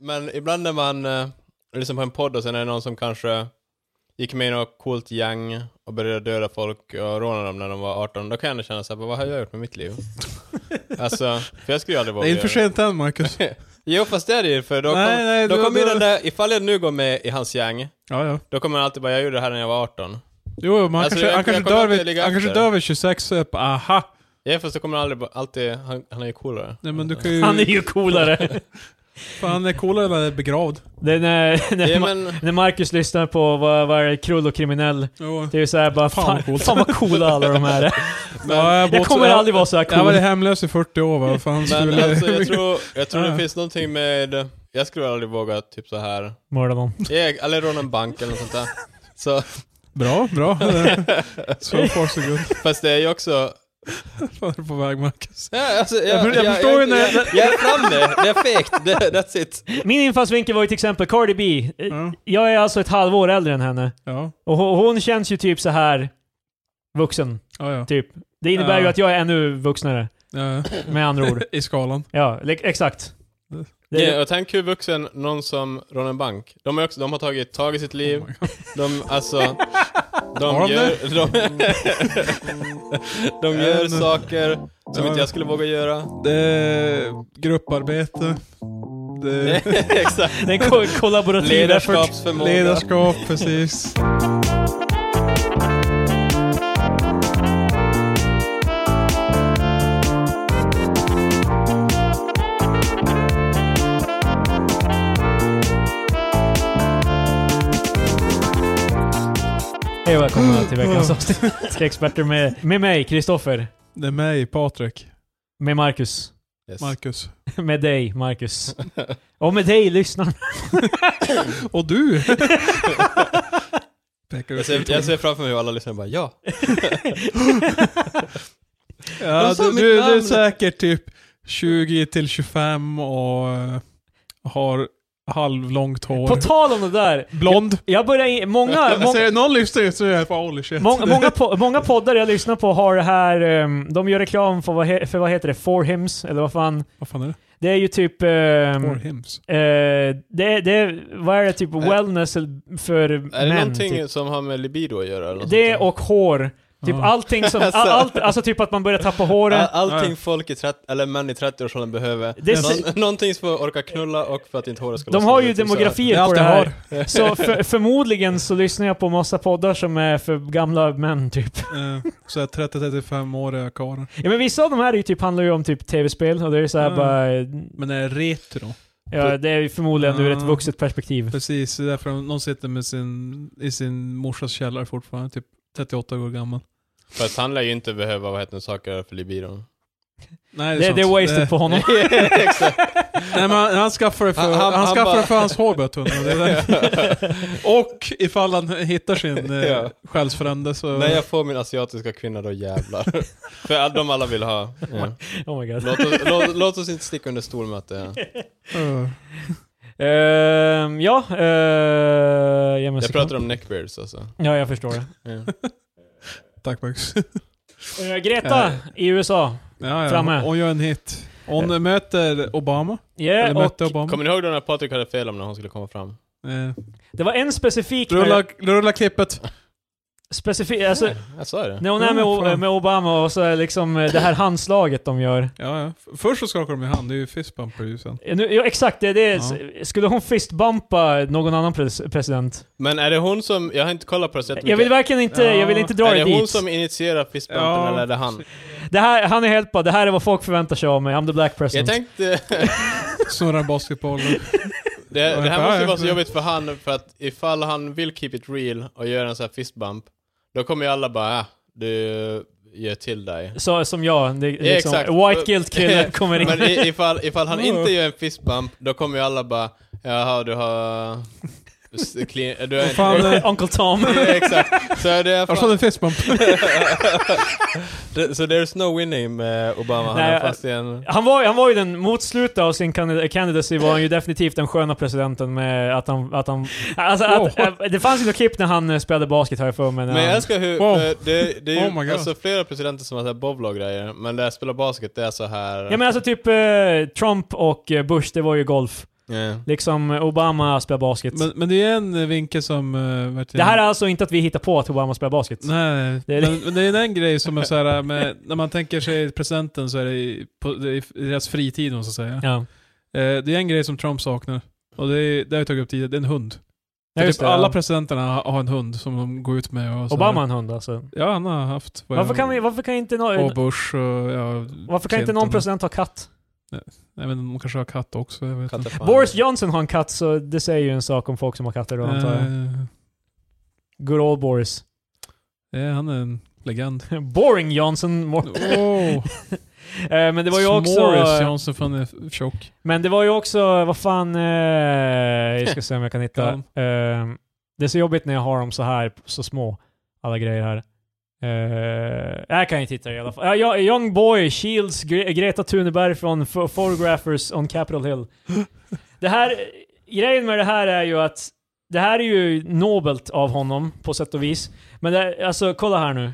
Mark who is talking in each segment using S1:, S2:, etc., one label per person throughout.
S1: Men ibland när man eh, lyssnar på en podd och sen är det någon som kanske gick med i något coolt gäng och började döda folk och råna dem när de var 18, då kan jag ändå känna såhär, vad har jag gjort med mitt liv? alltså, för jag skulle ju aldrig våga
S2: Det är inte för
S1: göra
S2: sent än Marcus.
S1: det. Jo fast det är det ju, för då
S2: Nej,
S1: kom-
S2: nej,
S1: då
S2: då-
S1: kommer ju
S2: då-
S1: den där, ifall jag nu går med i hans gäng,
S2: Ja, ja.
S1: då kommer han alltid bara, jag gjorde det här när jag var 18.
S2: Jo, jo, men han
S1: Alltså,
S2: kanske,
S1: jag-
S2: han
S1: jag
S2: kanske,
S1: kommer
S2: dör,
S1: inte
S2: vid,
S1: ligga
S2: han kanske
S1: efter.
S2: dör vid 26 och jag bara, aha.
S1: Ja fast då kommer han aldrig, bara- alltid, han, han är ju coolare.
S2: Nej men du kan ju...
S3: Han är ju coolare.
S2: Fan, han är coolare när han är begravd.
S3: Det är när, när,
S1: Ja,
S3: Ma-
S1: men,
S3: när Marcus lyssnar på vad, vad är det, Krull och kriminell.
S2: Jo.
S3: Det är ju såhär bara,
S2: Fan,
S3: fan,
S2: vad
S3: fan,
S2: coolt."
S3: vad coola alla de här är.
S2: Ja,
S3: Jag
S2: bott-
S3: kommer aldrig vara så här
S2: Jag var
S3: cool.
S2: hemlös i 40 år va? Fan,
S1: men
S2: skulle...
S1: alltså jag tror, jag tror det
S2: Ja.
S1: finns någonting med, jag skulle aldrig våga typ så här
S3: Mörda någon.
S1: Jag, eller råna en bank eller något sånt där. Så,
S2: Bra, bra. Så far så good.
S1: fast det är ju också...
S2: Fan, är du på väg Marcus?
S1: Ja, alltså, jag,
S2: Jag för- jag förstår ju när-
S1: jag, jag, är framme, det är fegt, det, that's it.
S3: Min infallsvinkel var ju till exempel Cardi B. Eh,
S2: Ja.
S3: Jag är alltså ett halvår äldre än henne.
S2: Ja,
S3: Och ho- hon känns ju typ så här vuxen,
S2: ja. ja.
S3: typ. Det innebär
S2: Ja.
S3: ju att jag är ännu vuxnare,
S2: ja.
S3: med andra ord.
S2: I skalan.
S3: Ja, li- exakt. Det,
S1: Ja, och tänk hur vuxen någon som rånar en bank. De, är också, de har tagit tag i sitt liv,
S2: Oh my God.
S1: de alltså... De
S2: Har de
S1: gör, de, de gör
S2: En-
S1: saker som
S2: Ja.
S1: inte jag skulle våga göra.
S2: Det är grupparbete. Det är
S1: Exakt.
S3: det är en ko- kollaborativ effort.
S1: Ledarskapsförmåga.
S2: ledarskap, precis.
S3: Hej och välkomna till veckans avsnitt. Skräckexperter med, med mig, Kristoffer.
S2: Det är mig, Patrik.
S3: Med Marcus.
S1: Yes.
S2: Marcus.
S3: Med dig, Marcus. Och med dig, lyssnaren.
S2: Och du! Pekar
S1: Jag
S2: ut
S1: ser, jag ser framför mig hur alla lyssnar och bara ja.
S2: Ja,
S1: De sa
S2: du,
S1: mitt
S2: du, du är
S1: namn.
S2: säkert typ 20 till 25 och eh, har halvlångt hår.
S3: På tal om det där.
S2: Blond.
S3: Jag börjar... i- Många...
S2: Jag
S3: många
S2: ser någon lyssnar så är jag bara holy shit.
S3: Många, många, po många poddar jag lyssnar på har det här, ehm, de gör reklam för vad, he för vad heter det, For Hims, eller vad fan.
S2: Vad fan är det?
S3: Det är ju typ... ehm,
S2: Four hymns.
S3: eh, det, är- det, är- vad är det, typ wellness för
S1: Är det
S3: män?
S1: någonting
S3: Typ.
S1: som har med libido att göra? Eller något
S3: Det
S1: sånt där?
S3: och hår. Typ
S2: Ja.
S3: allting som, all,
S1: Alltså.
S3: allt, alltså typ att man börjar tappa
S1: All,
S3: håret.
S1: allting
S2: Ja.
S1: folk i 30, eller män i 30-årsåldern behöver.
S3: Det
S1: Någon,
S3: ser-
S1: någonting för att orka knulla och för att inte håret ska
S3: De
S1: vara
S3: har
S1: så
S3: ju
S1: ut, liksom. så-
S2: Det är
S3: demografier på
S2: allt
S3: det
S2: jag
S3: här.
S2: har.
S3: Så för, förmodligen så lyssnar jag på massa poddar som är för gamla män typ.
S2: Eh, Så jag är 30-35-åriga karlar.
S3: Ja men vissa av de här är ju typ, handlar ju om typ tv-spel och det är ju såhär
S2: Mm.
S3: bara...
S2: Men det är retro.
S3: Ja, det är ju förmodligen ur ett
S2: Ja.
S3: vuxet perspektiv.
S2: Ah. Precis, det är därför de- någon sitter med sin, i sin morsas källare fortfarande, typ 38 år gammal.
S1: För att han lär ju inte behöva, vad heter det, saker för libidon.
S2: Nej,
S3: Det,
S2: sant. Eh,
S3: det är wasted på honom.
S1: Exakt.
S2: Nej men han, han skaffar det för,
S1: Han-
S2: han,
S1: han- han
S2: skaffar
S1: bara-
S2: det för hans hår börjar tunna. Det är det. Och ifall han hittar sin eh,
S1: Ja.
S2: själsfrände så...
S1: När jag får min asiatiska kvinna då jävlar. för all, de alla vill ha. Ja.
S3: Oh my god.
S1: Låt, oss, låt, låt oss inte sticka under stol med att det är...
S2: Eh,
S3: Ehm, ja, eh, uh, jag,
S1: Jag pratar om neckbeards alltså.
S3: Ja, jag förstår det.
S1: Ja.
S2: tack Max.
S3: Eh, Greta
S2: Eh.
S3: i USA.
S2: Ja, ja.
S3: Framme.
S2: Hon, hon gör en hit. Hon
S3: Eh.
S2: möter Obama. Eller
S3: Yeah, Eh, och
S2: mötte Obama.
S1: Kommer ni ihåg då när Patrik hade fel om när hon skulle komma fram?
S2: Eh,
S3: det var en specifik...
S2: rulla, rulla klippet.
S3: specifik alltså,
S1: Jag sa det.
S3: när hon är med, O- med Obama och så är liksom eh, det här handslaget de gör.
S2: Ja, ja. F- Först så skakar de i hand, det är ju fist bump ju sen.
S3: Eh, Nu, ja, exakt, det, är det
S2: Ja.
S3: Skulle hon fistbumpa någon annan pres president?
S1: Men är det hon som, jag har inte kollat på det så
S3: Jag vill verkligen inte,
S2: Ja.
S3: jag vill inte dra
S1: Är
S3: det
S1: det hon
S3: dit.
S1: som initierar fistbumpen
S2: Ja.
S1: eller är det han?
S3: Det här, han är helt bara, det här är vad folk förväntar sig av mig. I'm the black
S1: Jag
S3: president.
S1: tänkte...
S2: Snurrar en basketboll.
S1: Det, det här
S2: Ja,
S1: måste ju
S2: ja.
S1: vara så jobbigt för han, för att ifall han vill keep it real och göra en sån här fistbump, då kommer ju alla bara ah, du gör till dig.
S3: Så, som jag, det, liksom,
S1: exakt.
S3: white guilt kille kommer in.
S1: Men i, ifall, ifall han
S2: Ja.
S1: inte gör en fistbump, då kommer ju alla bara jaha du har... s- Clean, du har
S2: Vad fan, eh,
S3: Uncle Tom.
S1: Ja, Exakt. Så det är
S2: Jag slog
S1: fan,
S2: en fist bump.
S1: det, så there's no winning med Obama, han
S3: Nej,
S1: är fast i en...
S3: Han var, han var ju den, mot slutet av sin candid- candidacy var han ju definitivt den sköna presidenten med att han... Att han alltså, att,
S2: Wow.
S3: eh, det fanns ju något klipp när han eh, spelade basket har jag för mig. när
S1: Men jag
S3: han-
S1: älskar hur,
S2: Wow.
S1: för det, det är ju
S2: Oh my God.
S1: alltså flera presidenter som har såhär bowlgrejer, men det här spelar basket, det är så här
S3: Ja men alltså typ eh, Trump och eh, Bush, det var ju golf.
S1: Eh,
S3: Liksom eh, Obama spelar basket.
S2: Men, men det är en vinkel som... eh, vart
S3: det här är alltså inte att vi hittar på att Obama spelar basket.
S2: Nej,
S3: Det är-
S2: men, men det är en grej som är så här, eh, med, när man tänker sig presidenten så är det i, på, det är i deras fritid, om man ska säga.
S3: Ja.
S2: Eh, det är en grej som Trump saknar. Och det, är, det har jag tagit upp tidigare, det är en hund.
S3: Ja,
S2: För
S3: just
S2: typ
S3: det,
S2: alla
S3: ja.
S2: presidenterna har har en hund som de går ut med. Och så här.
S3: Obama är en hund alltså.
S2: Ja, han har haft. vad jag-
S3: Varför kan, vi, varför kan inte någon...
S2: Och Bush och ja,
S3: Varför kan inte
S2: Clinton.
S3: någon president ha katt?
S2: Nej men de kanske har katt också, jag vet inte.
S1: katter fan.
S3: Boris Johnson har en katt, så det säger ju en sak om folk som har katter då antar jag.
S2: Eh,
S3: Good old Boris.
S2: ja, han är en legend.
S3: Boring Johnson. Mor-
S2: Oh,
S3: Eh, men det var ju också...
S2: Morris Johnson från eh, tjock.
S3: Men det var ju också, vad fan... Eh, jag ska se om jag kan hitta. Eh, det är så jobbigt när jag har dem så här, så små. Alla grejer här. Eh, här kan jag inte hitta det i alla fall. Ja, ja, young Boy, Shields, Gre- Greta Thunberg från F- Photographers on Capitol Hill. Det här, grejen med det här är ju att det här är ju nobelt av honom på sätt och vis. Men det, alltså kolla här nu.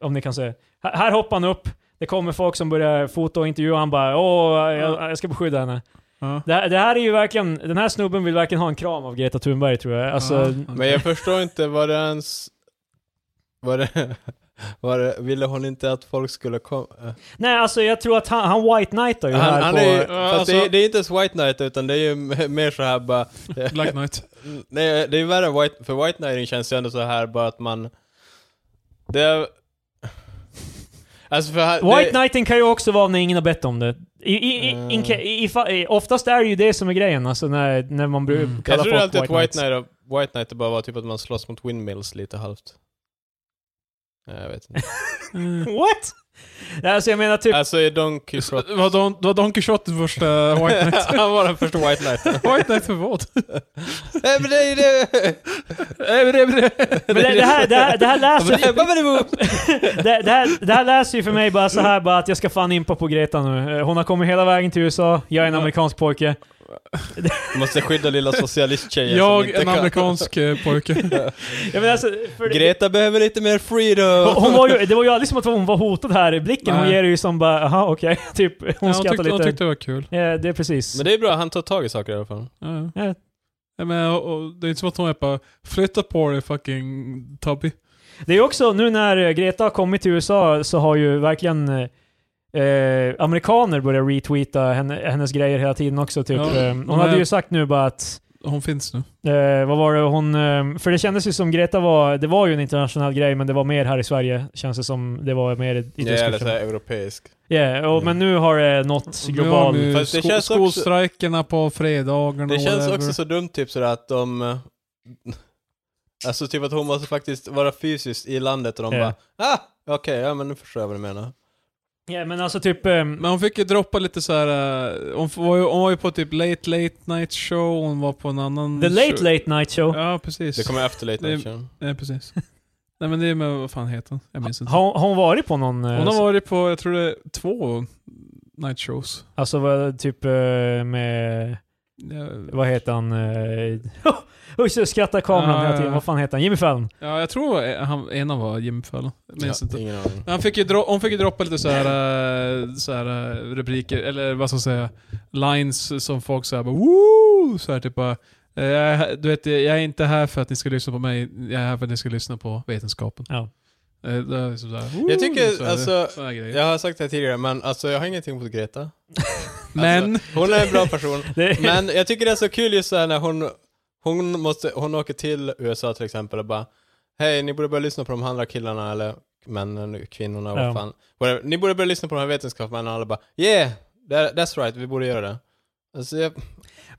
S3: Om ni kan se. Här, här hoppar han upp. Det kommer folk som börjar fota och intervjua. Han bara åh, jag, jag ska beskydda henne.
S2: Ja.
S3: Det här, det här är ju verkligen, den här snubben vill verkligen ha en kram av Greta Thunberg tror jag. Alltså,
S2: Ja.
S1: Men jag förstår inte, var det ens... Var det... Var det... Ville hon inte att folk skulle eh, komma?
S3: Nej alltså jag tror att han, han white knightar ju här
S1: Han, han
S3: på...
S1: är ju,
S2: Ja,
S1: fast det, är,
S2: alltså-
S1: det är inte ens White Knight utan det är ju m- mer så här bara...
S2: Black Knight.
S1: Nej, det är ju värre än White, för White Knighting känns ju ändå så här bara att man... Det är... Alltså för här,
S3: White
S1: det,
S3: knighting kan ju också vara när ingen har bett om det. I, i, i,
S1: Mm.
S3: inka- i, ifa- i, oftast är det ju det som är grejen, alltså när, när man brukar
S2: Mm.
S1: Jag
S3: kalla
S1: tror
S3: folk
S1: alltid
S3: white,
S1: att
S3: knights.
S1: White Knight, White Knight bara var typ att man slåss mot windmills lite halvt. Nej, Jag vet inte.
S2: Mm.
S3: What? Nej, Alltså jag menar typ...
S1: Alltså i Donkey Kong...
S2: Var Don, var Don Quixote den första White Knight?
S1: Han var den första White Knighten.
S2: White Knight för vad?
S1: Nej men det är ju det!
S2: Nej, men det- men det-
S3: Men det, det, här, det, här, det, här
S1: Alltså,
S3: läser,
S1: Babadiboo!
S3: det, det, här, det här läser ju för mig bara så här bara att jag ska fan impa på Greta nu. Eh, Hon har kommit hela vägen till USA, jag är en amerikansk pojke.
S1: Måste skydda lilla socialisttjejen som
S2: Jag,
S1: inte
S2: en
S1: kan.
S2: amerikansk eh, pojke.
S3: Jag menar, alltså, för,
S1: Greta behöver lite mer freedom!
S3: Hon- Hon var ju, det var ju aldrig som att hon var hotad här i blicken. Hon
S2: Nej.
S3: ger ju som bara, jaha okej. Typ, hon
S2: Ja, hon,
S3: skrattar
S2: tyckte, hon
S3: lite.
S2: tyckte det var kul.
S3: Ja, det är precis.
S1: Men det är bra, han tar tag i saker i alla fall.
S2: Ja.
S3: Ja.
S2: Ja, men, och, och, det är inte som att hon är bara 'Flytta på dig fucking Tubby'
S3: Det är ju också, nu när eh, Greta har kommit till USA så har ju verkligen eh, eh, amerikaner börjat retweeta henne, hennes grejer hela tiden också. Typ.
S2: Ja.
S3: Eh, Hon
S2: Men-
S3: hade ju sagt nu bara att
S2: Hon finns nu.
S1: Alltså,
S3: Eh, vad var det hon... Eh, för det kändes ju som Greta var... Det var ju en internationell grej, men det var mer här i Sverige. Känns det som det var mer i i
S1: Jag är lite
S3: diskussion.
S1: såhär europeisk.
S3: Yeah, och, men nu har det nått
S2: Vi har
S3: global...
S2: nu
S1: Fast det
S2: sko-
S1: känns också-
S2: skolstrejkerna på fredagarna
S1: Det
S2: och
S1: känns
S2: whatever.
S1: också så dumt typ sådär att de... eh, Alltså typ att hon måste faktiskt vara fysiskt i landet och de
S3: Ja.
S1: bara ah, okej, ja men nu förstår jag vad du menar.
S3: Ja, men alltså typ... Eh,
S2: Men hon fick ju droppa lite så här. eh, hon, f- var ju, hon var ju på typ late late night show, hon var på en annan...
S1: Mm,
S3: the Late
S2: show.
S3: Late Night Show.
S2: Ja, precis.
S1: Det kommer efter late night show.
S2: Nej, precis. Nej men det är med, vad fan heter hon? Jag minns inte.
S3: Har, hon- har hon varit på någon... Eh,
S2: Hon har varit på, jag tror det är två night shows.
S3: Alltså vad- typ eh, med...
S2: Jag,
S3: Vad heter han? Eh, Usch, jag skrattar kameran
S2: Ja,
S3: hela
S1: Ah.
S2: ja,
S3: tiden.
S2: ja.
S3: Vad fan heter han? Jimmy Fallon?
S2: ja, jag tror eh, han, ena var Jimmy Fallon. Jag minns
S1: Ja,
S2: inte.
S1: Ingen aning.
S2: Men Han fick ju dro- hon fick ju droppa lite så här, eh, så här eh, rubriker, eller vad ska jag säga, lines som folk såhär bara woo! Så här typ bara, eh, jag är- du vet, jag är inte här för att ni ska lyssna på mig, jag är här för att ni ska lyssna på vetenskapen.
S3: Ja.
S2: Eh, Det är liksom så här,
S1: Jag tycker,
S2: woo! Så här,
S1: alltså,
S2: såna här grejer.
S1: Jag har sagt det här tidigare men alltså jag har ingenting mot Greta.
S2: Men,
S1: Alltså, hon är en bra person.
S3: Det,
S1: Men jag tycker det är så kul just såhär när hon, hon, måste, hon åker till USA till exempel och bara Hej, ni borde börja lyssna på de andra killarna eller männen, kvinnorna,
S3: Ja.
S1: vad fan. Whatever. Ni borde börja lyssna på de här vetenskapsmännen och alla bara Yeah, that, that's right, vi borde göra det. Alltså jag,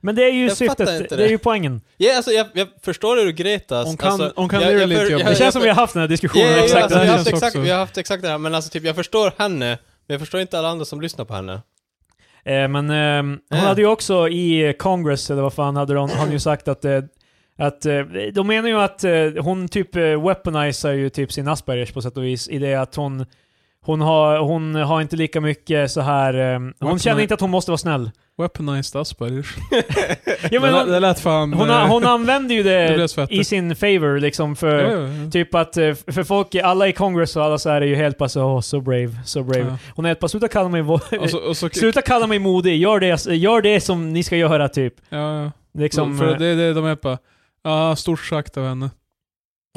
S3: men det är ju
S1: Jag fattar
S3: syftet.
S1: inte
S3: Det.
S1: det.
S3: är ju poängen.
S1: yeah, alltså jag, jag förstår hur Greta...
S2: Hon kan-
S1: alltså,
S2: hon kan
S1: jag-
S2: literally inte
S1: jag,
S2: jobba.
S1: jag,
S3: Det
S1: jag,
S3: känns som vi har haft den här diskussionen.
S1: Yeah, yeah,
S3: exakt
S1: alltså,
S2: det
S1: vi,
S2: här
S1: har haft
S2: känns
S1: exakt,
S2: också.
S1: vi har haft exakt det här, men alltså typ jag förstår henne, men jag förstår inte alla andra som lyssnar på henne.
S3: Eh, men ehm, hon
S1: Eh.
S3: hade ju också i eh, Congress, eller vad fan hade hon, han ju sagt att, eh, att eh, de menar ju att eh, hon typ eh, weaponizar ju typ sin Aspergers på sätt och vis i det att hon Hon har, hon har inte lika mycket så här... ehm, hon
S2: Weaponi-
S3: känner inte att hon måste vara snäll.
S2: Weaponized aspergers.
S3: Ja, men
S2: det, lät,
S3: hon,
S2: det lät fan...
S3: hon,
S2: eh,
S3: a- hon använder ju
S2: det blev
S3: det
S2: svettigt.
S3: i sin favor liksom för...
S2: Ja, ja, ja.
S3: Typ att, eh, för folk, i- alla i Congress och alla så här är ju helt bara så, oh, so brave, so brave.
S2: Ja.
S3: Hon är helt bara, sluta kalla mig, vo-
S2: Och så, och så,
S3: Typ. sluta kalla mig modig, gör det, gör det som ni ska göra typ.
S2: ja, ja.
S3: Liksom,
S2: för
S3: eh,
S2: det är det de är på. Ja, stort sagt av henne.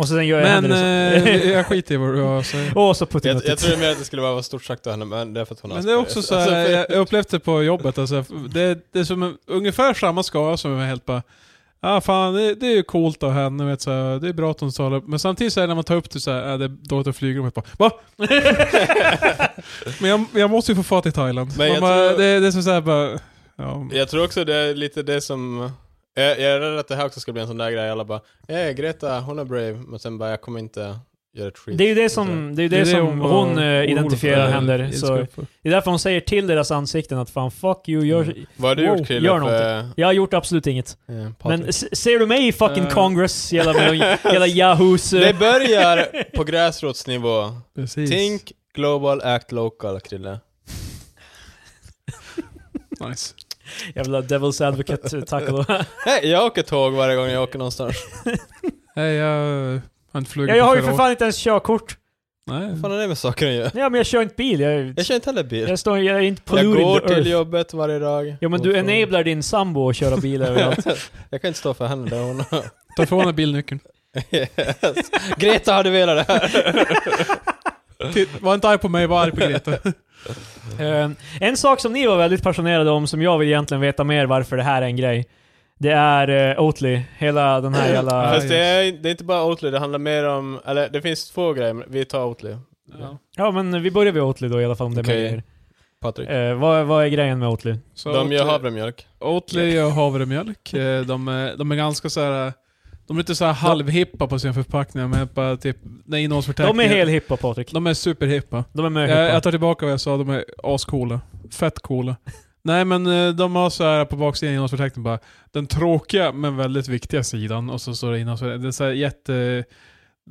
S3: och så sen gör jag
S2: Men
S3: händer det
S2: eh,
S3: så.
S2: jag skiter i vad du har att säga.
S3: Åh, så putting
S1: Jag, jag tror mer att det skulle vara stort sagt av henne, men det är för att hon har
S2: Men det är
S1: Aspergers.
S2: också så här,
S1: Alltså, för-
S2: jag, jag upplevde det på jobbet, alltså, det, det är som en, ungefär samma skara som är helt bara Ja fan, det, det är ju coolt av henne, vet, så här, det är bra att hon talar upp. Men samtidigt så här, när man tar upp det så här, "Ja, det är dåligt att flyga, de helt bara Va? Men jag, jag måste ju få fart i Thailand.
S1: Men
S2: Man
S1: jag
S2: bara,
S1: tror-
S2: det, det är som så här bara, ja,
S1: Jag tror också det är lite det som... Jag, jag är rädd att det här också ska bli en sån där grej, alla bara eh, Greta, hon är brave, men sen bara jag kommer inte göra ett skit.
S3: Det är ju det som, det är ju det som
S2: var
S3: hon, eh,
S2: orolig
S3: identifierar
S2: för,
S3: händer.
S2: ilska
S3: Så
S2: för.
S3: det är därför hon säger till deras ansikten att fan fuck you, gör...
S1: Vad har du
S3: Wow,
S1: gjort Chrille
S3: gör
S1: för...
S3: Jag har gjort absolut inget.
S1: eh,
S3: Men
S1: Patrik?
S3: s- ser du mig i fucking
S2: Eh.
S3: Congress, jävla, jävla yahoos... eh,
S1: Det börjar på gräsrotsnivå.
S2: Precis.
S1: Think global, act local, Krille.
S2: Nice.
S3: Jävla devil's advocate eh, tackle.
S1: Hej, jag åker tåg varje gång jag åker någonstans.
S2: Nej, jag har inte flugit
S3: ja, jag
S2: på
S3: har ju
S2: flera
S3: för
S2: år.
S3: fan inte ens körkort.
S1: Vad
S2: Nej.
S1: fan är det med saker att göra?
S3: Nej men jag kör inte bil. Jag,
S1: Jag kör inte heller bil.
S3: jag, står, jag är inte
S1: Jag
S3: polluting
S1: går
S3: the earth.
S1: till jobbet varje dag.
S3: Ja men du enablar din sambo att köra bil överallt.
S1: Jag kan inte stå för henne, det är hon.
S2: Ta ifrån henne bilnyckeln.
S1: yes. Greta hade velat det här. Typ-
S2: Titt, Var inte arg på mig, var arg på Greta.
S3: Eh, en sak som ni var väldigt passionerade om, som jag vill egentligen veta mer varför det här är en grej. Det är uh, Oatly, hela den här jävla...
S1: Fast det är, det är inte bara Oatly, det handlar mer om, eller det finns två grejer, men vi tar Oatly.
S2: Ja.
S3: Ja men vi börjar vid Oatly då i alla fall om det
S1: Okej.
S3: är med
S1: Patrik.
S3: grejer. Eh, vad, vad är grejen med Oatly?
S2: Så eh,
S1: De gör
S2: Oatly-
S1: havremjölk.
S2: Oatly gör havremjölk. Eh, De, är- de är ganska så här. eh, De är lite så här halvhippa på sina förpackningar, men bara typ, när innehållsförteckningen...
S3: De är helhippa Patrik.
S2: De är superhippa.
S3: De är
S2: Jag, jag
S3: möhippa.
S2: tar tillbaka vad jag sa, de är ascoola. Fett coola. Nej men eh, de har så här på baksidan av innehållsförteckningen bara, den tråkiga men väldigt viktiga sidan, och så står det innehållsförteckningen. Det är så här jätte...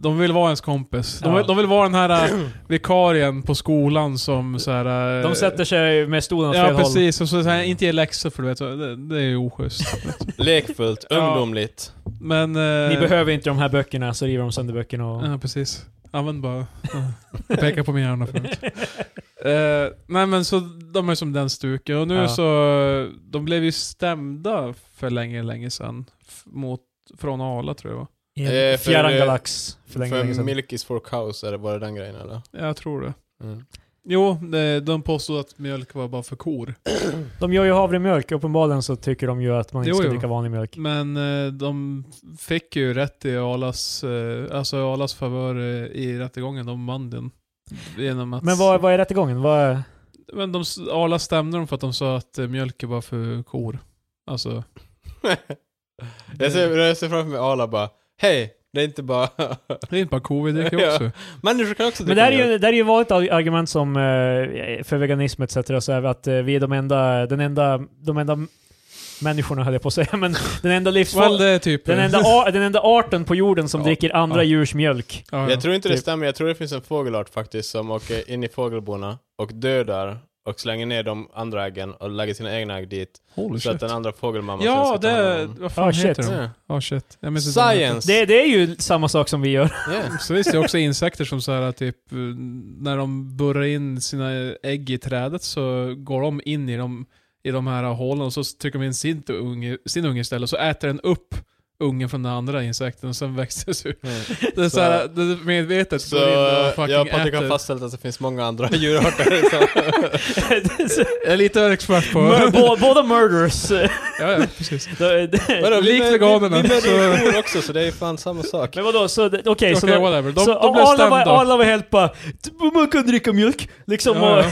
S2: De vill vara ens kompis. De,
S3: Ja.
S2: vill, de vill vara den här eh, vikarien på skolan som så här. eh,
S3: De sätter sig med stolen åt fel
S2: Ja
S3: håll.
S2: precis, och så, så här, inte ge läxor för du vet, så det, det är ju oschysst.
S1: Lekfullt,
S2: Ja.
S1: ungdomligt.
S2: Men... Eh,
S3: Ni behöver inte de här böckerna, så river de sönder böckerna och...
S2: Ja precis. Använd bara... ja. Jag pekar på min hjärna förut. Eh, nej men så de är som den stuken. Och nu
S3: Ja.
S2: så... De blev ju stämda för länge, länge sedan. F- mot, från Arla tror jag va?
S3: I
S1: Eh,
S3: en
S1: för-
S3: fjärran galax för länge, länge
S1: För
S3: sedan.
S1: Milk is for cows, är det bara den grejen eller?
S2: Jag tror det.
S1: Mm.
S2: Jo, de, de påstod att mjölk var bara för kor.
S3: De gör ju havremjölk, uppenbarligen så tycker de ju att man inte
S2: Jo,
S3: ska
S2: jo.
S3: dricka vanlig mjölk.
S2: Men eh, de fick ju rätt i Arlas, eh, alltså Arlas favör eh, i rättegången. De vann den. Genom att...
S3: Men vad, vad är rättegången? Vad är...
S2: Men de, Arla stämde dem för att de sa att eh, mjölk är bara för kor. Alltså...
S1: jag, ser, jag ser framför mig Arla bara, hej, det är inte bara...
S2: Det är inte bara covid, det kan jag
S1: Ja.
S2: också.
S1: Människor kan också
S3: Men det här är
S1: mjölk.
S3: ju, det här är ju vanligt ar- argument som eh, för veganism etc. Så är att eh, vi är de enda, den enda, de enda m- människorna höll jag på att säga, men den enda livsformen,
S2: Well, det är typ...
S3: den, enda ar- den enda arten på jorden som
S2: Ja,
S3: dricker andra
S2: ja.
S3: djurs mjölk.
S2: Ja, ja.
S1: Jag tror inte det
S3: Typ.
S1: stämmer, jag tror det finns en fågelart faktiskt som åker in i fågelbona och dödar och slänger ner de andra äggen och lägger sina egna ägg dit.
S2: Holy
S1: Så att
S2: Oh, shit.
S1: den andra fågelmamman
S2: Ja,
S1: sen ska
S2: det...
S1: ta hand om
S2: är-
S1: dem.
S2: Vad fan
S3: Ah,
S2: heter
S3: shit.
S2: de?
S1: Ja.
S2: Ja, shit. Jag minns inte vad de heter.
S1: Science!
S3: Det, det är ju samma sak som vi gör.
S1: Yeah.
S2: Så visst, det är också insekter som så här typ, eh, när de burrar in sina ägg i trädet så går de in i de, i de här hålen och så trycker de in sin unge, sin unge istället och så äter den upp ungen från den andra insekten och sen växer det ut.
S1: Mm.
S2: Det är så,
S1: Så-
S2: här, det är medvetet
S1: Så
S2: går in och fucking
S1: jag och Patrik har
S2: äter.
S1: fastställt att det finns många andra djurarter som...
S2: Jag är lite expert på...
S3: Mör- bå- Båda murderers.
S2: ja, ja, precis.
S3: De- de-
S1: Vadå, vi
S2: Likt
S1: mö-
S2: veganerna,
S1: Vi, vi
S2: så-
S1: mördar ju kor också, så det är ju fan samma sak.
S3: Men vadå, så det- okej,
S2: Okej,
S3: så de,
S2: whatever. De,
S3: så
S2: de blev
S3: alla,
S2: stämda.
S3: var, alla var helt bara "Du- man kan dricka mjölk liksom. och,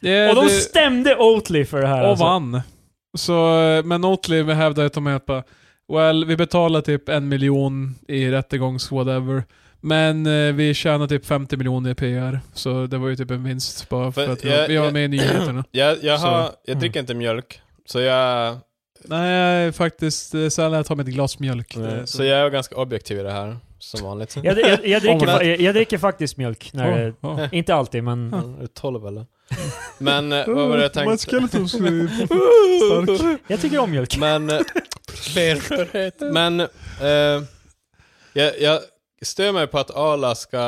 S2: Det- det-
S3: och de
S2: Oh
S3: stämde Oatly för det här. alltså.
S2: och vann. Så, eh, men Oatly hävdar att de är på, well, vi betalar typ en miljon i rättegångs whatever. Men eh, vi tjänar typ 50 miljoner i PR. Så det var ju typ en vinst bara för,
S1: För
S2: att
S1: jag-
S2: vi var
S1: jag-
S2: med i nyheterna.
S1: Jag, jag,
S2: Så- mm.
S1: har, jag dricker inte mjölk, så jag,
S2: Nej, jag är faktiskt eh, sällan jag tar mig ett glas mjölk. Det är
S1: så jag är ganska objektiv i det här. som vanligt.
S3: Jag, jag, jag, dricker,
S1: Omvänt.
S3: fa- jag, jag dricker faktiskt mjölk. När det,
S2: Ja, ja.
S3: inte alltid, men...
S1: Mm, är du 12 eller? Men eh, vad var det jag tänkte?
S2: Skeletons liv. Typ.
S3: Jag tycker om mjölk.
S1: Men... eh, Benskörhet. Men... Eh, jag, jag stör mig på att Arla ska...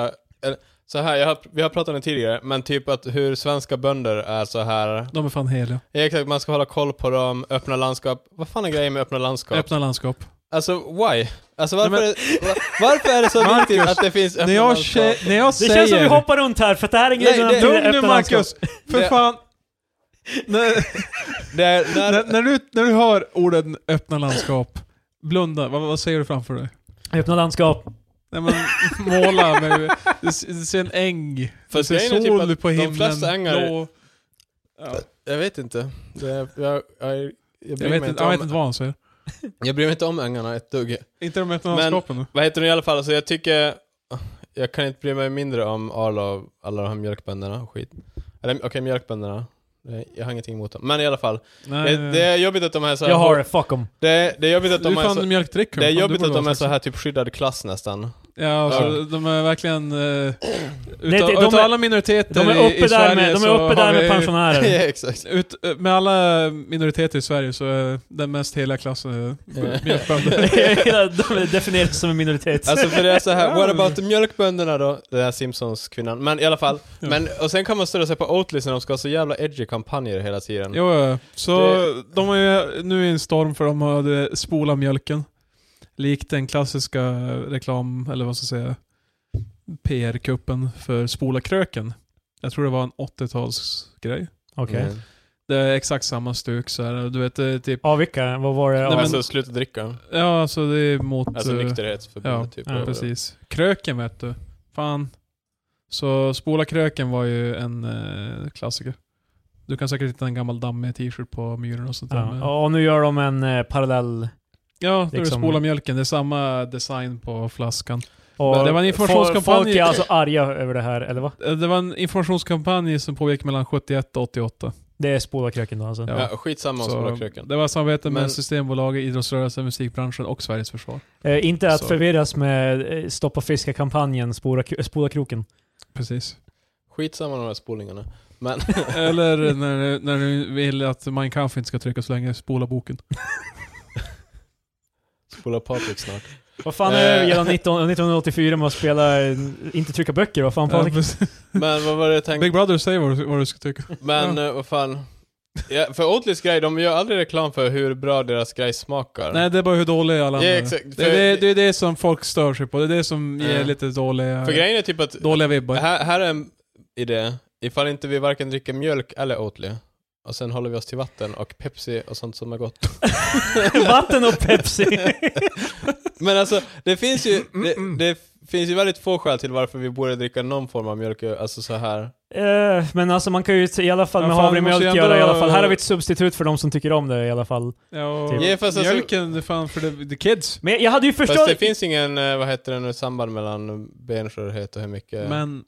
S1: eller, Så här, jag har, vi har pratat om det tidigare, men typ att hur svenska bönder är så här.
S2: De är fan heliga.
S1: Ja, Exakt, man ska hålla koll på dem, öppna landskap. Vad fan är grejen med öppna landskap?
S2: Öppna landskap.
S1: Alltså, why? Alltså varför,
S2: Nej, men-
S1: är, det- va- varför är det så viktigt att det finns öppna
S2: När jag,
S1: landskap?
S2: kä- när jag
S3: Det
S2: säger...
S3: känns som vi hoppar runt här, för att det här är en grej
S1: Nej,
S3: som
S1: det-
S3: betyder
S2: Lugn nu
S3: öppna landskap.
S2: Marcus! För
S1: Det-
S2: fan! när,
S1: Det är, när,
S2: när, när, du, när du hör orden öppna landskap, blunda. Vad, vad säger du framför dig?
S3: Öppna landskap.
S2: När man målar med... Du, s- du ser en äng.
S1: För
S2: Du ser
S1: grejen är typ
S2: sol
S1: att
S2: på
S1: de
S2: himlen.
S1: flesta ängar är-
S2: blå. Ja,
S1: Jag vet inte. Det är, jag, jag, jag, bryr
S2: jag,
S1: mig
S2: vet
S1: inte
S2: inte, jag vet
S1: om,
S2: inte vad han säger.
S1: jag bryr mig inte om ängarna ett dugg.
S2: Inte de öppna
S1: Men-
S2: landskapen. nu.
S1: Vad heter det i alla fall? Alltså jag tycker... Jag kan inte bry mig mindre om Arla och alla de här mjölkbönderna och skit. Eller okej, mjölkbönderna. Det- Jag har ingenting emot dem. Men i alla fall.
S2: Nej,
S1: Det, det är jobbigt att de är så här...
S3: Jag har det, fuck em.
S1: Det, det är jobbigt att
S2: Du
S1: de
S2: är
S1: är
S2: fan
S1: så...
S2: mjölkdrickare.
S1: Det är
S2: Fan, du
S1: jobbigt
S2: borde
S1: att de
S2: vara
S1: är så här typ skyddad klass nästan.
S2: Ja, alltså,
S1: Ja.
S2: de är verkligen... eh,
S3: det-
S2: utav,
S3: de
S2: utav
S3: är-
S2: alla minoriteter
S3: De är
S2: i,
S3: uppe
S2: i Sverige
S3: där med, de
S2: så
S3: är uppe
S2: har
S3: där
S2: vi-
S3: med pensionärer.
S1: Exakt.
S2: Ut, eh, med alla minoriteter i Sverige så är den mest heliga klassen eh, mjölkbönder.
S3: de definieras som en minoritet.
S1: Alltså för det är så här, what about the mjölkbönderna då? Det är Simpsons-kvinnan. Men i alla fall.
S2: Ja.
S1: Men, och sen kan man störa sig på Oatlys när de ska ha så jävla edgy kampanjer hela tiden.
S2: Jo, ja. så de är ju nu i en storm för de hade spola mjölken. Likt den klassiska reklam, eller vad ska jag säga, PR-kuppen för spola kröken. Jag tror det var en 80-talsgrej.
S3: Okej.
S1: Mm.
S2: Det är exakt samma stuk så här. Du vet, det är typ...
S3: Ja, vilka? Vad var det?
S2: Nej,
S1: Nej,
S2: men-
S1: alltså sluta dricka.
S2: Ja, alltså det är mot...
S1: Alltså
S2: eh,
S1: nykterhetsförbundet typ.
S2: Ja, precis. Kröken vet du. Fan. Så Spola Kröken var ju en eh, klassiker. Du kan säkert hitta en gammal dammig t-shirt på myren och sånt där. men-
S3: Ja, och nu gör de en eh, parallell...
S2: Ja, när
S3: liksom-
S2: du spolar mjölken. Det är samma design på flaskan.
S3: Och
S2: det var en informationskampanj-
S3: Folk är alltså arga över det här, eller va?
S2: Eh, Det var en informationskampanj som pågick mellan 71 och 88.
S3: Det är spola kröken då alltså.
S2: Ja.
S1: Ja, skitsamma om
S2: Så
S1: Spolarkröken.
S2: det var samarbete med
S1: Men-
S2: Systembolaget, idrottsrörelsen, musikbranschen och Sveriges försvar.
S3: Eh, inte att
S2: Så.
S3: förvirras med eh, Stoppa Fiska-kampanjen, spola, spola Kroken.
S2: Precis.
S1: Skitsamma om de här spolingarna.
S2: Eller när, när du vill att Mein Kampf inte ska tryckas längre, spola boken.
S1: Spola Patrik snart.
S3: Vad fan är det
S1: Eh.
S3: gällande 19, 1984 med att spela, eh, inte trycka böcker? Vad fan Patrik?
S2: Ja, Eh, precis.
S1: Men vad var det jag tänkte?
S2: Big Brother säger vad du, vad du ska tycka.
S1: Men eh, vad fan. Ja, för Oatlys grej, de gör aldrig reklam för hur bra deras grej smakar.
S2: Nej, det är bara hur dålig alla andra
S1: Ja,
S2: är.
S1: exakt.
S2: Det,
S1: För-
S2: det, det är det som folk stör sig på. Det är det som ger
S1: Ja.
S2: lite dåliga,
S1: För grejen är typ att
S2: dåliga vibbar.
S1: Här, här är en idé. Ifall inte vi varken dricker mjölk eller Oatly. Och sen håller vi oss till vatten och Pepsi och sånt som är gott.
S3: Vatten och Pepsi!
S1: Men alltså, det finns ju,
S2: Mm,
S1: det, det finns ju väldigt få skäl till varför vi borde dricka någon form av mjölk. Alltså så här.
S3: Eh, men alltså man kan ju i alla fall
S2: Ja, fan,
S3: med
S2: vi
S3: havremjölk
S2: måste ju
S3: göra i
S2: ändå-
S3: alla fall. Här har vi ett substitut för de som tycker om det i alla fall.
S2: Ja,
S3: Typ.
S2: och
S1: Ja, fast alltså-
S2: mjölken, det är fan för the, the kids.
S3: Men jag hade ju
S1: Fast
S3: förstått...
S1: det finns ingen, eh, vad heter det nu, samband mellan benskörhet och hur mycket...
S2: Men,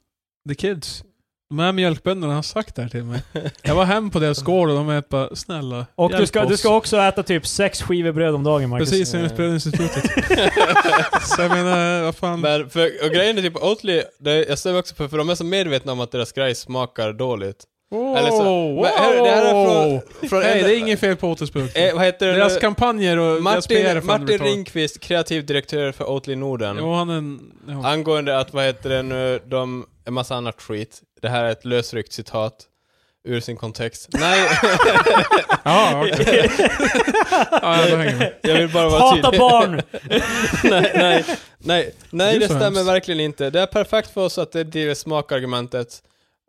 S2: the kids. De här mjölkbönderna har sagt det här till mig. Jag var hem på deras gård och de är bara, snälla,
S3: Och du
S2: hjälp
S3: ska,
S2: oss.
S3: du ska också äta typ sex skivor bröd om dagen Marcus.
S2: Precis
S1: eh,
S2: enligt Spelningsinstitutet. Så jag menar, vad fan.
S1: Men för, och grejen är typ Oatly, det, jag stämmer också på, för de är så medvetna om att deras grej smakar dåligt.
S2: Wow,
S1: Eller så-
S2: wow.
S1: Men här- det här är från... från
S2: Nej,
S1: en-
S2: det är inget fel på Återspuk.
S1: eh, vad heter det nu?
S2: Deras kampanjer och deras PR är
S1: Martin,
S2: fan
S1: Martin
S2: brutala.
S1: Ringqvist, kreativ direktör för Oatly Norden.
S2: Jo, han är en... Ja.
S1: Angående att, vad heter det nu, de, en massa annat skit. Det här är ett lösryckt citat. Ur sin kontext. Nej, Ah.
S2: Ja, okej. ja, jag hänger med.
S1: jag vill bara vara
S3: Hata
S1: tydlig.
S3: barn!
S1: nej, nej, nej, nej,
S2: Det
S1: det
S2: är så
S1: stämmer
S2: hemskt.
S1: verkligen inte. Det är perfekt för oss att det driver smakargumentet.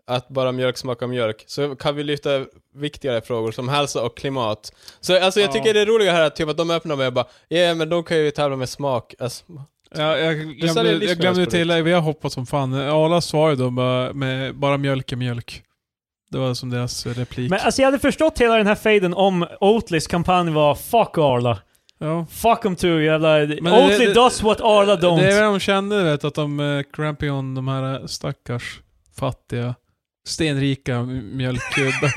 S1: Att bara mjölk smakar mjölk. Så kan vi lyfta viktigare frågor som hälsa och klimat. Så alltså jag
S2: Ja.
S1: tycker det roliga här är typ att de öppnar med bara Ja men de kan ju tävla med smak. Alltså,
S2: Ja, jag
S1: säljer
S2: glömde, jag glömde
S1: livsmedelsprodukt.
S2: till vi har hoppat som fan. Arlas svar då bara, med bara mjölk är mjölk. Det var som deras replik.
S3: Men alltså jag hade förstått hela den här fejden om Oatlys kampanj var 'Fuck Arla'
S2: ja.
S3: 'Fuck em too' jävla...
S2: det-
S3: Oatly
S2: det-
S3: does what Arla don't.
S2: Det är vad de kände vet, att de eh, Crampion, de här eh, stackars fattiga, stenrika mjölkgubben.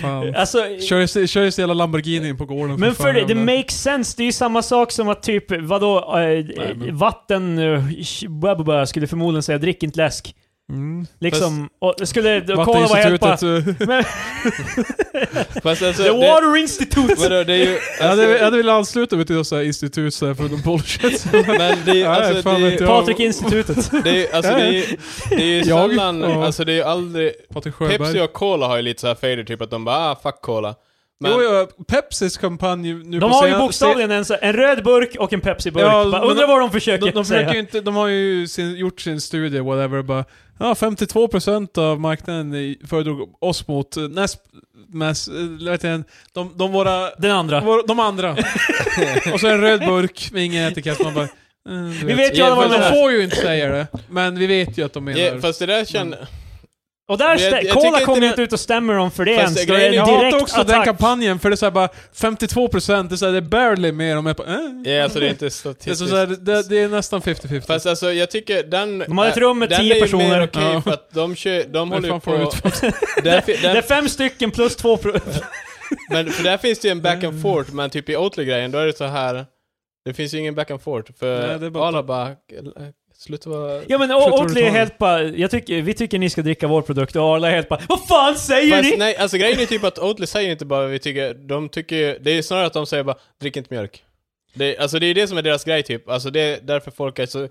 S2: Fan.
S3: Alltså,
S2: Kör ju- Kör ju så jävla Lamborghini på gården
S3: men för
S2: fan,
S3: det, det
S2: jävla-
S3: makes sense. Det är ju samma sak som att typ, vadå, eh,
S2: men-
S3: vatten, eh, sh- blah, blah, blah, skulle förmodligen säga drick inte läsk.
S2: Mm.
S3: Liksom, och skulle kolla vad helt bara...
S2: Vatteninstitutet. eh,
S1: Fast alltså,
S3: The
S1: det,
S3: Water Institute!
S1: vadå, det är ju... Alltså,
S2: Jag hade, jag hade velat ansluta mig till något så här institut så här, för de bullshit.
S1: men det är ju...
S2: Nej,
S1: Alltså,
S2: fan
S1: det är
S2: vet
S1: ju...
S2: jag.
S3: Patrick-institutet.
S1: Det är, ju- alltså det är ju, det är ju
S2: Jag?
S1: sällan,
S2: Ja.
S1: alltså det är ju aldrig,
S2: Patrik
S1: Pepsi
S2: Sjöberg.
S1: och Cola har ju lite så här fader typ att de bara ah, fuck Cola. Men,
S2: Jo, jo, Pepsis kampanj nu
S3: De
S2: på
S3: har ju
S2: sena-
S3: bokstavligen en, så- en röd burk och en Pepsi-burk.
S2: Ja,
S3: Bara
S2: men
S3: undrar
S2: de-
S3: vad de försöker
S2: De, de,
S3: säga.
S2: försöker ju inte, de har ju sin, gjort sin studie, whatever, bara ja, 52% av marknaden i- föredrog oss mot eh, näst, mest, eh, vet jag, inte, de, de våra,
S3: Den andra.
S2: våra, de andra. och så en röd burk med ingen etikett, man bara mm, du
S3: Vi vet ju alla vad de
S2: de
S3: menar.
S2: får ju inte säga det, men vi vet ju att de menar Mm.
S1: ja, fast det där känner,
S3: Och där,
S1: Men jag-
S3: stä-
S1: jag tycker
S3: Cola
S1: inte
S3: kommer ju
S1: det-
S3: inte ut och stämmer dem för det
S1: Fast
S3: ens. Då är
S1: grejen
S3: det
S1: är-
S2: jag
S3: en
S2: hatar
S3: direkt
S2: också den
S3: attack.
S2: kampanjen, för det är såhär bara 52% det är, så här, det är barely mer, de är bara, eh.
S1: ja alltså det är inte
S2: Det är, så
S1: statistiskt.
S2: här, det, det är nästan 50-50.
S1: Fast alltså jag tycker den...
S3: De har ett
S1: äh,
S3: rum med
S1: den
S3: tio
S1: är ju
S3: personer.
S1: mer okej
S2: Ja.
S1: för att de kör, de
S2: Men
S1: håller ju
S2: fan får de
S1: på...
S2: ut
S1: Där, fi-
S3: Det är
S1: där,
S3: fem stycken plus två... Pro-
S1: men för där finns det ju en back and forth, men typ i Oatly-grejen då är det så här det finns ju ingen back and forth,
S2: Nej,
S1: för
S2: det är bara-
S1: alla bara... eh, Sluta vara...
S3: ja men
S2: Förstår du
S3: O- Oatly är
S2: taget?
S3: helt bara... Jag tycker, vi tycker ni ska dricka vår produkt och Arla är helt bara Vad fan säger
S1: Fast
S3: ni?
S1: nej, alltså grejen är typ att Oatly säger inte bara vad vi tycker, de tycker ju, det är ju snarare att de säger bara drick inte mjölk. Det, alltså det är ju det som är deras grej typ, alltså det är därför folk är så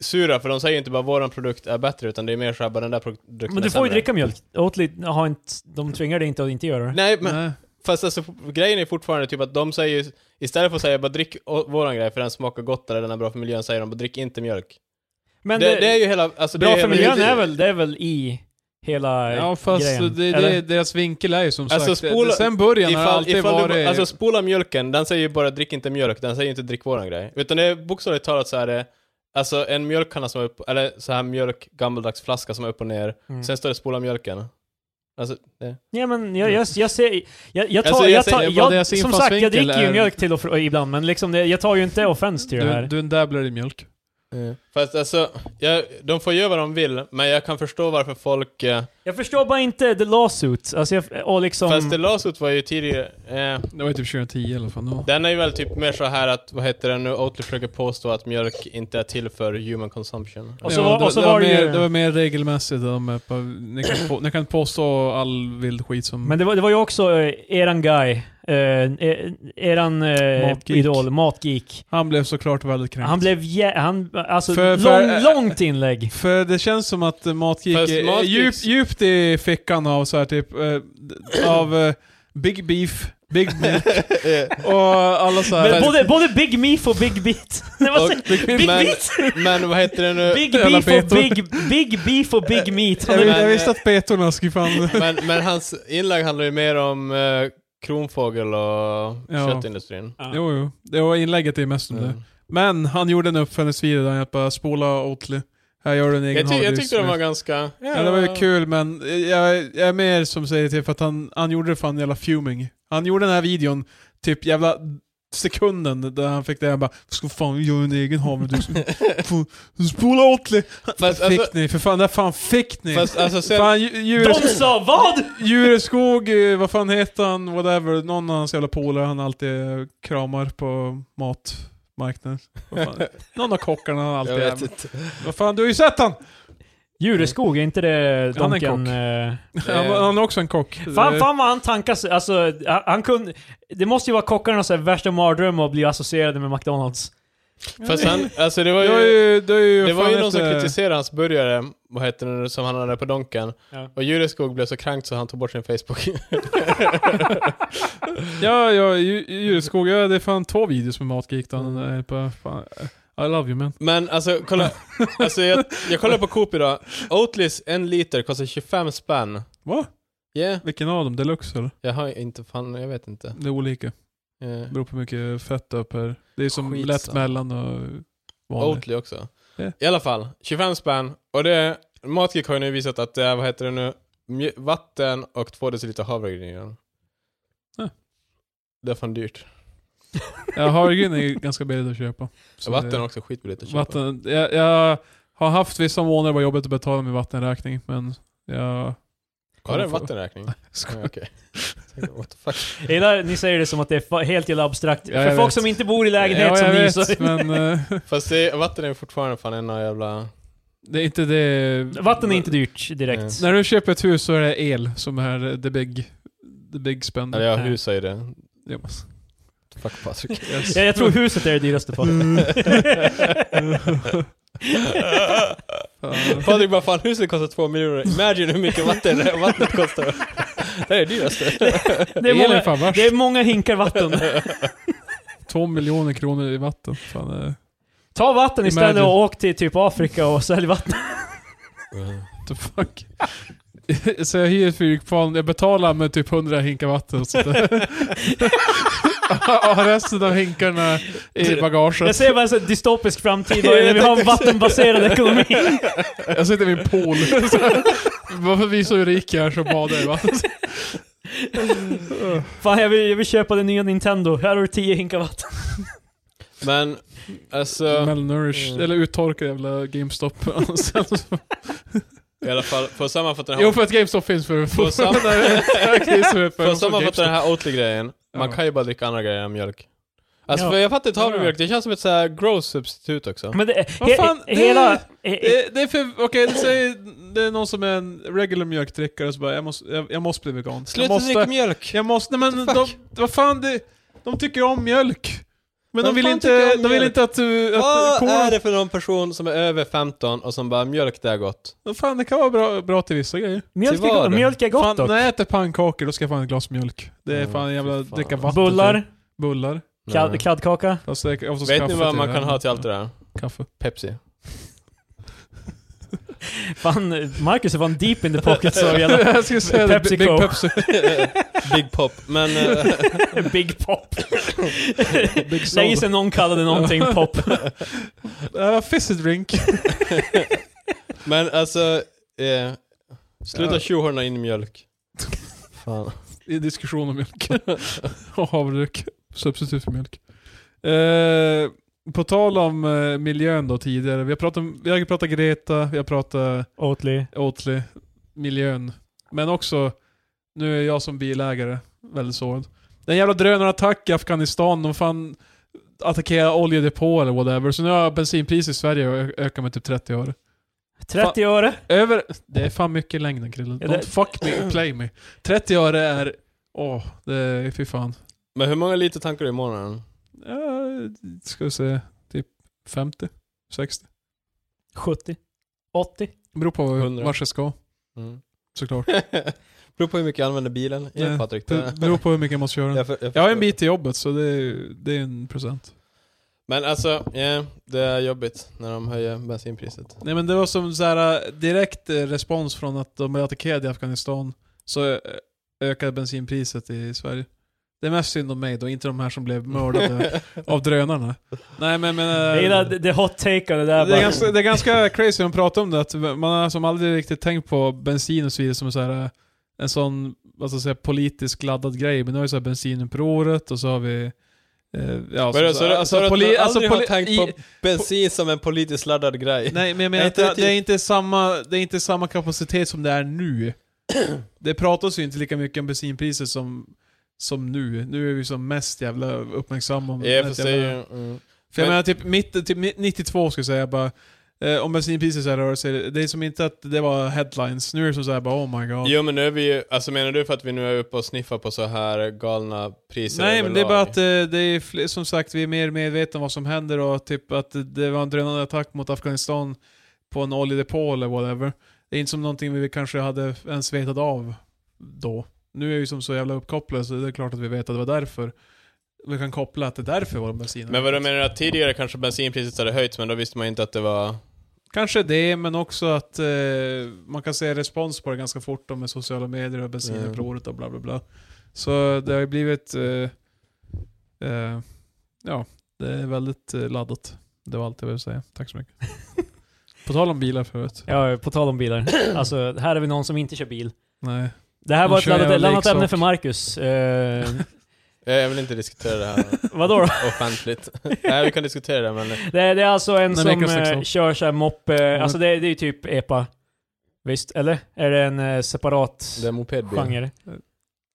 S1: sura, för de säger inte bara våran produkt är bättre, utan det är mer såhär bara den där produkten
S3: Men
S1: är
S3: du får ju
S1: sämre."
S3: dricka mjölk. Oatly har inte... De tvingar dig inte att inte göra det.
S1: Nej men,
S2: Nej.
S1: fast alltså grejen är fortfarande typ att de säger ju- istället för att säga bara drick å- våran grej för den smakar gottare, den är bra för miljön, säger de bara drick inte mjölk.
S3: Men
S1: det, det är ju hela, alltså det
S3: bra
S1: är
S3: för
S1: hela-
S3: miljön är väl, det är väl i hela
S2: Ja fast
S3: grejen?
S2: det,
S3: eller?
S2: det, deras vinkel är ju som
S1: Alltså,
S2: sagt,
S1: spola-
S2: det, sen början har det
S1: Ifall,
S2: alltid
S1: ifall
S2: varit...
S1: du, alltså spola mjölken, den säger ju bara drick inte mjölk, den säger ju inte drick våran grej. Utan det är bokstavligt talat så är det, alltså en mjölkkanna som är upp, eller så här mjölk, gammaldags flaska som är upp och ner,
S3: Mm.
S1: sen står det spola mjölken. Alltså, det.
S3: Ja, men jag, jag, jag ser... Jag, jag tar...
S1: Alltså, jag
S3: jag
S1: säger
S3: tar
S1: bara
S3: jag,
S2: deras
S3: som sagt, jag
S2: infallsvinkel
S3: dricker ju
S2: är-
S3: mjölk till och fr- ibland, men liksom det, jag tar ju inte offens till det
S2: du,
S3: här.
S2: du är en dabblare i mjölk. Mm.
S1: Fast alltså, jag, de får göra vad de vill, men jag kan förstå varför folk... Eh,
S3: Jag förstår bara inte the lawsuit. Alltså jag, och liksom...
S1: Fast det Lasut var ju tidigare... Eh,
S2: Det var ju typ 2010 eller fan. då.
S1: den är ju väl typ mer så här att, vad heter det nu, Oatly försöker påstå att mjölk inte är till för human consumption.
S3: Och så
S2: Ja,
S3: var-
S2: det,
S3: och så
S2: det,
S3: var
S2: var
S3: det
S2: mer,
S3: ju-
S2: det var mer regelmässigt. De är på, ni, kan på, ni kan påstå all vild skit som...
S3: Mm. Men det var, det var ju också eh, eran guy, eh, eh, eran eh,
S2: Matgeek.
S3: idol, matgeek.
S2: han blev såklart väldigt kränkt.
S3: Han blev jä- han, alltså
S2: För- för-
S3: lång,
S2: eh,
S3: långt inlägg.
S2: För det känns som att eh, Matgeek
S1: Fast
S2: är
S1: Matgeeks-
S2: djup, djupt i fickan av så här typ, eh, d- av eh, Big Beef, Big Milk och alla så här...
S3: Men både, både Big Meef och Big Beat. Nej, vad
S1: Och-
S3: säger-
S1: men-
S3: Big Beat!
S1: Men vad heter det nu?
S3: Big
S2: Jävla
S3: Beef och
S2: betor.
S3: Big, big Beef och Big Meat. Han
S2: jag,
S3: är-
S2: vis-
S1: men,
S2: jag
S1: eh,
S2: visste att betorna skulle fan...
S1: men, men hans inlägg handlar ju mer om eh, kronfågel och
S2: Ja.
S1: köttindustrin.
S2: Jo, jo. Det var inlägget är mest om det.
S1: Mm.
S2: Men han gjorde en uppföljningsvideo där han bara spola Oatly. Här gör du en egen
S1: Jag, ty- jag
S2: havregryn
S1: tyckte de var
S2: med."
S1: ganska...
S2: Ja, det var ju kul men jag, jag är mer som säger till för att han, han gjorde det fan jävla fuming. Han gjorde den här videon typ jävla sekunden där han fick det. Han bara Ska fan vi gör en egen havregryn. spola Oatly!
S1: Fast,
S2: Fick
S1: alltså,
S2: ni, för fan där fan fick ni!
S1: fast alltså sen...
S2: Fan Ju- Djure-
S3: De sa vad?
S2: Djureskog, eh, vad fan heter han, whatever, någon av hans jävla polare han alltid eh, kramar på matmarknaden. Vad fan? Någon av kockarna han alltid
S1: jag vet
S2: är.
S1: inte.
S2: Vad fan, du har ju sett han!
S3: Djureskog, är inte det
S2: Han är en
S3: Donken... eh,
S2: Han, var- han är också en kock.
S3: Fan,
S2: Eh,
S3: fan vad han tankas, alltså han, han kunde... Det måste ju vara kockarnas så här värsta mardröm att bli associerade med McDonalds.
S1: Fast han, alltså det var
S2: Det var
S1: ju...
S2: ju, det var ju,
S1: Det var
S2: fan
S1: ju någon som
S2: heter-
S1: kritiserade hans burgare, vad heter det nu, som han hade på Donken.
S3: Ja.
S1: Och Jureskog blev så kränkt så han tog bort sin Facebook.
S2: Ja, ja, Dju- Djureskog, ja, det är fan två videos med Matgeek där
S1: Mm.
S2: han är på, fan, eh, I love you man.
S1: Men alltså kolla, alltså jag, jag kollade på Coop idag. Oatlys en liter kostar 25 spänn.
S2: Va?
S1: Yeah.
S2: Vilken av dem? Deluxe eller?
S1: Jag har inte fan, jag vet inte. Eh,
S2: Det är olika.
S1: Yeah.
S2: Beror på hur mycket fett det är per. Det är som
S1: Skitsamma.
S2: lätt mellan och vanlig.
S1: Oatly också.
S2: Ja.
S1: I alla fall, 25 spänn. Och det, Matgeek har ju nu visat att det är, vad heter det nu, mjö- vatten och två deciliter havregryn i den.
S2: Ja.
S1: Det är fan dyrt.
S2: Ja, havregryn är ju ganska billigt att köpa. Så
S1: vatten
S2: det-
S1: är också skitbilligt att köpa.
S2: Vatten, jag, jag har haft vissa månader det var jobbigt att betala min vattenräkning, men jag
S1: Var det en vattenräkning? Nej, Okej. What the fuck?
S3: Jag gillar, ni säger det som att det är fa- helt jävla abstrakt.
S2: Ja,
S3: För
S2: jag
S3: folk
S2: vet.
S3: som inte bor i lägenhet
S2: ja,
S3: som
S2: jag
S3: ni
S2: vet,
S3: så...
S2: men eh,
S1: Fast det, vatten är ju fortfarande fan en av jävla...
S2: det är inte det...
S3: Vatten är inte dyrt direkt.
S1: Nej.
S2: När du köper ett hus så är det el som är the big, the big spend.
S1: Eller ja,
S3: Nej.
S1: hus är ju det.
S2: Ja.
S1: Fuck Patrik.
S2: Yes.
S3: Jag, jag tror huset är det dyraste fallet.
S2: Fan.
S1: Patrik bara fan huset kostar två miljoner, imagine hur mycket vatten vattnet kostar. Det är det dyraste.
S3: Det
S2: el
S3: är,
S2: är
S3: många,
S2: fan värst.
S3: det är många hinkar vatten.
S2: Två miljoner kronor i vatten. Fan, eh,
S3: Ta vatten istället
S2: Imagine.
S3: och åk till typ Afrika och sälj vatten.
S2: what the fuck. Så jag hyr ett flygplan, jag betalar med typ 100 hinkar vatten och sånt där. Och resten av hinkarna i
S3: Jag
S2: bagaget.
S3: ser bara en sån dystopisk framtid då, när vi har en vattenbaserad ekonomi.
S2: Jag sitter vid en pool. Så här, Varför är vi så rika här som badar i vatten?
S3: Fan, jag vill, jag vill köpa den nya Nintendo. Här har du 10 hinkar vatten.
S1: Men alltså...
S2: Malnourished,
S1: Mm.
S2: eller uttorkad jävla GameStop. Sen så-
S1: I alla fall, för att sammanfatta den
S2: jo
S1: här,
S2: för att GameStop finns för
S1: Får
S2: för-
S1: sam-
S2: Nej, det är kris för-
S1: för
S2: för-
S1: att sammanfatta
S2: GameStop.
S1: den här Oatly-grejen, man
S2: Ja.
S1: kan ju bara dricka andra grejer än mjölk. Alltså
S3: Ja.
S1: för jag fattar inte
S2: Ja.
S1: havremjölk, det känns som ett så här gross substitut också.
S3: Men det,
S2: Vad
S3: he,
S2: fan, det-
S3: hela... he,
S2: Det, Eh, det är för, okej, det säger, det är någon som är en regular mjölkdrickare så bara jag måste, jag, jag måste bli vegan.
S1: Sluta
S2: jag
S1: dricka
S2: måste,
S1: mjölk!
S2: jag måste, nej men
S1: What the
S2: de,
S1: fuck?
S2: vad fan, det, de tycker om mjölk. Men de
S1: Vem
S2: vill,
S1: fan tycker
S2: inte,
S1: om
S2: de vill
S1: mjölk?
S2: inte att du... Att
S1: Vad
S2: korn-
S1: är det för någon person som är över 15 och som bara mjölk det är gott?
S2: Vad fan, det kan vara bra, bra till vissa grejer.
S3: mjölk,
S1: till
S3: är,
S1: vad?
S3: go- mjölk är gott
S2: fan,
S3: dock.
S2: när jag äter pannkakor då ska jag fan ett glas mjölk. Det är
S1: Mm,
S2: fan jävla
S1: fy fan.
S2: dricka vatten till.
S3: Bullar,
S2: Bullar.
S1: Nej.
S3: kladd, kladdkaka.
S2: Fast det är oftast
S1: Vet
S2: kaffe
S1: ni vad
S2: till
S1: man
S2: det
S1: kan
S2: här.
S1: ha till allt det där?
S2: Kaffe.
S1: Pepsi.
S3: Fan, Marcus är fan deep in the pocket så jävla
S2: jag skulle säga det,
S3: Pepsi
S2: Big
S3: Coke.
S2: Pepsi.
S1: Big Pop. Men... eh,
S3: Big Pop.
S2: Big
S3: Jag
S2: Soda.
S3: gissar någon kallade någonting Pop.
S2: Det här var fizzy drink.
S1: Men alltså, eh, sluta
S2: Ja.
S1: tjohorna in mjölk. Fan.
S2: i diskussion om mjölk. och havredryck. Substitut för mjölk. Eh, på tal om eh, miljön då tidigare. Vi har pratat, om- vi har pratat Greta, vi har pratat
S3: Oatly.
S2: Oatly, miljön. Men också, nu är jag som bilägare väldigt sårad. Den jävla drönarattack i Afghanistan, de fan attackerade oljedepå eller whatever. Så nu har bensinpriset i Sverige ö- ökat med typ 30 öre.
S3: 30 öre.
S2: Över... Det är fan mycket i längden Krille.
S3: Ja,
S2: Don't
S3: det-
S2: fuck me, play me. 30 öre är... Åh, det är fy fan.
S1: Men hur många liter tankar du i månaden?
S2: Ja, ska vi se. Typ 50? 60?
S3: 70. 80.
S2: Beror på
S1: 100.
S2: vart jag ska,
S1: Mm.
S2: såklart.
S1: Beror på hur mycket jag använder bilen. Ja,
S2: Nej.
S1: Patrik.
S2: Det
S1: Det,
S2: beror på hur mycket jag måste köra.
S1: jag, för, jag,
S2: Jag har en
S1: förstår.
S2: bit till jobbet, så det är, det är en procent.
S1: Men alltså, ja, det är jobbigt när de höjer bensinpriset.
S2: Nej men det var som så här direkt eh, respons från att de blev attackerade i Afghanistan, så ö- ökade bensinpriset i Sverige. Det är mest synd om mig då, inte de här som blev mördade av drönarna. Nej men... men eh,
S3: Jag gillar det- det hot take av det där
S2: Det är,
S3: bara.
S2: ganska, det är ganska crazy att prata om det, att man har som aldrig riktigt tänkt på bensin och så vidare som så här, eh, en sån vad ska jag säga, politiskt laddad grej. Men nu har vi så här bensinupproret och så har vi... Eh,
S1: Men
S2: ja, som
S1: alltså, så, alltså,
S2: poli-
S1: att man
S2: alltså,
S1: aldrig har
S2: poli-
S1: tänkt
S2: i-
S1: på bensin som en politiskt laddad grej.
S2: Nej, men jag menar
S1: Nej,
S2: att det,
S1: inte-
S2: det, är inte samma, det är inte samma kapacitet som det är nu. Det pratas ju inte lika mycket om bensinpriser som, som nu. Nu är vi som mest jävla uppmärksamma. om
S1: Ja, för
S2: ett
S1: sig,
S2: jävla-
S1: mm.
S2: för jag
S1: Men-
S2: menar typ, mitt, typ mitt- 92 ska jag säga bara, eh, om bensinpriset så här rör sig, det är som inte att det var headlines, nu är det som såhär bara oh my god.
S1: Jo men nu är vi ju, alltså menar du för att vi nu är uppe och sniffar på så här galna priser
S2: Nej men det är
S1: överlag?
S2: bara att eh, det är fl- som sagt vi är mer medvetna om vad som händer och typ att det var en drönande attack mot Afghanistan på en oljedepå eller whatever. Det är inte som någonting vi kanske hade ens vetat av då. Nu är vi som så jävla uppkopplade så det är klart att vi vet att det var därför. Vi kan koppla att det är därför var bensin.
S1: Men vad du menar att tidigare kanske bensinpriset hade höjts men då visste man inte att det var...
S2: Kanske det, men också att eh, man kan se respons på det ganska fort då med sociala medier och bensinupproret och bla bla bla. Så det har ju blivit... Eh, eh, ja, det är väldigt eh, laddat. Det var allt jag ville säga. Tack så mycket. på tal om bilar förut.
S3: Ja, på tal om bilar. Alltså, här är vi någon som inte kör bil.
S2: Nej.
S3: Det här
S2: Jag
S3: var ett
S2: kör jävla
S3: laddat, laddat
S2: leksak.
S3: ämne för Marcus. Eh,
S1: Eh, Jag vill inte diskutera det här
S3: vadå då?
S1: offentligt. Nej vi kan diskutera det men...
S3: Det, är- det är alltså en
S2: Nej,
S3: som
S2: Microsoft
S3: eh,
S2: också.
S3: kör såhär moppe, alltså det, det är ju typ EPA. Visst, eller? Är det en eh, separat
S1: Det är mopedbil.
S3: genre?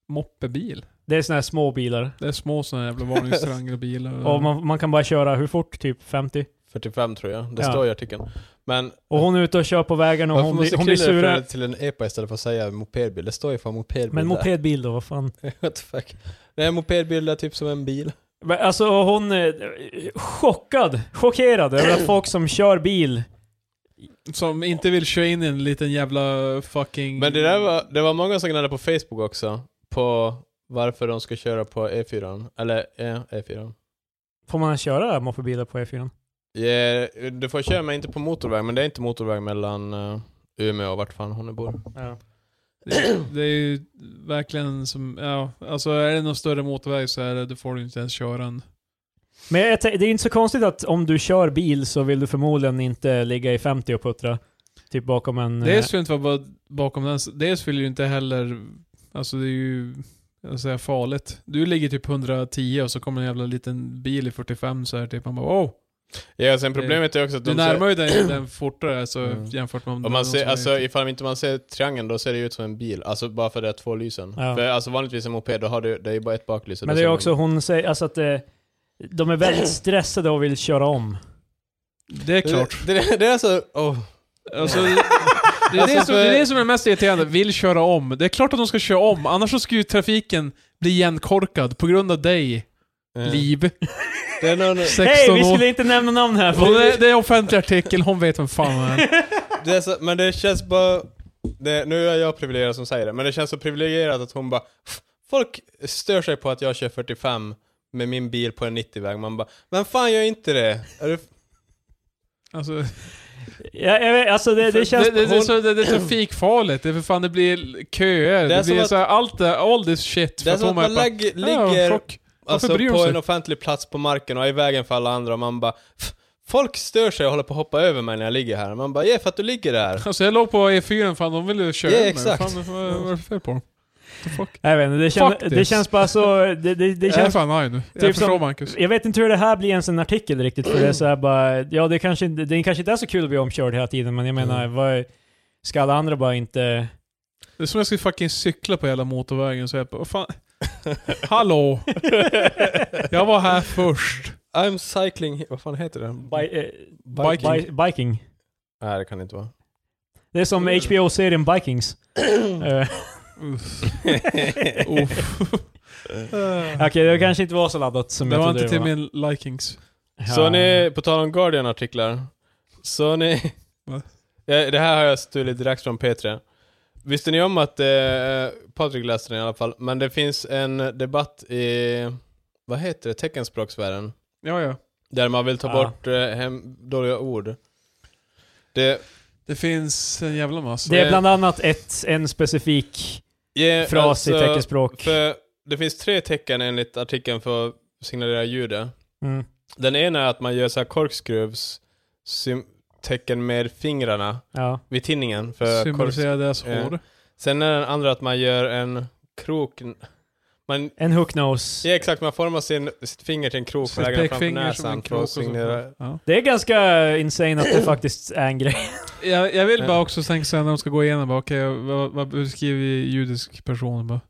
S2: Moppebil.
S3: Det är såna här små bilar.
S2: Det är små sådana jävla varningstriangelbilar.
S1: Mm.
S3: Och man, man kan bara köra hur fort? Typ 50?
S1: 45 tror jag. Det
S3: Ja.
S1: står i artikeln. Men
S3: Och hon är ute och kör på vägen och
S1: varför
S3: hon, blir-
S1: måste
S3: hon blir
S1: Chrille referera
S3: sur.
S1: till en epa istället för att säga mopedbil? Det står ju fan mopedbil
S3: Men
S1: där.
S3: mopedbil då, vad fan?
S1: What the fuck. Nej, mopedbil är typ som en bil.
S3: Men alltså hon är chockad, chockerad över att folk som kör bil...
S2: Som inte vill köra in i en liten jävla fucking...
S1: Men det där var, det var många som gnällde på Facebook också. På varför de ska köra på E4. Eller eh, E4.
S3: Får man köra mopedbilar på E E4?
S1: Yeah, du får köra men inte på motorväg, men det är inte motorväg mellan eh, Umeå och vart fan hon bor.
S3: Ja.
S2: Det, det är ju verkligen som, ja, alltså är det någon större motorväg så är det, då får du inte ens köra en.
S3: Men jag, tän- det är inte så konstigt att om du kör bil så vill du förmodligen inte ligga i 50 och puttra. Typ bakom en... eh,
S2: Dels vill du inte vara ba- bakom den, dels vill du inte heller, alltså det är ju, jag säger farligt. Du ligger typ 110 och så kommer en jävla liten bil i 45 så här typ, man bara wow.
S1: Ja, sen problemet är också att
S2: Du
S1: de
S2: närmar
S1: ser,
S2: ju den, den fortare alltså,
S1: Mm.
S2: jämfört med om
S1: om
S2: det är någon
S1: man
S2: som
S1: ser,
S2: är-
S1: alltså, ifall inte man ser triangeln då ser det ut som en bil. Alltså bara för det är två lysen.
S3: Ja.
S1: För alltså vanligtvis en moped, då har du, det är ju bara ett baklys. och
S3: men
S1: då
S3: det är
S1: ser
S3: också
S1: man-
S3: hon säger, alltså att eh, de är väldigt stressade och vill köra om.
S2: Det är klart.
S1: Det, det, det är så... oh, åh.
S2: Alltså, det, det, är
S1: Alltså,
S2: det, som, det är det som är mest irriterande, vill köra om. Det är klart att de ska köra om, annars så ska ju trafiken bli igenkorkad på grund av dig,
S1: Eh,
S2: liv.
S1: Det är någon...
S2: 16
S3: Hej, vi
S2: år.
S3: skulle inte nämna namn här!
S2: Och det, det är offentlig artikel, hon vet vem fan hon är.
S1: Det är så, men det känns bara... Det, nu är jag privilegierad som säger det, men det känns så privilegierat att hon bara... Folk stör sig på att jag kör 45 med min bil på en 90-väg. Man bara, men fan gör inte det? Är du,
S2: Alltså,
S3: Ja, jag vet, alltså det, det
S2: det,
S3: känns...
S2: det, det, är så- det, det är trafikfarligt, det är för fan det blir köer,
S1: Det
S2: det,
S1: är som
S2: blir
S1: att-
S2: så här, allt det, all this shit.
S1: det är
S2: att
S1: som att
S2: hon
S1: man
S2: bara,
S1: lägg,
S2: "Ja,
S1: ligger
S2: fuck."
S1: alltså,
S2: bryr hon
S1: på
S2: sig?
S1: en offentlig plats på marken och är i vägen för alla andra och man bara... "F- Folk stör sig och håller på att hoppa över mig när jag ligger här. Man bara, ja för att du ligger där.
S2: Alltså jag låg på E4, fan de ville köra
S1: Ja,
S2: över mig.
S1: exakt.
S2: Fan, vad vad är det för fel på dem? The fuck?
S3: Jag vet inte, det, kän,
S2: Fuck
S3: det
S2: this.
S3: känns bara så... Det, det, det
S2: jag är
S3: känns,
S2: fan arg nu. Jag
S3: typ
S2: förstår
S3: som-
S2: Marcus.
S3: jag vet inte hur det här blir ens en artikel riktigt, för det är så här bara... Ja, det kanske, inte- det kanske inte är så kul att bli omkörd hela tiden, men jag menar, vad... Ska alla andra bara inte...
S2: Det är som om jag skulle fucking cykla på hela motorvägen så jag bara, "Vad fan? Hallå! Jag var här först.
S1: I'm cycling... Vad fan heter det?
S3: Bi- eh,
S1: Biking.
S3: bi- biking.
S1: Nej, det kan det inte vara.
S3: Det är som HBO-serien Vikings. Eh,
S2: Uff. Uff.
S3: Okej, det kanske inte var så laddat som
S2: Det
S3: jag
S2: var
S3: trodde
S2: inte till
S3: var.
S2: min likings.
S3: Ja.
S1: Så ni, på tal om Guardian-artiklar. Så ni...
S2: Va?
S1: Ja, det här har jag stulit direkt från P3. Visste ni om att, eh, Patrik läste den i alla fall, men det finns en debatt i, vad heter det, teckenspråksvärlden?
S2: Ja, ja.
S1: Där man vill ta
S3: Ah.
S1: bort eh, hem, dåliga ord. Det,
S2: Det finns en jävla massa.
S3: Det är bland annat ett, en specifik
S1: yeah,
S3: fras i
S1: alltså,
S3: teckenspråk.
S1: För det finns tre tecken enligt artikeln för att signalera ljudet.
S3: Mm.
S1: Den ena är att man gör så här korkskruvs sym- tecken med fingrarna
S3: Ja.
S1: vid tinningen. För korks-
S2: Symboliserar deras
S1: Eh,
S2: hår.
S1: Sen är den andra att man gör en krok. Man,
S3: En hook nose.
S1: ja, exakt, man formar sin, sitt finger till en krok och
S2: Sitt
S1: lägger den framför
S2: pekfinger som en
S1: näsan för
S2: krok och
S1: att
S2: så.
S1: signalera.
S2: Ja.
S3: Det är ganska insane att det faktiskt är en grej.
S2: Jag, jag vill
S1: Ja.
S2: bara också tänka såhär när de ska gå igenom, bara, okej, vad, vad beskriver judisk person? Bara,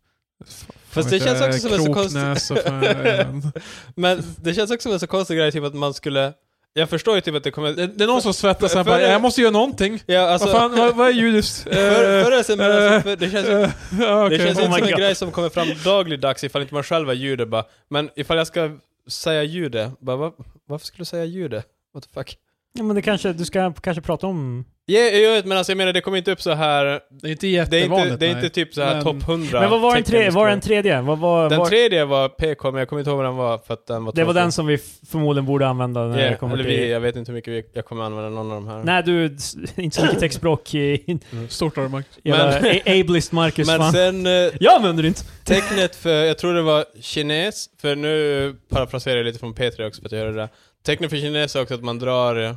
S2: fan,
S1: Fast det
S2: vet
S1: känns
S2: jag,
S1: också som en så konstig-
S2: kroknäsa för ögon.
S1: Men det känns också som en så konstig grej, typ att man skulle... Jag förstår ju typ att det kommer...
S2: det, det är någon som svettas
S1: För-
S2: här bara,
S1: för-
S2: jag måste göra någonting.
S1: Ja, alltså,
S2: vad, fan, vad, vad är judiskt? Eh,
S1: för, förr eller senare, alltså, för,
S2: eh,
S1: det känns,
S2: eh, ja,
S1: det
S2: okej.
S1: känns
S3: oh
S1: inte
S3: my
S1: som en
S3: God.
S1: grej som kommer fram dagligdags ifall inte man själv är jude bara. Men ifall jag ska säga jude, bara, va, varför skulle du säga jude? What the fuck?
S3: Ja, men det kanske, du ska kanske prata om...
S1: Ja, jag vet, men alltså jag menar det kommer inte upp så här
S2: Det är inte
S1: Det är inte,
S2: jättevanligt.
S1: det är inte typ så här
S2: Men-
S1: topp 100
S3: Men vad var den, tre,
S1: tecken
S3: var
S1: i
S3: den tredje? Vad var,
S1: Den
S3: var,
S1: tredje var PK, men jag kommer inte ihåg vad den var för att den var
S3: det var
S1: tråkig.
S3: den som vi f- förmodligen borde använda när
S1: Yeah,
S3: det kommer
S1: eller
S3: till...
S1: vi, jag vet inte hur mycket vi, jag kommer använda någon av de här.
S3: Nej du, s- inte så mycket textspråk i...
S2: nej. Stort arv, Marcus.
S3: jävla a- Ableist Marcus
S1: men
S3: fan.
S1: sen, eh,
S3: Jag använder det inte!
S1: tecknet för, jag tror det var kines, för nu parafraserar jag lite från P3 också för att jag hörde det där. Tecknet för kines är också att man drar, eh,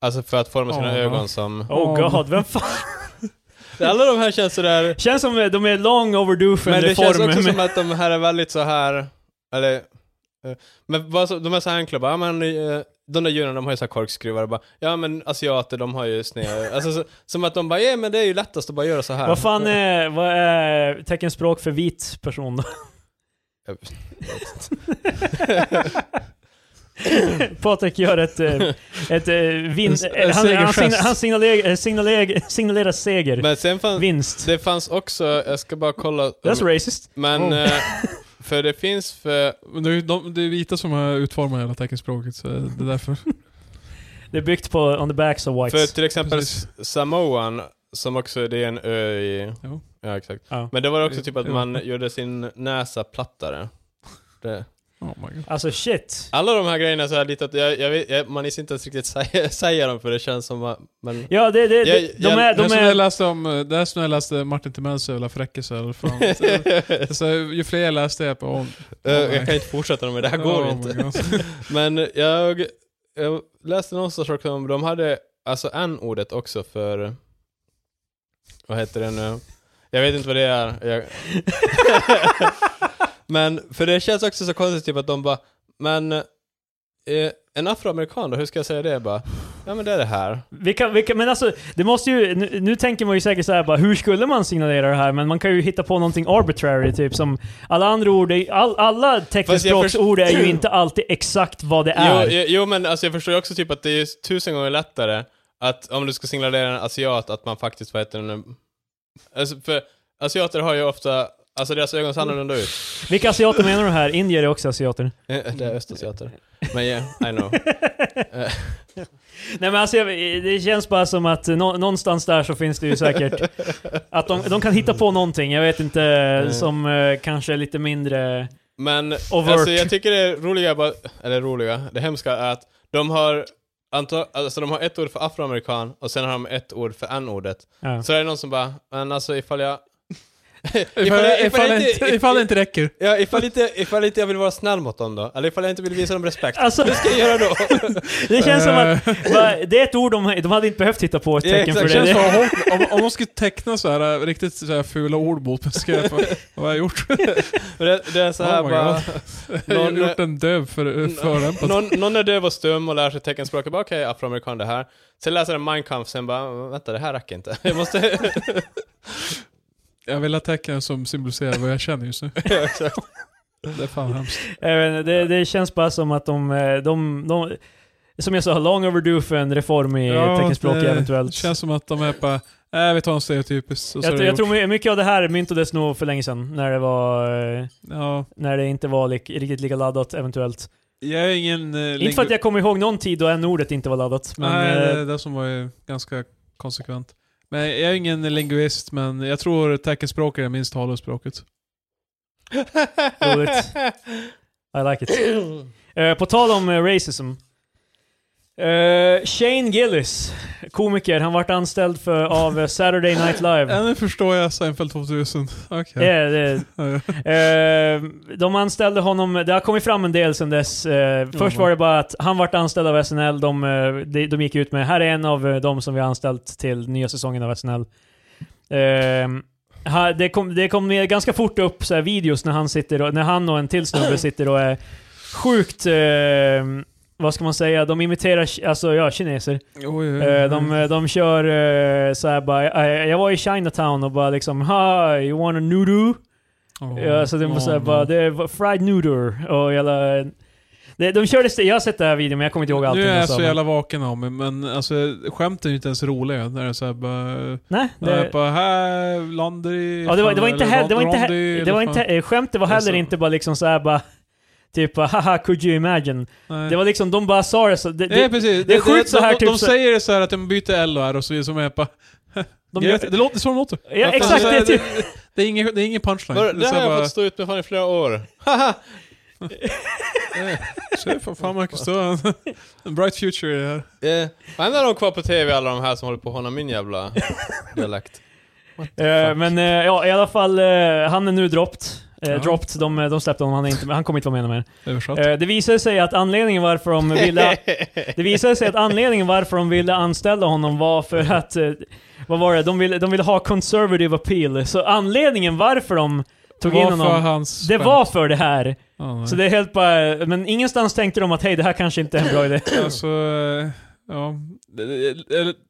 S1: alltså för att forma sina
S2: Ja.
S1: ögon som...
S3: Oh
S2: Ja.
S3: god, vem fan...
S1: Alla de här känns sådär,
S3: Känns som eh, de är long overdue för
S1: men
S3: en
S1: det
S3: reform.
S1: känns också som att de här är väldigt så här eller... eh, Men vad, så- de är så här enkla bara, ja, men eh, de där djuren de har ju så här korkskruvar och bara ja men asiater de har ju sned. Alltså så, som att de bara ja men det är ju lättast att bara göra så här.
S3: Vad fan är, vad är teckenspråk för vit person då?
S1: Jag-
S3: Patrik gör ett... eh, ett eh, vin,
S2: En-
S3: eh,
S2: en
S3: han han,
S2: segergest.
S3: signa, han signalerar, eh, signalerar, signalerar seger.
S1: Men sen fanns,
S3: Vinst.
S1: det fanns också, jag ska bara kolla.
S3: That's racist.
S1: Men,
S2: Oh.
S1: eh, för det finns för,
S2: Men det är ju de, det är vita som har utformat hela teckenspråket, så det är därför.
S3: Det är byggt på on the backs of
S1: för
S3: whites.
S1: till exempel
S2: Precis.
S1: Samoan, som också, det är en ö i,
S2: Jo.
S1: ja exakt.
S3: Ja.
S1: Men det var också typ att
S2: Jo.
S1: man gjorde sin näsa plattare. Det.
S2: Oh my god.
S3: Alltså shit.
S1: Alla de här grejerna så här lite att, jag, jag vet, jag, man is inte ens riktigt säga, säga dem för det känns som att, men
S3: Ja, det, det,
S1: Jag-
S3: det, Äh, de
S1: jag-
S3: är...
S2: det, här
S3: De
S2: som jag
S3: är
S2: läste om, eh, det här som jag läste Martin Timells jävla fräckis eller fan. Så ju fler jag läste, jag bara, oh,
S1: Eh,
S2: nej.
S1: jag kan inte fortsätta med det här går
S2: oh
S1: inte.
S2: my god.
S1: Men jag, jag läste någonstans också om de hade alltså n-ordet också för... Vad heter det nu? Jag vet inte vad det är. Jag, men för det känns också så konstigt typ att de bara, men eh, en afroamerikan då, hur ska jag säga det bara? Ja men det är det här.
S3: vi kan, vi kan, men alltså, det måste ju... Nu, nu tänker man ju säkert så här bara, hur skulle man signalera det här? Men man kan ju hitta på någonting arbitrary, typ som... Alla andra ord, är- all, alla teckenspråksord är ju inte alltid exakt vad det är.
S1: Jo, jo, jo men alltså jag förstår ju också typ att det är tusen gånger lättare att om du ska signalera en asiat att man faktiskt, vad heter det nu? Alltså för asiater har ju ofta, alltså deras ögon ser annorlunda ut.
S3: Vilka asiater menar du här? Indier är också asiater.
S1: Eh, Det är östasiater. Men yeah, I know. Eh,
S3: Nej men alltså, jag, det känns bara som att nå, någonstans där så finns det ju säkert att de, de kan hitta på någonting, jag vet inte, som eh, kanske är lite mindre...
S1: Men
S3: Overt.
S1: alltså, jag tycker det roliga, är bara, eller roliga, det hemska är att de har, anta, alltså, de har ett ord för afroamerikan och sen har de ett ord för n-ordet.
S3: Ja.
S1: Så det är någon som bara, men alltså ifall jag...
S2: Ifall,
S1: jag-
S2: ifall, ifall,
S1: jag
S2: inte, ifall det inte räcker.
S1: Ja, ifall inte, ifall inte jag vill vara snäll mot dem då? Eller ifall jag inte vill visa dem respekt?
S3: Alltså,
S1: Vad ska jag göra då?
S3: det känns som att
S2: Eh,
S3: va, det är ett ord de, de hade inte behövt hitta på ett
S1: Ja,
S3: tecken
S1: exakt,
S3: för det.
S2: känns
S3: det.
S2: som att hon- om, om hon skulle teckna så här, eh, riktigt så här fula ord mot mig, ska jag få, vad har jag gjort?
S1: Men det, det är så här
S2: Oh my
S1: bara...
S2: Jag har
S1: Någon, eh,
S2: gjort en döv för, förolämpad.
S1: någon, någon är döv och stum och lär sig teckenspråket, bara okej afroamerikan det här. Sen läser den Mein Kampf, sen bara vänta det här räcker inte. Jag måste...
S2: Jag vill ha tecken som symboliserar vad jag känner just nu.
S1: Exakt.
S2: Det är fan hemskt.
S3: Jag vet inte, det, det känns bara som att de, eh, de, de... Som jag sa, long overdue för en reform i teckenspråk
S2: det
S3: eventuellt.
S2: känns som att de är bara, nej vi tar en stereotypisk. Och så är
S3: jag,
S2: det
S3: jag
S2: gjort.
S3: tror my- mycket av det här myntades nog för länge sedan, när det var... eh,
S2: ja,
S3: När det inte var lik, riktigt lika laddat eventuellt.
S2: jag är ingen... eh,
S3: Inte för
S2: lingu-
S3: att jag kommer ihåg någon tid då n-ordet inte var laddat. Men,
S2: Nej, det
S3: eh,
S2: är det som var ju ganska konsekvent. Men jag är ingen linguist, men jag tror teckenspråk är det minst talospråket.
S3: Roligt. I like it. Eh, på tal om eh, racism. Eh, Shane Gillis, komiker, han vart anställd för, av eh, Saturday Night Live.
S2: Ja, nu förstår jag Seinfeld 2000. Okej.
S3: Eh, det-
S2: Ja.
S3: eh, de anställde honom, det har kommit fram en del sedan dess. Eh, först var det bara att han vart anställd av SNL, de, eh, de, de gick ut med här är en av eh, de som vi har anställt till nya säsongen av SNL. Eh, ha- det, kom, det kom ner ganska fort upp så här videos när han, sitter och, när han och en till snubbe sitter och är sjukt, eh, vad ska man säga, de imiterar ki- alltså, ja, kineser.
S2: Oj, oj,
S3: Eh,
S2: oj.
S3: de, de kör eh, så här bara, jag, jag var i Chinatown och bara liksom Hi, you want a noodle?
S2: Åh,
S3: Ja, så det
S2: åh,
S3: var såhär bara,
S2: men-
S3: det var fried noodle och jävla... Det, de körde, st- jag har sett den här videon men jag kommer inte ihåg allting.
S2: Nu är
S3: de
S2: jag
S3: sa,
S2: så
S3: men-
S2: jävla vaken av mig, men alltså, skämten är ju inte ens roliga. När det är såhär bara...
S3: Nej,
S2: Det är
S3: det,
S2: bara här, Landry...
S3: ja, det, var, det var
S2: fan,
S3: inte
S2: eller
S3: heller, det var inte,
S2: Rondi,
S3: he- det
S2: eller
S3: var
S2: fan.
S3: inte, eh, skämtet var
S2: Det är
S3: heller
S2: så.
S3: inte bara liksom såhär bara, typ bara, haha could you imagine?
S2: Nej.
S3: Det var liksom, de bara sa det så, det,
S2: Nej,
S3: det,
S2: precis. Det,
S3: är sjukt
S2: de,
S3: så här,
S2: de,
S3: typ
S2: de
S3: så-
S2: säger det så här att de byter L och R och så vidare, som är bara...
S3: de
S2: jag
S3: gör,
S2: vet, inte, det låter som det låter.
S3: ja,
S2: Vad fan,
S3: exakt,
S2: så
S3: det
S2: här,
S3: är typ,
S2: det, det, är ingen, det är ingen punchline.
S1: Bara,
S2: är
S1: det här
S2: så
S1: har jag
S2: bara-
S1: fått stå ut med fan i flera år.
S2: Se "Eh, för fan Marcus, du har en- en bright future i det här.
S1: Eh, Vad händer de kvar på TV, alla de här som håller på att håna min jävla dialekt?
S3: eh, men eh, ja i alla fall, eh, han är nu dropped. Eh,
S2: Ja.
S3: Dropped, de, de släppte honom, han, är inte, han kommer inte vara med mer.
S2: Översatt.
S3: Eh, det visade sig att anledningen varför de ville Det visade sig att anledningen varför de ville anställa honom var för att, eh, vad var det, de ville, de ville ha conservative appeal. Så anledningen varför de tog
S2: var
S3: in
S2: för
S3: honom.
S2: hans
S3: Det
S2: skämt.
S3: var för det här.
S2: Ja, nej.
S3: Så det är helt bara... Men ingenstans tänkte de att hej, det här kanske inte är en bra idé.
S2: Alltså, eh, ja. Eller-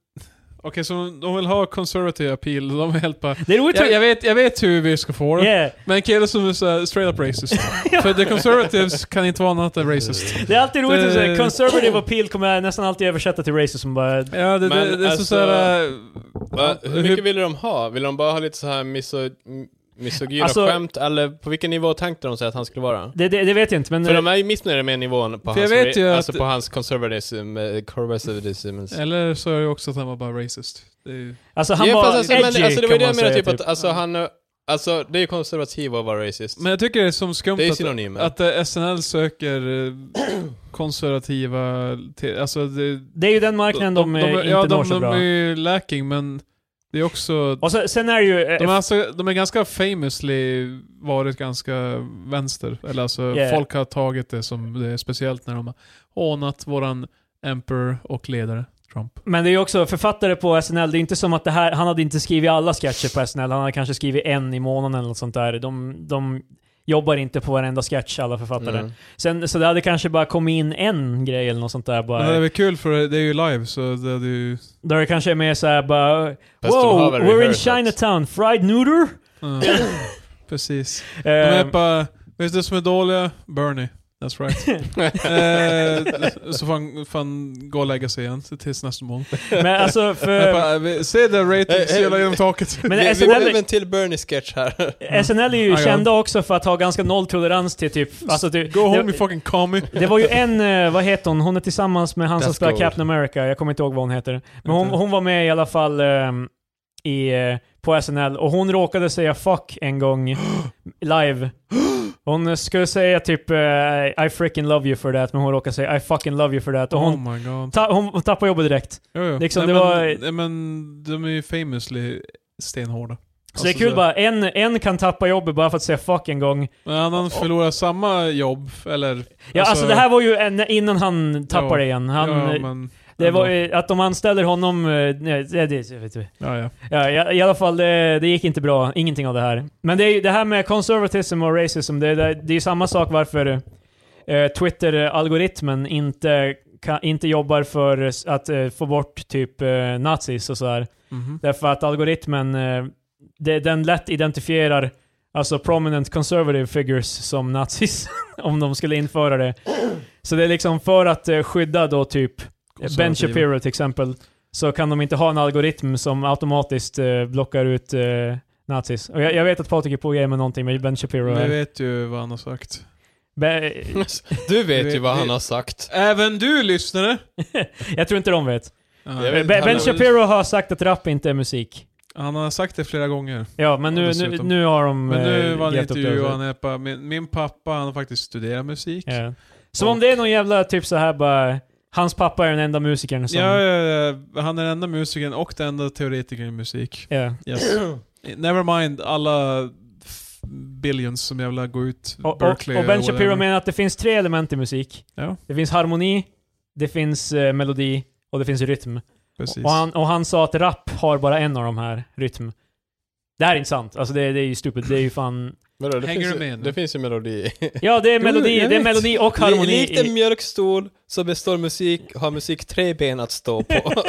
S2: Okej, så de vill ha conservative appeal, de vill helt bara...
S3: Det är roligt
S2: Jag,
S3: hur-
S2: jag, vet, jag vet hur vi ska få det,
S3: Yeah.
S2: men en kille som är såhär straight up racist. För the conservatives kan inte vara annat än racist.
S3: Det är alltid roligt att säga
S2: Eh.
S3: conservative appeal kommer jag nästan alltid översätta till racism bara.
S2: Ja, det,
S1: Men
S2: det, det är så
S1: alltså,
S2: såhär... eh,
S1: Va,
S2: ja,
S1: hur mycket ville de ha? Ville de bara ha lite så här miso, m- misogyna
S3: Alltså-
S1: skämt, eller på vilken nivå tänkte de sig att han skulle vara?
S3: Det, det, det vet jag inte, men... eh,
S1: För de är ju missnöjda med nivån på
S2: För jag
S1: hans,
S2: vet ju
S1: re- alltså
S2: att- Eh,
S1: på hans conservatism, eh, conservatism.
S2: Eller så är det också att han var bara racist. Det är ju...
S3: Alltså han
S1: Ja,
S3: var
S1: fast alltså,
S3: edgy,
S1: men, alltså, det var ju
S3: kan
S1: det jag
S3: man
S1: menade,
S3: säga,
S1: typ, att alltså, han, eh, alltså, det är ju konservativ att vara racist.
S2: Men jag tycker det är som skumt
S1: det är ju
S2: att-
S1: synonymer.
S2: Att eh, SNL söker eh, konservativa... Te- alltså det,
S3: typ. Det är ju den marknaden de, eh, inte
S2: ja,
S3: når
S2: de,
S3: så
S2: de
S3: bra.
S2: är ju lacking, men det är också...
S3: Och så, sen är det ju... eh,
S2: De är, alltså, de är ganska famously varit ganska vänster. Eller alltså,
S3: Yeah.
S2: folk har tagit det som det är speciellt när de har hånat våran emperor och ledare, Trump.
S3: Men det är ju också författare på SNL, det är inte som att det här, han hade inte skrivit alla sketcher på SNL, han hade kanske skrivit en i månaden eller något sånt där. De, de jobbar inte på varenda sketch, alla författare.
S1: Mm.
S3: Sen, så det hade kanske bara kommit in en grej eller något sånt där
S2: Men det är
S3: bara.
S2: väl kul för det är ju live, så det är ju...
S3: Då är det kanske mer såhär bara...
S1: Fast de har
S3: Wow,
S1: väl
S3: we're in
S1: rehearsat."
S3: Chinatown, fried noodler?
S2: Ja, precis. De är
S3: Ehm,
S2: bara, vet du som är dåliga? Bernie. That's right. eh, så får han, får han gå och lägga sig igen tills nästa mål.
S3: men alltså
S2: Jag
S3: för...
S2: bara, vi- Se the ratings,
S1: Eh, eh,
S2: hela genom taket.
S3: Men
S1: vi, vi
S3: SNL
S1: blev en till Bernie-sketch här.
S3: SNL är ju
S2: Mm. Ja, ja.
S3: kända också för att ha ganska nolltolerans till typ... Alltså typ
S2: Go home
S3: det-
S2: you fucking commie.
S3: Det var ju en, eh, vad heter hon? Hon är tillsammans med han som
S1: That's
S3: spelar
S1: gold.
S3: Captain America, jag kommer inte ihåg vad hon heter. Men hon,
S2: Inte.
S3: hon var med i alla fall ehm, i, eh, på SNL och hon råkade säga 'fuck' en gång live. Hon skulle säga typ eh, 'I freaking love you for that' men hon råkade säga 'I fucking love you for that' och hon,
S2: Oh my god.
S3: ta, hon, hon tappade jobbet direkt.
S2: Jo, jo.
S3: Liksom,
S2: nej,
S3: det
S2: men,
S3: var-
S2: nej, men de är ju famously stenhårda. Alltså,
S3: Så det är kul
S2: så-
S3: bara, en, en kan tappa jobbet bara för att säga 'fuck' en gång.
S2: Men han han förlorar samma jobb, eller...
S3: Ja, alltså, det här var ju en, innan han tappade
S2: Ja.
S3: igen. Han, eh,
S2: ja, men,
S3: det
S2: ändå.
S3: var, ju- att de anställer honom... eh, nej, det, det, jag vet inte.
S2: Ja, ja.
S3: Ja, i, i alla fall, det, det gick inte bra. Ingenting av det här. Men det, är ju- det här med conservatism och racism, det, det, det är ju samma sak varför eh, Twitter-algoritmen inte, ka, inte jobbar för s- att eh, få bort typ eh, nazis och sådär.
S2: Mhm.
S3: Därför att algoritmen, eh, det, den lätt identifierar alltså prominent conservative figures som nazis om de skulle införa det. Så det är liksom för att eh, skydda då typ Ben
S2: Konservativa.
S3: Shapiro till exempel, så kan de inte ha en algoritm som automatiskt eh, blockar ut eh, nazis. Och jag, jag vet att Patrik är på grejer med någonting med Ben Shapiro.
S2: Vi
S3: här.
S2: vet ju vad han har sagt.
S3: Be-
S1: Du vet ju
S2: Vi-
S1: vad
S2: vi-
S1: han har sagt.
S2: Även du lyssnare!
S3: jag tror inte de vet.
S2: Ja.
S1: Jag vet
S3: Be-
S1: inte
S3: ben
S1: heller.
S3: Shapiro har sagt att rap inte är musik.
S2: Han har sagt det flera gånger.
S3: Ja, men
S2: Ja,
S3: nu, nu,
S2: dessutom.
S3: nu har de
S2: Men nu
S3: eh,
S2: var han i
S3: gett upp
S2: intervju och
S3: det.
S2: han är bara, min, min pappa han har faktiskt studerat musik. Ja,
S3: Ja. Som om det är någon jävla typ så här bara, hans pappa är den enda musikern som...
S2: ja, ja, han är den enda musikern och den enda teoretikern i musik.
S3: Ja.
S2: Yes. Never mind alla f- billions som jävla går ut
S3: Och, och,
S2: Typ Berkeley
S3: och
S2: eller
S3: Ben Shapiro
S2: whatever.
S3: menar att det finns tre element i musik.
S2: Ja.
S3: Det finns harmoni, det finns eh, melodi och det finns rytm.
S2: Precis.
S3: Och han, och han sa att rap har bara en av de här, rytm. Det här är inte sant. Alltså det, det är ju stupid. Det är ju fan...
S1: Vadå, det,
S2: Hänger
S1: finns
S2: du
S1: ju,
S2: med nu?
S1: det finns ju melodi.
S3: Ja, det är
S2: Jo,
S3: melodi,
S2: jag
S3: det är
S2: vet.
S3: melodi och harmoni.
S1: Li- Likt en
S3: i-
S1: mjölkstol så består musik, har musik tre ben att stå på.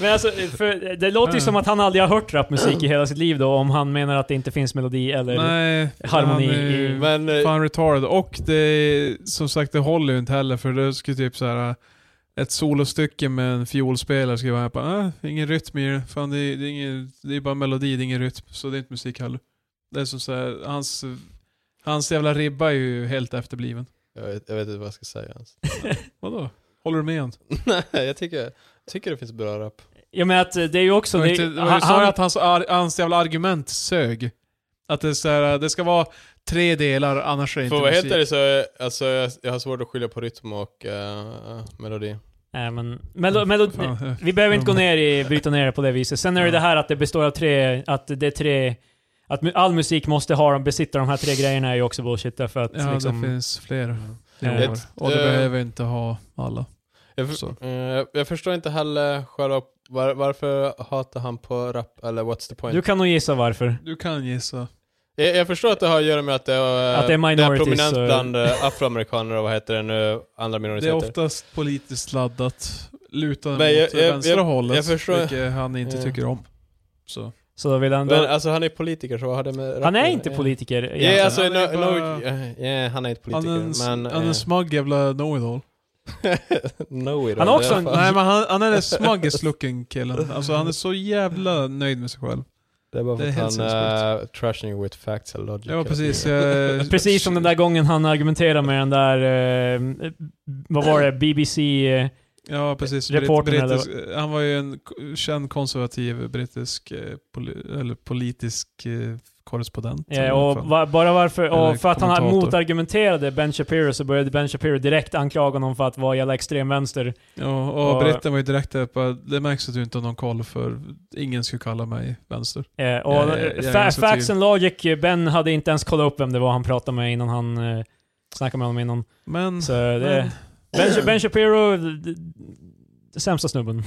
S3: Men alltså, för, det låter ju
S2: Mm.
S3: som att han aldrig har hört rapmusik i hela sitt liv då, om han menar att det inte finns melodi eller...
S2: Nej,
S3: harmoni
S2: han är
S3: i-
S2: ju
S1: Men eh,
S2: Mm. fan retard. Och det, som sagt, det håller ju inte heller för det skulle typ så här ett solostycke med en fiolspelare skulle vara här bara, äh, ingen rytm i det. Fan, det, är, det, är ingen, det är bara melodi, det är ingen rytm. Så det är inte musik heller. Det är som så här, hans, hans jävla ribba är ju helt efterbliven.
S1: jag, vet, jag vet inte vad jag ska säga ens.
S2: Vadå? Håller du med han?
S1: Nej, jag tycker, jag tycker det finns bra rap.
S3: Jag menar att det är ju också...
S2: Det var,
S3: Det,
S2: inte, det var ju
S3: han,
S2: snarare
S3: han,
S2: att hans, ar, hans jävla argument sög. Att det, är så här, det ska vara tre delar, annars är det
S1: För
S2: inte
S1: att vara
S2: musik.
S1: helt ärlig så eh, alltså, jag, jag har svårt att skilja på rytm och eh, melodi.
S3: nej, men, melo, melodi,
S2: Fan, eh.
S3: vi behöver inte gå ner i, bryta ner det på det viset. Sen är det det här att det består av tre... Att det är tre... Att mu- all musik måste ha, besitta de här tre grejerna är ju också bullshit därför att
S2: Ja,
S3: liksom...
S2: det finns fler.
S3: Eh,
S2: nivåer. Och du
S1: eh,
S2: behöver inte ha alla.
S1: Jag, för,
S2: Så.
S1: eh, jag- jag förstår inte heller själva, var, varför hatar han på rap eller what's the point?
S3: Du kan nog gissa varför.
S2: Du kan gissa.
S1: Jag, jag förstår att det har att göra med att det, är, eh,
S3: Att det är minorities,
S1: prominent
S3: så-
S1: bland eh, afroamerikaner och vad heter det nu, andra
S2: Det är
S1: minoriteter.
S2: oftast politiskt laddat. Lutar
S1: Men jag-
S2: mot
S1: jag-
S2: vänstra
S1: jag-
S2: hållet,
S1: jag förstår-
S2: vilket han inte
S1: Ja.
S2: tycker om. Så.
S3: Så då vill han
S1: Men
S3: då...
S1: alltså han är politiker så vad har det med...
S3: Han är
S2: äh,
S1: rappen-
S3: inte
S1: eh, Ja,
S3: politiker
S1: yeah,
S3: egentligen.
S1: alltså,
S2: Han
S1: no,
S2: är bara-
S1: no, eh, yeah, han är inte
S2: Han
S1: politiker,
S2: är en,
S1: men...
S2: han är en
S1: eh,
S2: smug jävla know-it-all.
S1: no eh, it
S3: Han
S1: all,
S3: är också
S1: i
S3: en-
S1: alla fall.
S2: Nej men han, han är den smuggest looking killen. Alltså han är så jävla nöjd med sig själv.
S1: Det är bara för
S2: det är
S1: att
S2: helt
S1: han är trashing with facts and logic.
S2: Ja precis.
S1: jag...
S2: Jag,
S3: Precis som den där gången han argumenterade med den där, eh, vad var det, BBC... Eh,
S2: Ja precis.
S3: Reportern eller-
S2: brittisk, eh, Han var ju en k- känd konservativ brittisk eh, poli, eller politisk eh, korrespondent.
S3: Ja,
S2: eller
S3: och
S2: vad fan.
S3: va, bara varför,
S2: Eller
S3: och för att han
S2: kommentator.
S3: motargumenterade Ben Shapiro så började Ben Shapiro direkt anklaga honom för att vara jävla extremvänster.
S2: ja, och
S3: och-
S2: britten var ju direkt där på det märks att du inte har någon koll för ingen skulle kalla mig vänster.
S3: Eh, och
S2: Ja, ja, ja, jag är
S3: fa
S2: så
S3: facts
S2: till.
S3: and logic, eh, Ben hade inte ens kollat upp vem det var han pratade med innan han eh, snackade med honom innan.
S2: Men,
S3: Så det,
S2: men
S3: ben, ben Shapiro, d- d- d- sämsta snubben.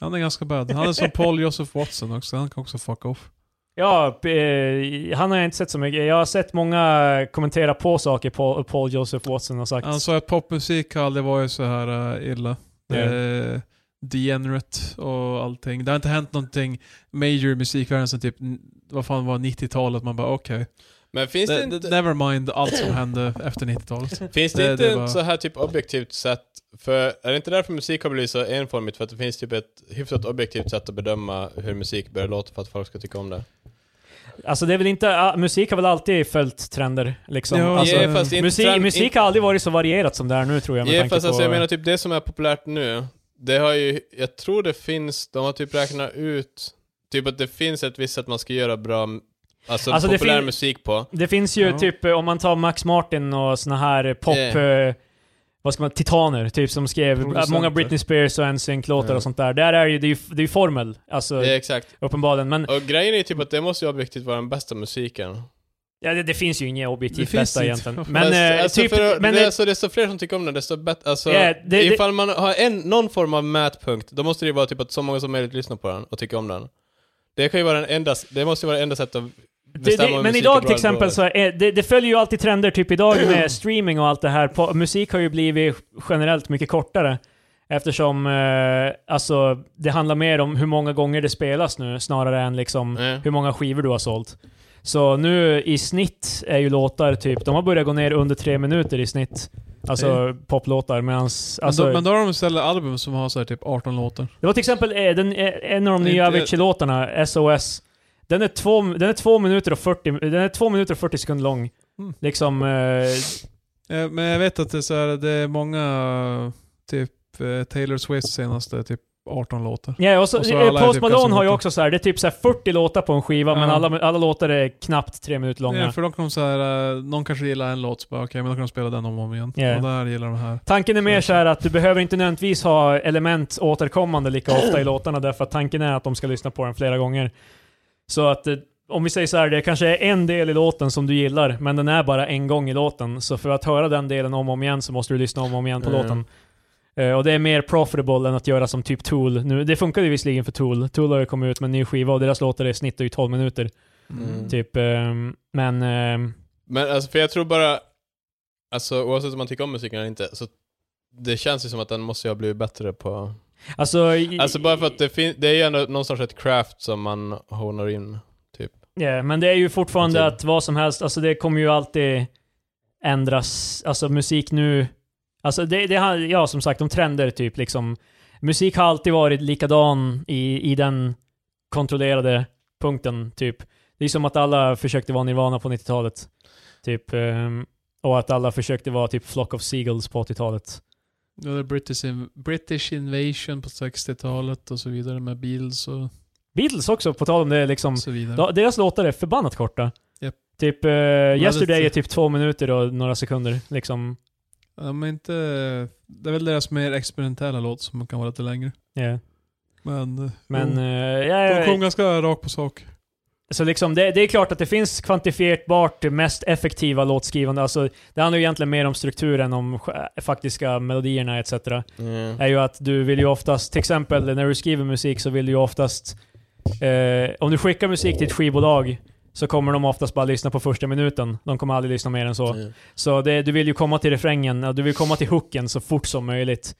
S2: han är ganska bad. Han är som Paul Joseph Watson också, han kan också fuck off.
S3: Ja, eh, han har jag inte sett så mycket. Jag har sett många kommentera på saker Paul, Paul Joseph Watson har sagt.
S2: Han sa att popmusik har aldrig varit så här eh, illa.
S3: Ja.
S2: Eh, degenerate och allting. Det har inte hänt någonting major i musikvärlden sen typ, n- vad fan var 90-talet? Man bara okej.
S1: Men finns det
S2: Det-
S1: inte...
S2: det- Never mind allt som hände efter 90-talet.
S1: Finns det,
S2: Det-
S1: inte
S2: det
S1: ett
S2: var-
S1: så här typ objektivt sätt? För är det inte därför musik har blivit så enformigt? För att det finns typ ett hyfsat objektivt sätt att bedöma hur musik börjar låta för att folk ska tycka om det.
S3: Alltså det är väl inte, ah, musik har väl alltid följt trender liksom.
S2: Ja,
S3: alltså,
S2: ja,
S1: Yeah, fast inte
S3: musik,
S1: trend-
S3: musik har aldrig varit så varierat som det är nu tror jag.
S1: inte-
S3: Med
S1: yeah,
S3: tanke
S1: fast
S3: på,
S1: alltså, jag menar typ det som är populärt nu. Det har ju, jag tror det finns, de har typ räknat ut, typ att det finns ett visst sätt man ska göra bra, alltså,
S3: Alltså, det
S1: populär
S3: fin-
S1: musik på.
S3: Det finns ju
S2: Ja.
S3: typ, eh, om man tar Max Martin och såna här eh, pop...
S1: Yeah.
S3: Eh, vad ska man, titaner, typ som skrev eh,
S2: Producenter.
S3: många Britney Spears och NSYNC-låtar
S2: Ja.
S3: och sånt där. Där är ju, det är ju det är ju formel, alltså
S1: Ja, exakt.
S3: uppenbarligen. Men
S1: Och grejen är ju typ att det måste ju objektivt vara den bästa musiken.
S3: ja, det, det finns ju inget objektivt
S2: finns
S3: bästa
S2: inte.
S3: egentligen.
S2: Fast,
S3: Men eh,
S1: alltså,
S3: typ...
S1: för,
S3: men,
S1: det,
S3: eh,
S1: alltså, desto fler som tycker om den, desto bättre. Alltså,
S3: Ja, det-
S1: ifall man har en, någon form av mätpunkt, då måste det ju vara typ att så många som möjligt lyssnar på den och tycker om den. Det kan ju vara den enda, det måste ju vara det enda sättet att
S3: det,
S1: bestämma
S3: det,
S1: om
S3: men
S1: musik är
S3: idag
S1: bra
S3: till
S1: eller
S3: exempel
S1: dålig.
S3: så är, det, det följer ju alltid trender, typ idag med streaming och allt det här. Po- musik har ju blivit generellt mycket kortare. Eftersom eh, alltså, det handlar mer om hur många gånger det spelas nu snarare än liksom
S1: Mm.
S3: hur många skivor du har sålt. Så nu i snitt är ju låtar typ, de har börjat gå ner under tre minuter i snitt. Alltså poplåtar medans, alltså,
S2: men, då, men då har de istället album som har så här typ 18 låtar.
S3: det var till exempel eh, den, eh, en av de
S2: Det är
S3: nya
S2: inte-
S3: Avicii-låtarna, SOS. Den är, två, den, är två minuter och 40, den är två minuter och 40 sekunder lång.
S2: Mm.
S3: Liksom... Eh,
S2: Eh, Men jag vet att det är, så här, det är många, typ eh, Taylor Swifts senaste typ 18 låtar.
S3: ja, och så,
S2: Och så
S3: eh,
S2: alla
S3: Post
S2: typ kanske
S3: Malone har ju
S2: låter.
S3: också så här, det är typ så här 40 låtar på en skiva, men
S2: Ja.
S3: alla, alla låtar är knappt tre minuter långa.
S2: Ja, för då kan de så här, eh, någon kanske gillar en låt, så bara okej, men då kan de spela den om och om igen.
S3: Ja.
S2: Och där gillar de här.
S3: Tanken är mer så här att du behöver inte nödvändigtvis ha element återkommande lika ofta i låtarna därför att tanken är att de ska lyssna på den flera gånger. Så att eh, om vi säger så här, det kanske är en del i låten som du gillar, men den är bara en gång i låten. Så för att höra den delen om och om igen så måste du lyssna om och om igen på
S1: Mm.
S3: låten. Eh, och det är mer profitable än att göra som typ Tool. Nu, det funkade ju visserligen för Tool. Tool har ju kommit ut med en ny skiva och deras låtar i snitt är ju 12 minuter.
S1: Mm.
S3: Typ, ehm, men... ehm,
S1: Men alltså, för jag tror bara, alltså oavsett om man tycker om musiken eller inte, så det känns ju som att den måste ju ha blivit bättre på...
S3: alltså, i-
S1: Alltså bara för att det, fin- det är ju ändå någonstans ett craft som man honar in.
S3: Ja, men det är ju fortfarande
S1: Typ.
S3: att vad som helst, alltså det kommer ju alltid ändras. Alltså musik nu, alltså det, det har- ja som sagt om trender typ liksom. Musik har alltid varit likadan i, i den kontrollerade punkten typ. Det är som att alla försökte vara Nirvana på 90-talet. Typ, ehm, och att alla försökte vara typ Flock of Seagulls på 80-talet.
S2: Ja, det är British, inv- British Invasion på 60-talet och så vidare med Beatles och
S3: Mm. Beatles också, på tal om det liksom.
S2: så vidare.
S3: Da- Deras låtar är förbannat korta.
S2: Japp.
S3: Typ eh,
S2: det-
S3: Yesterday är typ två minuter och några sekunder liksom.
S2: De är inte, det är väl deras mer experimentella låt som kan vara lite längre.
S3: ja
S2: Men, eh,
S3: Men
S2: jo,
S3: eh, ja, ja,
S2: de kom ganska rakt på sak.
S3: så liksom det, det är klart att det finns kvantifierbart det mest effektiva låtskrivande. Alltså, det handlar ju egentligen mer om strukturen, om sj- faktiska melodierna etc.
S1: Mm.
S3: är ju att du vill ju oftast, till exempel när du skriver musik så vill du ju oftast, eh, om du skickar musik till ett skivbolag så kommer de oftast bara lyssna på första minuten. De kommer aldrig lyssna mer än så.
S1: Mm.
S3: Så det, du vill ju komma till refrängen, och du vill komma till hooken så fort som möjligt.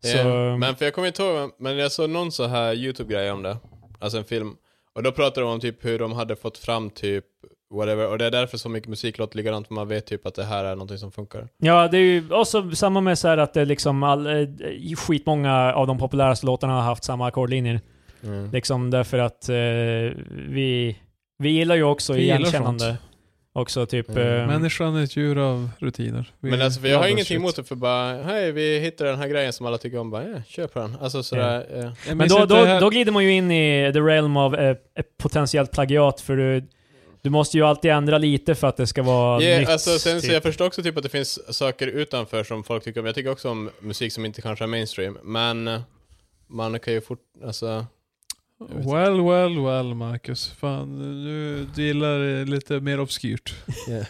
S3: Så,
S1: Eh, Men för jag kommer inte ihåg, men jag såg någon så här YouTube-grej om det. Alltså en film. Och då pratade de om typ hur de hade fått fram typ whatever. Och det är därför så mycket musik låter likadant, för man vet typ att det här är någonting som funkar.
S3: Ja, det är ju också samma med så här att det liksom all, eh, skitmånga av de populäraste låtarna har haft samma ackordlinjer.
S1: Mm.
S3: Liksom därför att eh, vi, vi gillar ju också
S2: Vi gillar
S3: igenkännande. Också typ...
S1: Mm.
S3: eh,
S2: Människan är ett djur av rutiner. Vi-
S1: Men alltså för jag har
S2: Ja,
S1: ingenting
S2: shit.
S1: emot det för bara, hej vi hittar den här grejen som alla tycker om, bara, ja, kör på den. Alltså sådär, eh.
S2: Jag
S3: men
S2: minns
S3: då,
S2: inte
S3: då,
S2: här-
S3: då glider man ju in i the realm av eh, ett potentiellt plagiat för du, du måste ju alltid ändra lite för att det ska vara
S1: Yeah,
S3: nytt.
S1: alltså, sen, så
S3: typ.
S1: jag förstår också typ att det finns saker utanför som folk tycker om. Jag tycker också om musik som inte kanske är mainstream, men eh, man kan ju fort, alltså,
S2: Well, well, well Marcus. Fan, nu du gillar det lite mer obskyrt.
S1: Yeah.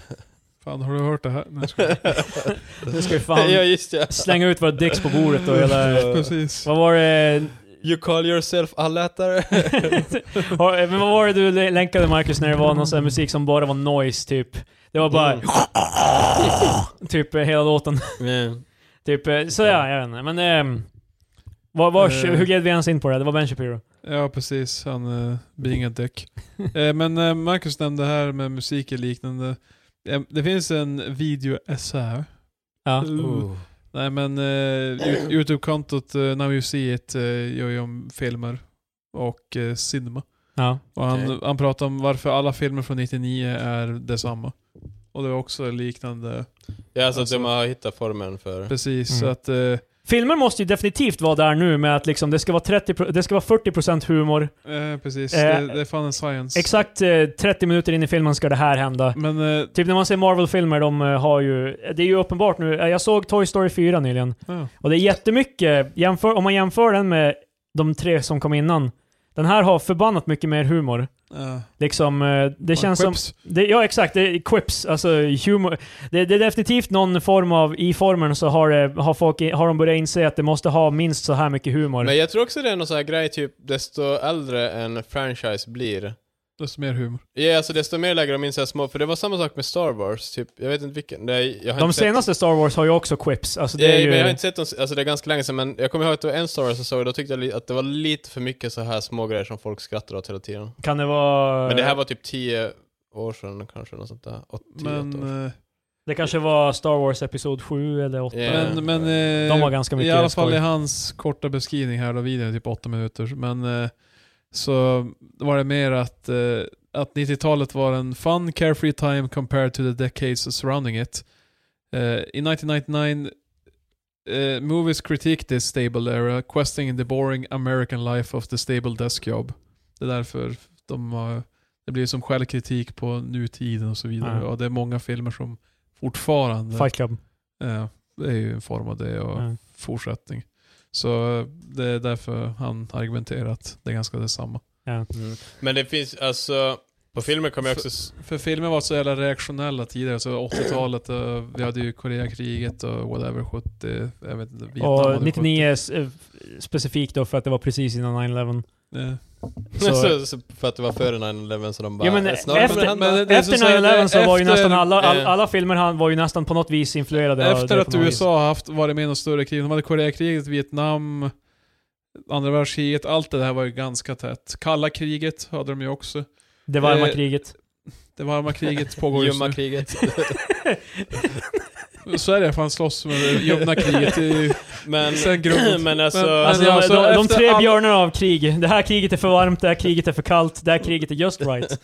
S2: Fan, har du hört det här? Nej, jag skojar.
S3: Nu ska vi fan
S1: ja just ja.
S3: slänga ut våra dicks på bordet och hela...
S2: Precis.
S3: Vad var det...
S1: You call yourself allätare?
S3: Har- Men vad var det du lä- länkade Marcus när det var någon sån här musik som bara var noise typ? Det var bara...
S1: Mm.
S3: typ eh, hela låten.
S1: Mm.
S3: typ, eh, så ja, jag vet inte. Men... ehm, vad, vad,
S2: Eh.
S3: hur gled vi ens in på det? Det var Ben Shapiro.
S2: Ja, precis. Han uh, being a dick. Eh, men eh, Marcus nämnde här med musik och liknande. Eh, det finns en videoessär.
S3: Ja.
S1: Oh.
S2: Nej men eh, Yo- Youtube-kontot eh, Now You See It eh, gör ju om filmer och eh, cinema.
S3: Ja.
S2: Och han,
S1: Okej.
S2: han pratar om varför alla filmer från 99 är detsamma. Och det var också liknande.
S1: Ja, alltså,
S2: Alltså-
S1: att man har hittat formen för...
S2: Precis,
S3: Mm.
S2: så att... Eh,
S3: Filmer måste ju definitivt vara där nu med att liksom det ska vara, 30, pro- det ska vara 40% humor.
S2: eh, precis,
S3: Eh,
S2: det, det är fan en science.
S3: Exakt eh, 30 minuter in i filmen ska det här hända.
S2: Men eh,
S3: Typ när man ser Marvel-filmer, de eh, har ju... Det är ju uppenbart nu. eh, Jag såg Toy Story 4 nyligen.
S2: ja,
S3: Och det är jättemycket, jämför, om man jämför den med de tre som kom innan. Den här har förbannat mycket mer humor.
S2: ja.
S3: Liksom, eh, det känns som... Det, ja, exakt. Det är quips. Alltså humor. Det, det är definitivt någon form av... I formen så har, det, har, folk, har de börjat inse att det måste ha minst så här mycket humor.
S1: Men jag tror också det är någon sån här grej, typ desto äldre en franchise blir,
S2: Desto mer humor.
S1: Ja, alltså desto mer lägger de in så här små, för det var samma sak med Star Wars, typ, jag vet inte vilken, det, är- jag har
S3: de
S1: inte sett-
S3: senaste Star Wars har ju också quips. Alltså det
S1: Ja,
S3: är ju...
S1: men jag har inte sett dem, alltså det är ganska länge sedan, men jag kommer ihåg att det var en Star Wars jag såg, då tyckte jag li- att det var lite för mycket så här små grejer som folk skrattar åt hela tiden.
S3: Kan det vara...
S1: Men det här var typ 10 år sedan kanske, något sånt där. 8, 10
S2: Men,
S1: år.
S2: eh,
S3: Det kanske var Star Wars Episod 7 eller 8.
S1: Ja.
S2: men, men
S3: De
S2: eh,
S3: var ganska mycket
S2: I alla fall
S3: skoj.
S2: i hans korta beskrivning här då, videon är typ åtta minuter, men eh, så var det mer att, eh, att 90-talet var en fun, carefree time compared to the decades surrounding it. Eh, in 1999 eh, movies critiqued this stable era, questioning the boring American life of the stable desk job. Det är därför de har, det blir som självkritik på nutiden och så vidare.
S3: Ja.
S2: Och det är många filmer som fortfarande
S3: Fight Club.
S2: Ja, det är ju en form av det och
S3: Ja.
S2: fortsättning. Så eh, det är därför han argumenterar att det är ganska detsamma.
S1: Mm. Men det finns, alltså, på filmer kommer jag också... s-
S2: För filmer var så jävla reaktionella tidigare, så 80-talet, eh, vi hade ju Koreakriget och whatever, 70, jag vet inte, Vietnam hade
S3: Och 99 s- eh, specifikt då för att det var precis innan 9-11.
S2: 70. Eh,
S3: Så-
S1: Så, så, för att det var före 9-11 så de bara...
S3: Ja, men
S1: "Eh, snart
S3: efter-
S1: kommer det hända."
S2: men det- är
S3: Efter
S2: så så här,
S3: 9-11 så var ju
S2: efter-
S3: nästan alla, all,
S1: eh,
S3: alla filmer han var ju nästan på något vis influerade av
S2: Efter
S3: det
S2: att
S3: på något vis.
S2: USA har haft, varit med i något större krig, de hade Koreakriget, Vietnam, andra världskriget, allt det där var ju ganska tätt. Kalla kriget hade de ju också.
S3: Det varma
S2: eh,
S3: kriget.
S2: Det varma kriget pågår just
S1: Ljumma
S2: nu.
S1: kriget.
S2: Så är det, fan slåss med det ljumna kriget. Det är ju
S1: Men,
S2: sen grund.
S1: men alltså...
S2: Men-
S3: Alltså,
S2: men
S3: de,
S2: alltså,
S3: de, de
S2: efter
S3: tre
S2: all-
S3: björnarna av krig. Det här kriget är för varmt, det här kriget är för kallt, det här kriget är just right.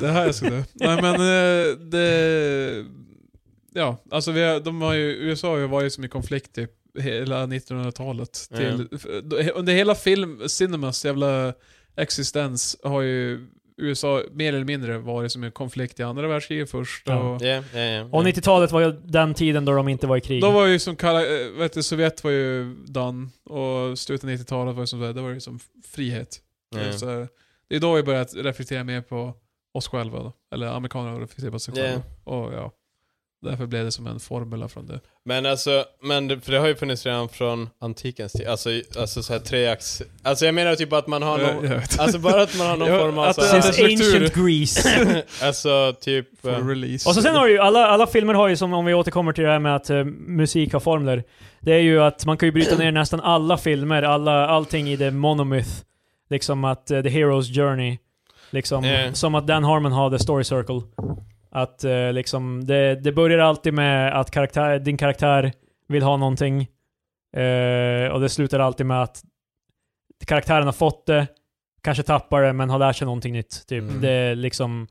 S2: Det här är så det. Nej men eh, det... Ja, alltså vi har, de har ju, USA har ju varit som i konflikt typ hela 1900-talet. Till, f- Under hela film, cinemas jävla existens har ju USA mer eller mindre varit som en konflikt i andra världskriget först.
S3: Ja.
S2: Och,
S1: Ja, ja, ja.
S3: Och 90-talet var ju den tiden då de inte var i krig.
S2: Då var ju som kalla, eh, vet du, Sovjet var ju done och slutet av 90-talet var ju som så här, det var ju som frihet.
S1: Ja.
S2: Så här, det är då vi börjat reflektera mer på oss själva då. Eller amerikaner har reflekterat på sig själva.
S1: Yeah.
S2: Och ja. Därför blev det som en formula från det.
S1: Men alltså, men det, för det har ju funnits redan från antikens tid. Alltså, alltså så här treax... Alltså jag menar typ att man har
S2: Eh, Jag-
S1: någon...
S2: jag vet.
S1: Alltså bara att man har någon
S2: Ja,
S1: form av
S2: att
S1: så
S2: det-
S1: här,
S2: att
S3: Since
S2: det- struktur.
S3: ancient Greece.
S1: Alltså typ...
S2: För
S1: eh,
S2: release.
S3: Och så sen har du ju, alla, alla filmer har ju som, om vi återkommer till det här med att eh, musik har formler. Det är ju att man kan ju bryta ner nästan alla filmer, alla, allting i det monomyth. Liksom att eh, The Hero's Journey. Liksom,
S1: Eh.
S3: Som att Dan Harmon har The Story Circle. Att eh, liksom, det, det börjar alltid med att karaktär, din karaktär vill ha någonting. Eh, och det slutar alltid med att karaktären har fått det, kanske tappar det, men har lärt sig någonting nytt. Typ.
S1: Mm.
S3: Det är liksom...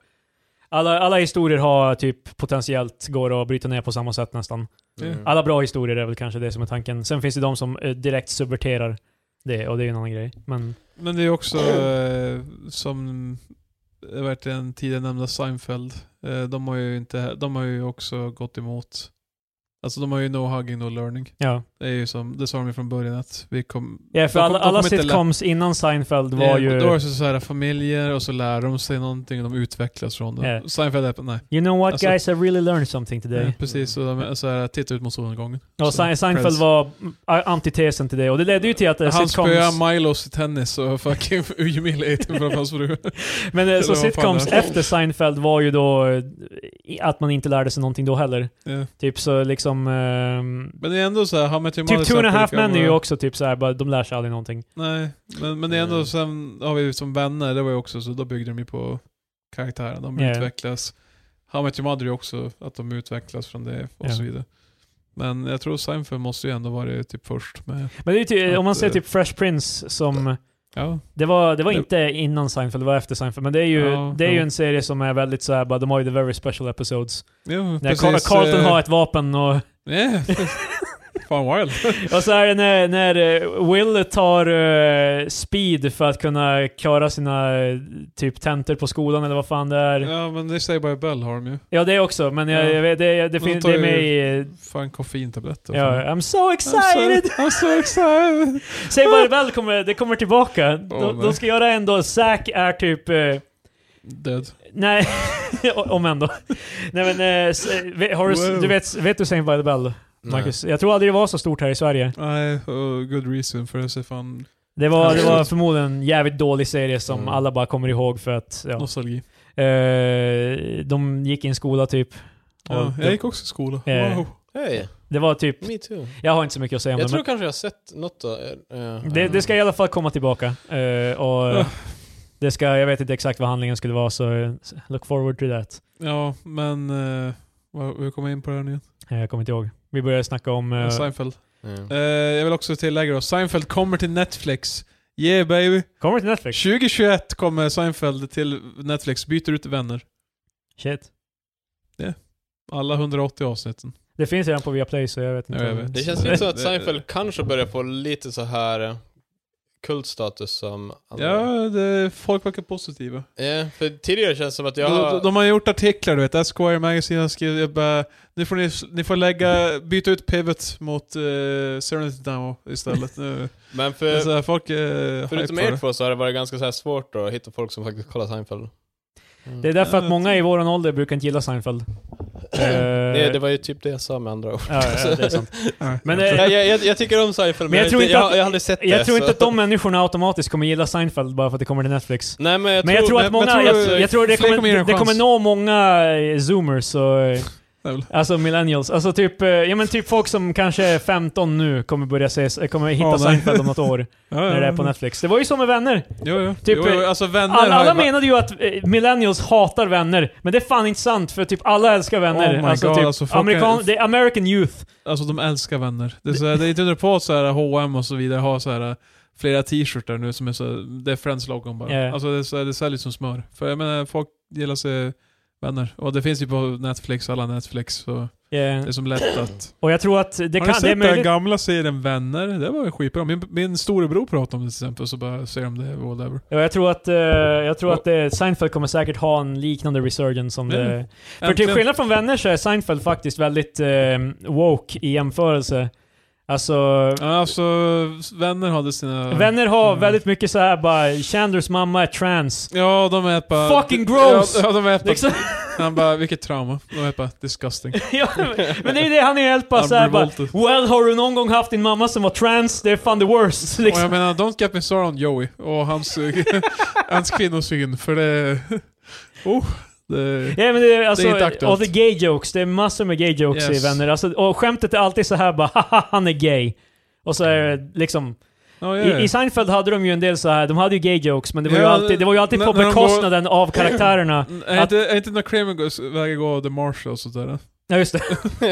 S3: Alla, alla historier har typ potentiellt går att bryta ner på samma sätt nästan.
S1: mm.
S3: Alla bra historier är väl kanske det som är tanken. Sen finns det de som eh, direkt subverterar det och det är ju en annan grej. Men
S2: Men det är också eh, som eh, verkligen tidigare nämnda Seinfeld. Eh, de, har ju inte, de har ju också gått emot. Alltså de har ju no hugging, no learning.
S3: ja.
S2: Det är ju som, det sa de ju från början att vi kom...
S3: ja för
S2: de kom-
S3: alla,
S2: de
S3: alla
S2: kommer inte lä-
S3: sitcoms innan Seinfeld var
S2: Eh, Då är
S3: ju...
S2: det så här familjer och så lär de sig någonting och de utvecklas från det.
S3: Ja.
S2: Seinfeld är, nej.
S3: You know what
S2: alltså-
S3: guys, I really learned something today.
S2: Eh, precis, och de är så här, titta ut mot solnedgången.
S3: och
S2: Så-
S3: Sein- Seinfeld
S2: Friends.
S3: var mm, antitesen till det och det ledde ju till att eh,
S2: Han
S3: sitcoms...
S2: spöar Milos i tennis och fucking humiliate him framför hans fru.
S3: Men eh, så
S2: Eller vad fan
S3: sitcoms
S2: det är.
S3: efter Seinfeld var ju då eh, i- att man inte lärde sig någonting då heller.
S2: Ja.
S3: Typ så liksom... ehm,
S2: Men det är ändå så här, How I Met Your Mother
S3: typ Two and a
S2: exempel,
S3: Half
S2: det kan
S3: Men är ju
S2: vara-
S3: också typ såhär, bara de lär sig aldrig någonting.
S2: Nej, men, men det är ändå
S3: Eh.
S1: Mm.
S2: sen har vi ju som vänner, det var ju också så då byggde de ju på karaktären, de
S3: Ja.
S2: utvecklas. How Much Mother är ju också att de utvecklas från det och
S3: Ja.
S2: så vidare. Men jag tror Seinfeld måste ju ändå vara typ först med...
S3: Men det är ju typ, om man
S2: Att,
S3: ser
S2: eh,
S3: typ Fresh Prince som...
S2: Ja,
S3: Det var, det var
S2: det-
S3: inte innan Seinfeld, det var efter Seinfeld. Men det är ju,
S2: Ja,
S3: det är ju
S2: jo.
S3: en serie som är väldigt såhär, bara de har ju the very special episodes.
S2: ja eh,
S3: När Carl- Carlton har ett vapen och...
S2: Yeah. Fan wild.
S3: Och så är det när, när eh, Will tar eh, speed för att kunna klara sina eh, typ tentor på skolan eller vad fan det är.
S2: ja men det säger bara Bell har de ju.
S3: Ja, det också, men jag,
S2: Ja.
S3: jag vet, det, det, fin,
S2: tar
S3: det är
S2: ju-
S3: med i... eh,
S2: Fan koffeintabletter.
S3: Ja, I'm so
S2: I'm
S3: excited!
S2: so, I'm so excited!
S3: Säg bara väl kommer, det kommer tillbaka.
S2: Åh,
S3: de,
S2: nej.
S3: de ska göra en då, Zack är typ... Eh,
S2: Död.
S3: nej, o- om ändå. nej men, eh, s- eh, har du,
S2: Wow.
S3: du vet, vet du Saint by the Bell, Marcus? Jag tror aldrig det var så stort här i Sverige.
S2: Nej, och good reason för det ser fan
S3: Det var, det var
S2: Absolut.
S3: förmodligen en jävligt dålig serie som
S1: Mm.
S3: alla bara kommer ihåg för att... Ja.
S2: nostalgi.
S3: Eh, de gick i en skola typ. Och
S2: Ja, jag
S3: det,
S2: gick också i skola.
S3: Ja.
S2: Wow.
S1: Hej,
S3: det var typ...
S1: me too.
S3: Jag har inte så mycket att säga om
S1: Jag
S3: det,
S1: tror kanske jag har sett något då. eh, eh,
S3: Det, det ska i alla fall komma tillbaka. eh, och
S2: Ja.
S3: det ska, jag vet inte exakt vad handlingen skulle vara, så eh, look forward to that.
S2: Ja, men eh, vad- hur kom jag in på det här nu igen?
S3: Eh, jag kommer inte ihåg. Vi började snacka om... eh,
S2: Seinfeld.
S1: Mm.
S2: Eh, jag vill också tillägga då, Seinfeld kommer till Netflix. Yeah baby!
S3: kommer till Netflix?
S2: 2021 kommer Seinfeld till Netflix, byter ut vänner.
S3: Shit.
S2: Alla 180 avsnitten.
S3: Det finns redan på Viaplay, så jag vet inte.
S2: Ja, jag
S3: om-
S2: vet.
S1: Det känns lite som att
S2: Det-
S1: Seinfeld kanske börjar få lite så här eh, kultstatus som andra.
S2: Ja, det, folk verkar positiva.
S1: Ja, för tidigare känns det som att jag
S2: De,
S1: har...
S2: de, de har gjort artiklar du vet, Esquire Magazine har skrivit jag bara, nu får ni, ni får lägga, byta ut Pivot mot uh, Serenity Demo istället. nu.
S1: Men
S2: Det är
S1: för,
S3: alltså,
S2: så här, folk eh, är
S1: förutom
S2: hype
S1: er
S2: för
S1: två så har det varit ganska så här svårt att hitta folk som faktiskt kollar Seinfeld. Mm.
S3: Det är
S1: Det,
S3: därför
S2: Ja,
S3: att många i våran ålder brukar inte gilla Seinfeld.
S1: det,
S3: det
S1: var ju typ det jag sa med andra ord.
S3: Ja, ja, det är sant.
S2: det.
S3: Men eh, det-
S1: jag, jag, jag, jag tycker om Seinfeld men, jag, tror inte jag,
S3: att-
S1: jag har aldrig sett det.
S3: Jag tror inte
S1: så-
S3: att de människorna automatiskt kommer gilla Seinfeld bara för att det kommer till Netflix.
S1: Nej men jag
S3: Men jag
S1: tror...
S3: tror
S2: men-
S3: att
S2: men
S3: många,
S2: tror du-
S3: jag, jag tror det
S2: fler kommer ge
S3: kommer,
S2: en
S3: det
S2: chans?
S3: kommer nå många eh, zoomers och eh, Alltså millennials. Alltså typ, eh, ja, men typ folk som kanske är 15 nu kommer börja se, eh, kommer hitta
S2: Ja, nej.
S3: Seinfeld om något år.
S2: Ja,
S3: när det är på Netflix. Det var ju som med vänner.
S2: Jo, jo.
S3: Typ,
S2: jo, jo.
S3: eh,
S2: Alltså vänner
S3: Alla,
S2: har ju
S3: alla
S2: bara-
S3: menade ju att eh, millennials hatar vänner. Men det är fan inte sant för typ alla älskar vänner.
S2: Oh my
S3: alltså
S2: God,
S3: typ
S2: alltså folk
S3: amerikan,
S2: är-
S3: det är American Youth.
S2: Alltså de älskar vänner. Det är, så här, det är inte under på att så här, H&M och så vidare har så här flera t-shirtar nu som är så här, det är Friends-logon bara.
S3: Ja.
S2: Alltså det, är så här, det säljs som smör. För jag menar, folk gillar sig vänner. Och det finns ju på Netflix, alla Netflix, så
S3: Eh,
S2: det är som lätt att...
S3: Och jag tror att det
S2: har ni
S3: kan...
S2: sett
S3: Det är
S2: den
S3: möjligt.
S2: gamla serien Vänner? Det var ju skitbra. Min, min storebror pratade om det till exempel, så bara säger de det, whatever.
S3: Ja, jag tror att, eh, jag tror att det, Seinfeld kommer säkert ha en liknande resurgence som
S2: Mm.
S3: det... För till skillnad från vänner så är Seinfeld faktiskt väldigt eh, woke i jämförelse. Alltså...
S2: Ja, Alltså, vänner hade sina...
S3: Vänner har
S2: Mm.
S3: väldigt mycket så här bara, Chandlers mamma är trans.
S2: Ja, de är bara...
S3: Fucking gross!
S2: Ja, de är bara...
S3: Liksom,
S2: Han bara, vilket trauma. Och jag bara, disgusting.
S3: ja, men det är ju det, han är helt bara
S2: I'm
S3: såhär bara,
S2: revolted.
S3: Well, har du någon gång haft din mamma som var trans? Det är fan the worst.
S2: Och jag
S3: Liksom.
S2: menar, don't get me started on Joey och hans, hans kvinnosyn, för det... Oh, det
S3: Ja, men det, är, alltså,
S2: Det är inte aktuellt.
S3: och det är gay jokes, det är massor med gay jokes
S2: Yes.
S3: i vänner. Alltså, och skämtet är alltid så här bara haha han är gay. Och så är det liksom,
S2: Ja, ja, ja.
S3: i, i Seinfeld hade de ju en del så här de hade ju gay jokes men det var ju
S2: Ja,
S3: alltid, det var ju alltid
S2: när-
S3: på
S2: när de går-
S3: bekostnaden av karaktärerna.
S2: Mm, Är inte, är inte när Kramer går- väger gå av The Marshall och sådär?
S3: Ja just det.
S2: De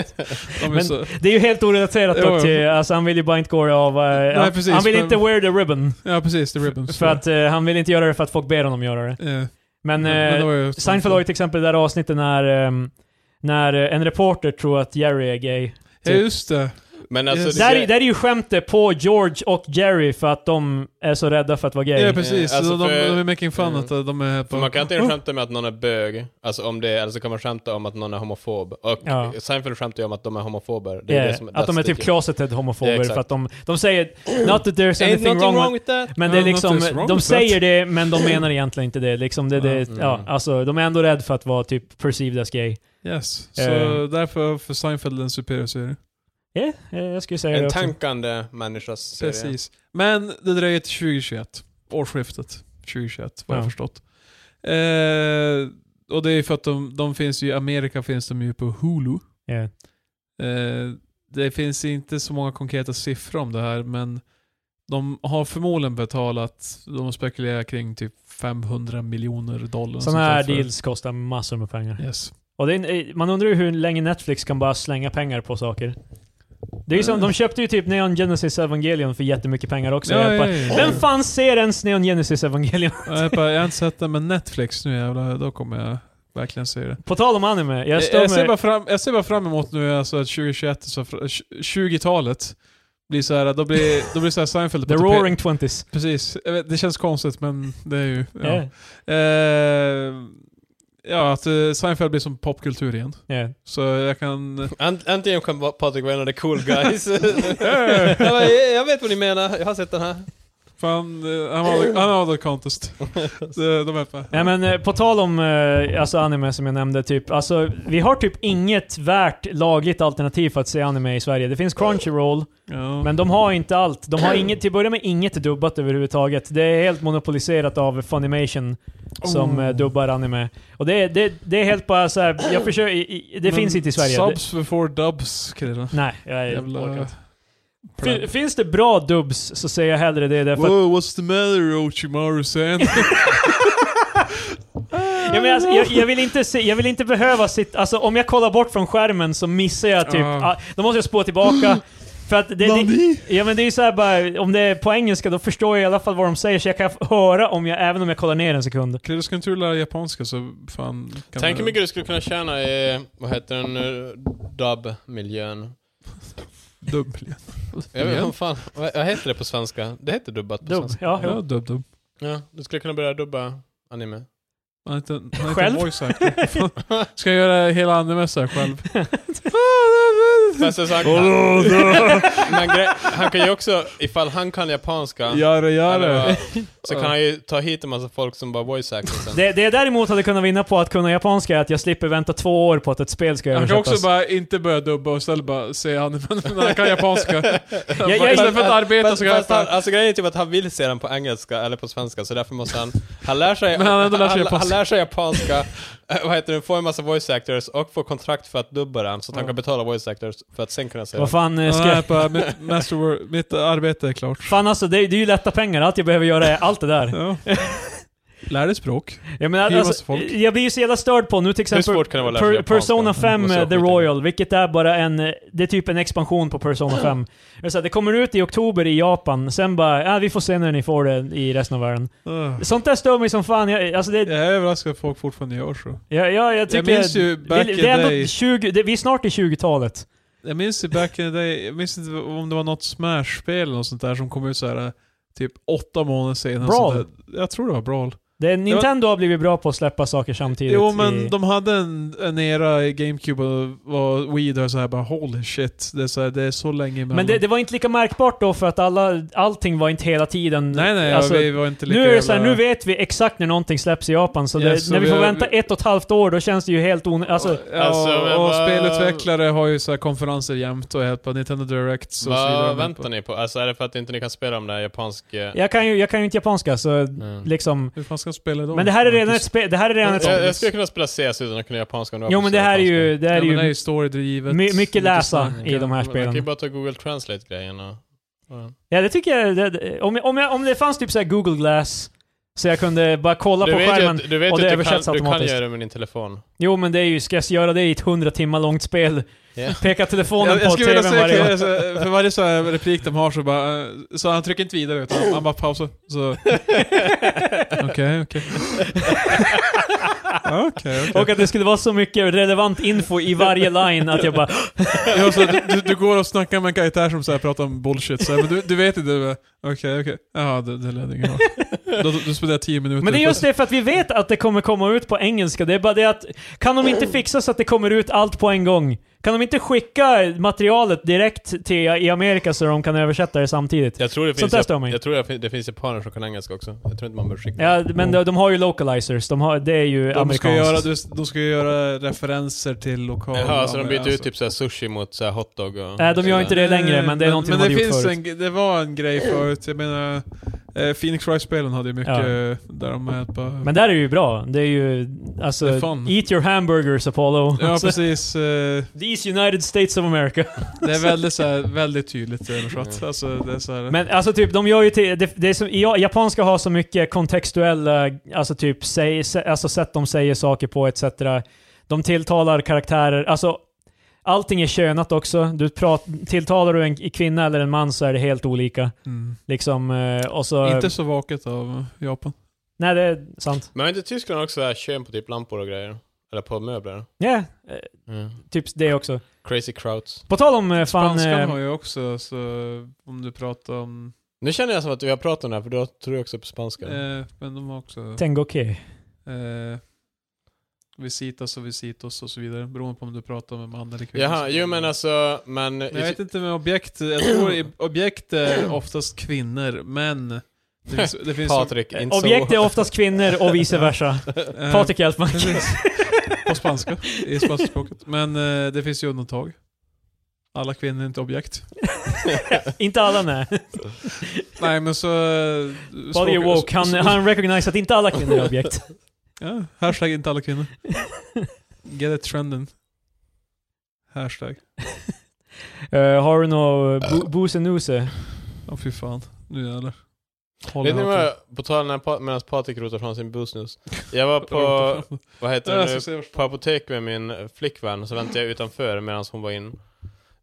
S2: är
S3: Men-
S2: så,
S3: Det är ju helt orelaterat
S2: Jo,
S3: dock
S2: jo.
S3: till, alltså han vill ju bara inte gå av, eh, han-
S2: precis,
S3: han vill
S2: men-
S3: inte wear the ribbon.
S2: ja precis, The Ribbons.
S3: För att eh, han vill inte göra det för att folk ber honom göra det.
S2: Ja. Men,
S3: Men,
S2: men
S3: eh,
S2: det var ju-
S3: Seinfeld har ju till exempel det där avsnittet när, ehm, när eh, en reporter tror att Jerry är gay.
S2: Ja just det.
S1: Men alltså...
S2: Yes.
S1: det-
S3: Där, är- där är ju skämtet på George och Jerry för att de är så rädda för att vara gay.
S2: Ja precis,
S1: Eh, alltså
S2: Så de,
S1: för-
S2: de är making fun
S1: Mm.
S2: att eh, de är helt
S1: För man kan inte skämta med att någon är bög, alltså om det, eller så kan man skämta om att någon är homofob. Och
S3: Ja.
S1: Seinfeld skämtar ju om att de är homofober. Det är
S3: Yeah,
S1: det som,
S3: att de är
S1: that's
S3: typ
S1: the-
S3: closeted homofober
S1: Ja, exakt.
S3: för att de, de säger “Not that there's
S1: Ain't
S3: anything,
S1: nothing wrong,
S3: wrong, with
S1: with that.
S3: Men det är
S2: Ja,
S3: liksom,
S2: nothing's wrong
S3: de
S2: with Ah,
S3: säger det men de menar egentligen inte det. Liksom det, det
S1: Mm.
S3: ja, alltså, de är ändå rädda för att vara typ perceived as gay.
S2: Yes, så
S3: Eh.
S2: därför för Seinfeld är en superior serie.
S3: Ja, eh, jag skulle säga det
S1: En
S3: också.
S1: tankande människas serie.
S2: Precis. Men det dröjer till 2021. Årsskiftet 2021, vad jag
S3: Ja.
S2: har förstått. Eh, och det är för att de, de finns ju i Amerika finns de ju på Hulu.
S3: Ja.
S2: Eh, det finns inte så många konkreta siffror om det här, men de har förmodligen betalat, de spekulerar kring typ 500 miljoner dollar.
S3: Sådana här
S2: för-
S3: deals kostar massor med pengar.
S2: Yes.
S3: Och det är, en- eh, man undrar ju hur länge Netflix kan bara slänga pengar på saker. Det är ju som, de köpte ju typ Neon Genesis Evangelion för jättemycket pengar också.
S2: Mm. Ja,
S3: Jag
S2: ja,
S3: bara,
S2: ja.
S3: Vem fan ser ens Neon Genesis Evangelion?
S2: Ja, Jag, bara, jag har inte sett den, men Netflix nu jävlar, då kommer jag verkligen se det.
S3: På tal om anime, jag
S2: Jag,
S3: står
S2: Eh, jag, ser, bara
S3: med...
S2: fram, jag ser bara fram emot nu alltså att 2021, så fr- tj- 20-talet, blir så här, då blir, då blir så här Seinfeld
S3: The
S2: på tapet-
S3: Roaring Twenties.
S2: Precis, jag vet, det känns konstigt men det är ju... Ja,
S3: Ja.
S2: eh, ja att eh, Seinfeld blir som popkultur igen.
S3: ja.
S2: Så jag kan...
S1: Ant- Antingen kan pa- Patrik vara en av the cool guys. jag, bara, "Ja, jag vet vad ni menar, jag har sett den här.
S2: Fan, eh, I'm out of- I'm out of contest. Så, de är på.
S3: Nej men eh, på tal om eh, alltså anime som jag nämnde, typ, alltså, vi har typ inget värt lagligt alternativ för att se anime i Sverige. Det finns Crunchyroll,
S2: Ja.
S3: men de har inte allt. De har inget, till att börja med inget dubbat överhuvudtaget. Det är helt monopoliserat av Funimation som
S2: Oh.
S3: eh, dubbar anime. Och det, är- det, det är helt bara så här, jag försöker, i- i- det
S2: Men
S3: finns inte i Sverige. Det,
S2: Subs before dubs, killar.
S3: nej, jag
S2: Jävla-
S3: orkar inte. Fin- Finns det bra dubs så säger jag hellre det. Därför att,
S2: Whoa, what's the matter Ochimaru-san?
S3: Ja, men alltså, jag, jag, vill inte se, jag vill inte behöva sitta... Alltså om jag kollar bort från skärmen så missar jag typ...
S2: Ja.
S3: ah, Då måste jag spå tillbaka. För att det, det,
S2: Nani?
S3: ja, men det är ju så här bara, om det är på engelska då förstår jag i alla fall vad de säger så jag kan höra om jag, även om jag kollar ner en sekund.
S2: Klidde, ska inte du lära japanska så fan... Kan
S1: Tänk
S2: du-
S1: hur mycket du skulle kunna tjäna i, vad heter den, eh, dubb-miljön.
S2: Dubbel.
S1: Jag vet inte fan, vad vad heter det på svenska? Det heter dubbat på
S3: Dubb.
S1: svenska.
S3: Ja,
S2: Ja, dubb, dubb.
S1: Ja, du skulle kunna börja dubba anime.
S2: Han är inte, han är inte
S3: Själv?
S2: en voice actor. Ska jag göra hela anime så här själv?
S1: Fast det är så han, men grej, han kan ju också, ifall han kan japanska,
S2: Gör det, gör
S1: eller vad,
S2: det.
S1: så kan han ju ta hit en massa folk som bara voice acting sen.
S3: Det, det jag däremot hade kunnat vinna på att kunna japanska är att jag slipper vänta två år på att ett spel ska
S2: Han kan också
S3: översättas.
S2: bara inte börja dubba och istället bara säga anime när han kan japanska. Bara,
S3: jag-
S2: istället för att arbeta
S1: Fast,
S2: så kan han...
S1: fast han, alltså grejen är typ att han vill se den på engelska eller på svenska, så därför måste han... Han lär sig,
S2: Men han har ändå lärt sig
S1: han, han
S2: japanska.
S1: lär sig japanska, eh, vad heter det, får en massa voice actors och får kontrakt för att dubba den, så att han kan betala voice actors för att sen kunna se den.
S3: Vad fan, eh,
S2: Han
S3: ska
S2: är bara, mitt, masterwork, mitt arbete är klart.
S3: Fan alltså, det, det är ju lätta pengar. Allt jag behöver göra är allt det där.
S2: Ja. Lär dig språk.
S3: Jag, menar,
S2: Hyr massa
S3: alltså,
S2: folk.
S3: jag blir ju så jävla störd på nu till
S1: Hur
S3: exempel...
S1: svårt kan det vara att lära sig
S3: Per,
S1: japanska?
S3: Persona 5
S1: Det var så
S3: The
S1: skit.
S3: Royal, vilket är bara en... eh, Det är typ en expansion på Persona 5. Jag vill säga, det kommer ut i oktober i Japan, sen bara ja, vi får se när ni får det i resten av världen.
S2: Ah.
S3: Sånt där stör mig som fan. Jag, alltså det,
S2: Jag är överraskad att folk fortfarande gör så.
S3: jag, jag, jag
S2: Jag
S3: tycker...
S2: minns ju back
S3: vi,
S2: in
S3: det är ändå
S2: day.
S3: 20, det, vi är snart i 20-talet.
S2: Jag minns ju back in the day, jag minns inte om det var något Smash-spel eller något sånt där som kom ut så här typ åtta månader senare.
S3: Brawl.
S2: Sånt där. Jag tror det var Brawl.
S3: Det, Nintendo har blivit bra på att släppa saker samtidigt.
S2: Jo men
S3: i,
S2: de hade en, en era i GameCube och var Wii där så här bara holy shit. Det är så, här, det är så länge emellan.
S3: men det, det var inte lika märkbart då för att alla, allting var inte hela tiden...
S2: Nej nej,
S3: alltså,
S2: ja, vi var inte lika
S3: nu, är det så här,
S2: jävla-
S3: nu vet vi exakt när någonting släpps i Japan, så
S2: Ja,
S3: det,
S2: så
S3: när vi
S2: vi
S3: får
S2: har-
S3: vänta ett och ett halvt år, då känns det ju helt onödigt. Alltså,
S2: ja,
S1: Alltså, men
S2: och
S1: vad-
S2: spelutvecklare har ju så här konferenser jämt och hjälper Nintendo Directs och så vidare.
S1: Vad väntar ni på? Alltså är det för att inte ni kan spela om det här eh, japanska...
S3: jag, kan ju, jag kan ju inte japanska, så
S1: Mm.
S3: liksom...
S2: Hur fan ska de spela då?
S3: Men det här är redan ett spel, det här är redan ett
S1: Jag, jag skulle kunna spela CS utan att kunna japanska om det var
S3: Jo
S1: på
S3: men det här är
S1: japanska.
S3: ju, det här
S2: ja,
S3: är
S2: men det är
S3: ju
S2: ju storydrivet.
S3: my, mycket läsa
S2: snack,
S3: i
S2: ja.
S3: de här
S1: Men Man kan ju
S3: spelen.
S1: bara ta Google Translate-grejen och... Ja.
S3: Ja det tycker jag, det- det, om, jag- om, jag, om det fanns typ såhär Google Glass, så jag kunde bara kolla
S1: Du
S3: på
S1: vet ju
S3: skärmen.
S1: att, du vet
S3: och
S1: ju
S3: det
S1: att du, kan, du
S3: översätts
S1: kan
S3: automatiskt.
S1: göra det med din telefon.
S3: Jo men det är ju, ska jag göra det i ett 100 timmar långt spel?
S1: Ja.
S3: Peka telefonen
S2: Jag, jag
S3: på
S2: skulle vilja
S3: tvn
S2: säga,
S3: varje gång.
S2: alltså, för varje så här replik de har så bara, eh, så han trycker inte vidare utan han bara pausar. Så, Okej, okej. okej, okej.
S3: Och att det skulle vara så mycket relevant info i varje line att jag bara
S2: Ja, så du- Du, du går och snackar med en karaktär som så här pratar om bullshit, så här, men du, du vet inte. du bara, Okej, okej. Jaha, det, det ledde ingen vart. Du, du spenderar tio minuter.
S3: Men det är
S2: på-
S3: just det, för att vi vet att det kommer komma ut på engelska. Det är bara det att, kan de inte fixa så att det kommer ut allt på en gång? Kan de inte skicka materialet direkt till i Amerika så de kan översätta det samtidigt?
S1: Jag tror det
S3: Sånt
S1: finns,
S3: där
S1: jap-
S3: stör mig.
S1: jag tror det fin- det finns japaner som kan engelska också. Jag tror inte man behöver skicka
S3: Ja, men de, de har ju localizers, de har, det är ju
S2: De ska,
S3: amerikanskt.
S2: göra, du- de ska göra referenser till lokala...
S1: Jaha, så de byter
S2: alltså-
S1: ut typ såhär sushi mot såhär hotdog och...
S3: Nej, de gör inte det längre, men det är någonting
S2: men det
S3: de hade gjort
S2: finns
S3: förut.
S2: en, Det var en grej förut. Jag menar, eh, Phoenix Rise-spelen hade ju mycket
S3: Ja.
S2: eh, där de är bara...
S3: Men där är det ju bra. Det är ju, alltså,
S2: Det är fun.
S3: eat your hamburgers Apollo.
S2: ja,
S3: Alltså,
S2: precis. eh,
S3: These United States of America.
S2: Det är väldigt, så här, väldigt tydligt översatt. Alltså, det är så här,
S3: Men alltså typ, de gör ju till, det, det är som, ja, japanska har så mycket kontextuella, alltså typ, säg, sä, alltså sätt de säger saker på etc. De tilltalar karaktärer, alltså allting är könat också. Du prat, tilltalar du en kvinna eller en man så är det helt olika.
S2: mm.
S3: Liksom, eh, och så...
S2: Inte så vaket av Japan.
S3: Nej, det är sant.
S1: Men har inte Tyskland också såhär kön på typ lampor och grejer? Eller på möbler?
S3: Ja, eh,
S2: Mm.
S3: typ det också.
S1: Crazy crowds.
S3: På tal om eh, fan...
S2: Spanskan
S3: Eh,
S2: har ju också, så, om du pratar om...
S1: Nu känner jag som att vi har pratat om det här, för då tror jag också på spanska.
S2: Eh, men de har också...
S3: Tengoke.
S2: Eh, visitas och visitos och så vidare. Beroende på om du pratar om en man eller kvinna.
S1: Jaha, jo men alltså, men...
S2: Men jag vet inte med objekt, jag tror i- objekt är oftast kvinnor, men... Det finns, det finns
S1: Patrik, inte
S3: Objekt
S1: så...
S3: är oftast kvinnor och vice versa.
S2: eh,
S3: Patrik Hjältmark.
S2: precis. På spanska, i spanska språket. Men eh, det finns ju undantag. Alla kvinnor är inte objekt.
S3: inte alla nej.
S2: Nej men så... eh,
S3: Body
S2: språk-
S3: woke, han, han recognize att inte alla kvinnor är objekt.
S2: Ja, hashtag inte alla kvinnor. Get it trenden. Hashtag.
S3: Eh, har du något bo- bosenuse?
S2: Åh fy fan. Nu jävlar.
S1: Vet ni vad, jag- på tal om när medan Patrik rotar fram sin business. Jag var på, vad heter det nu, på apotek med min flickvän, så väntade jag utanför medan hon var in.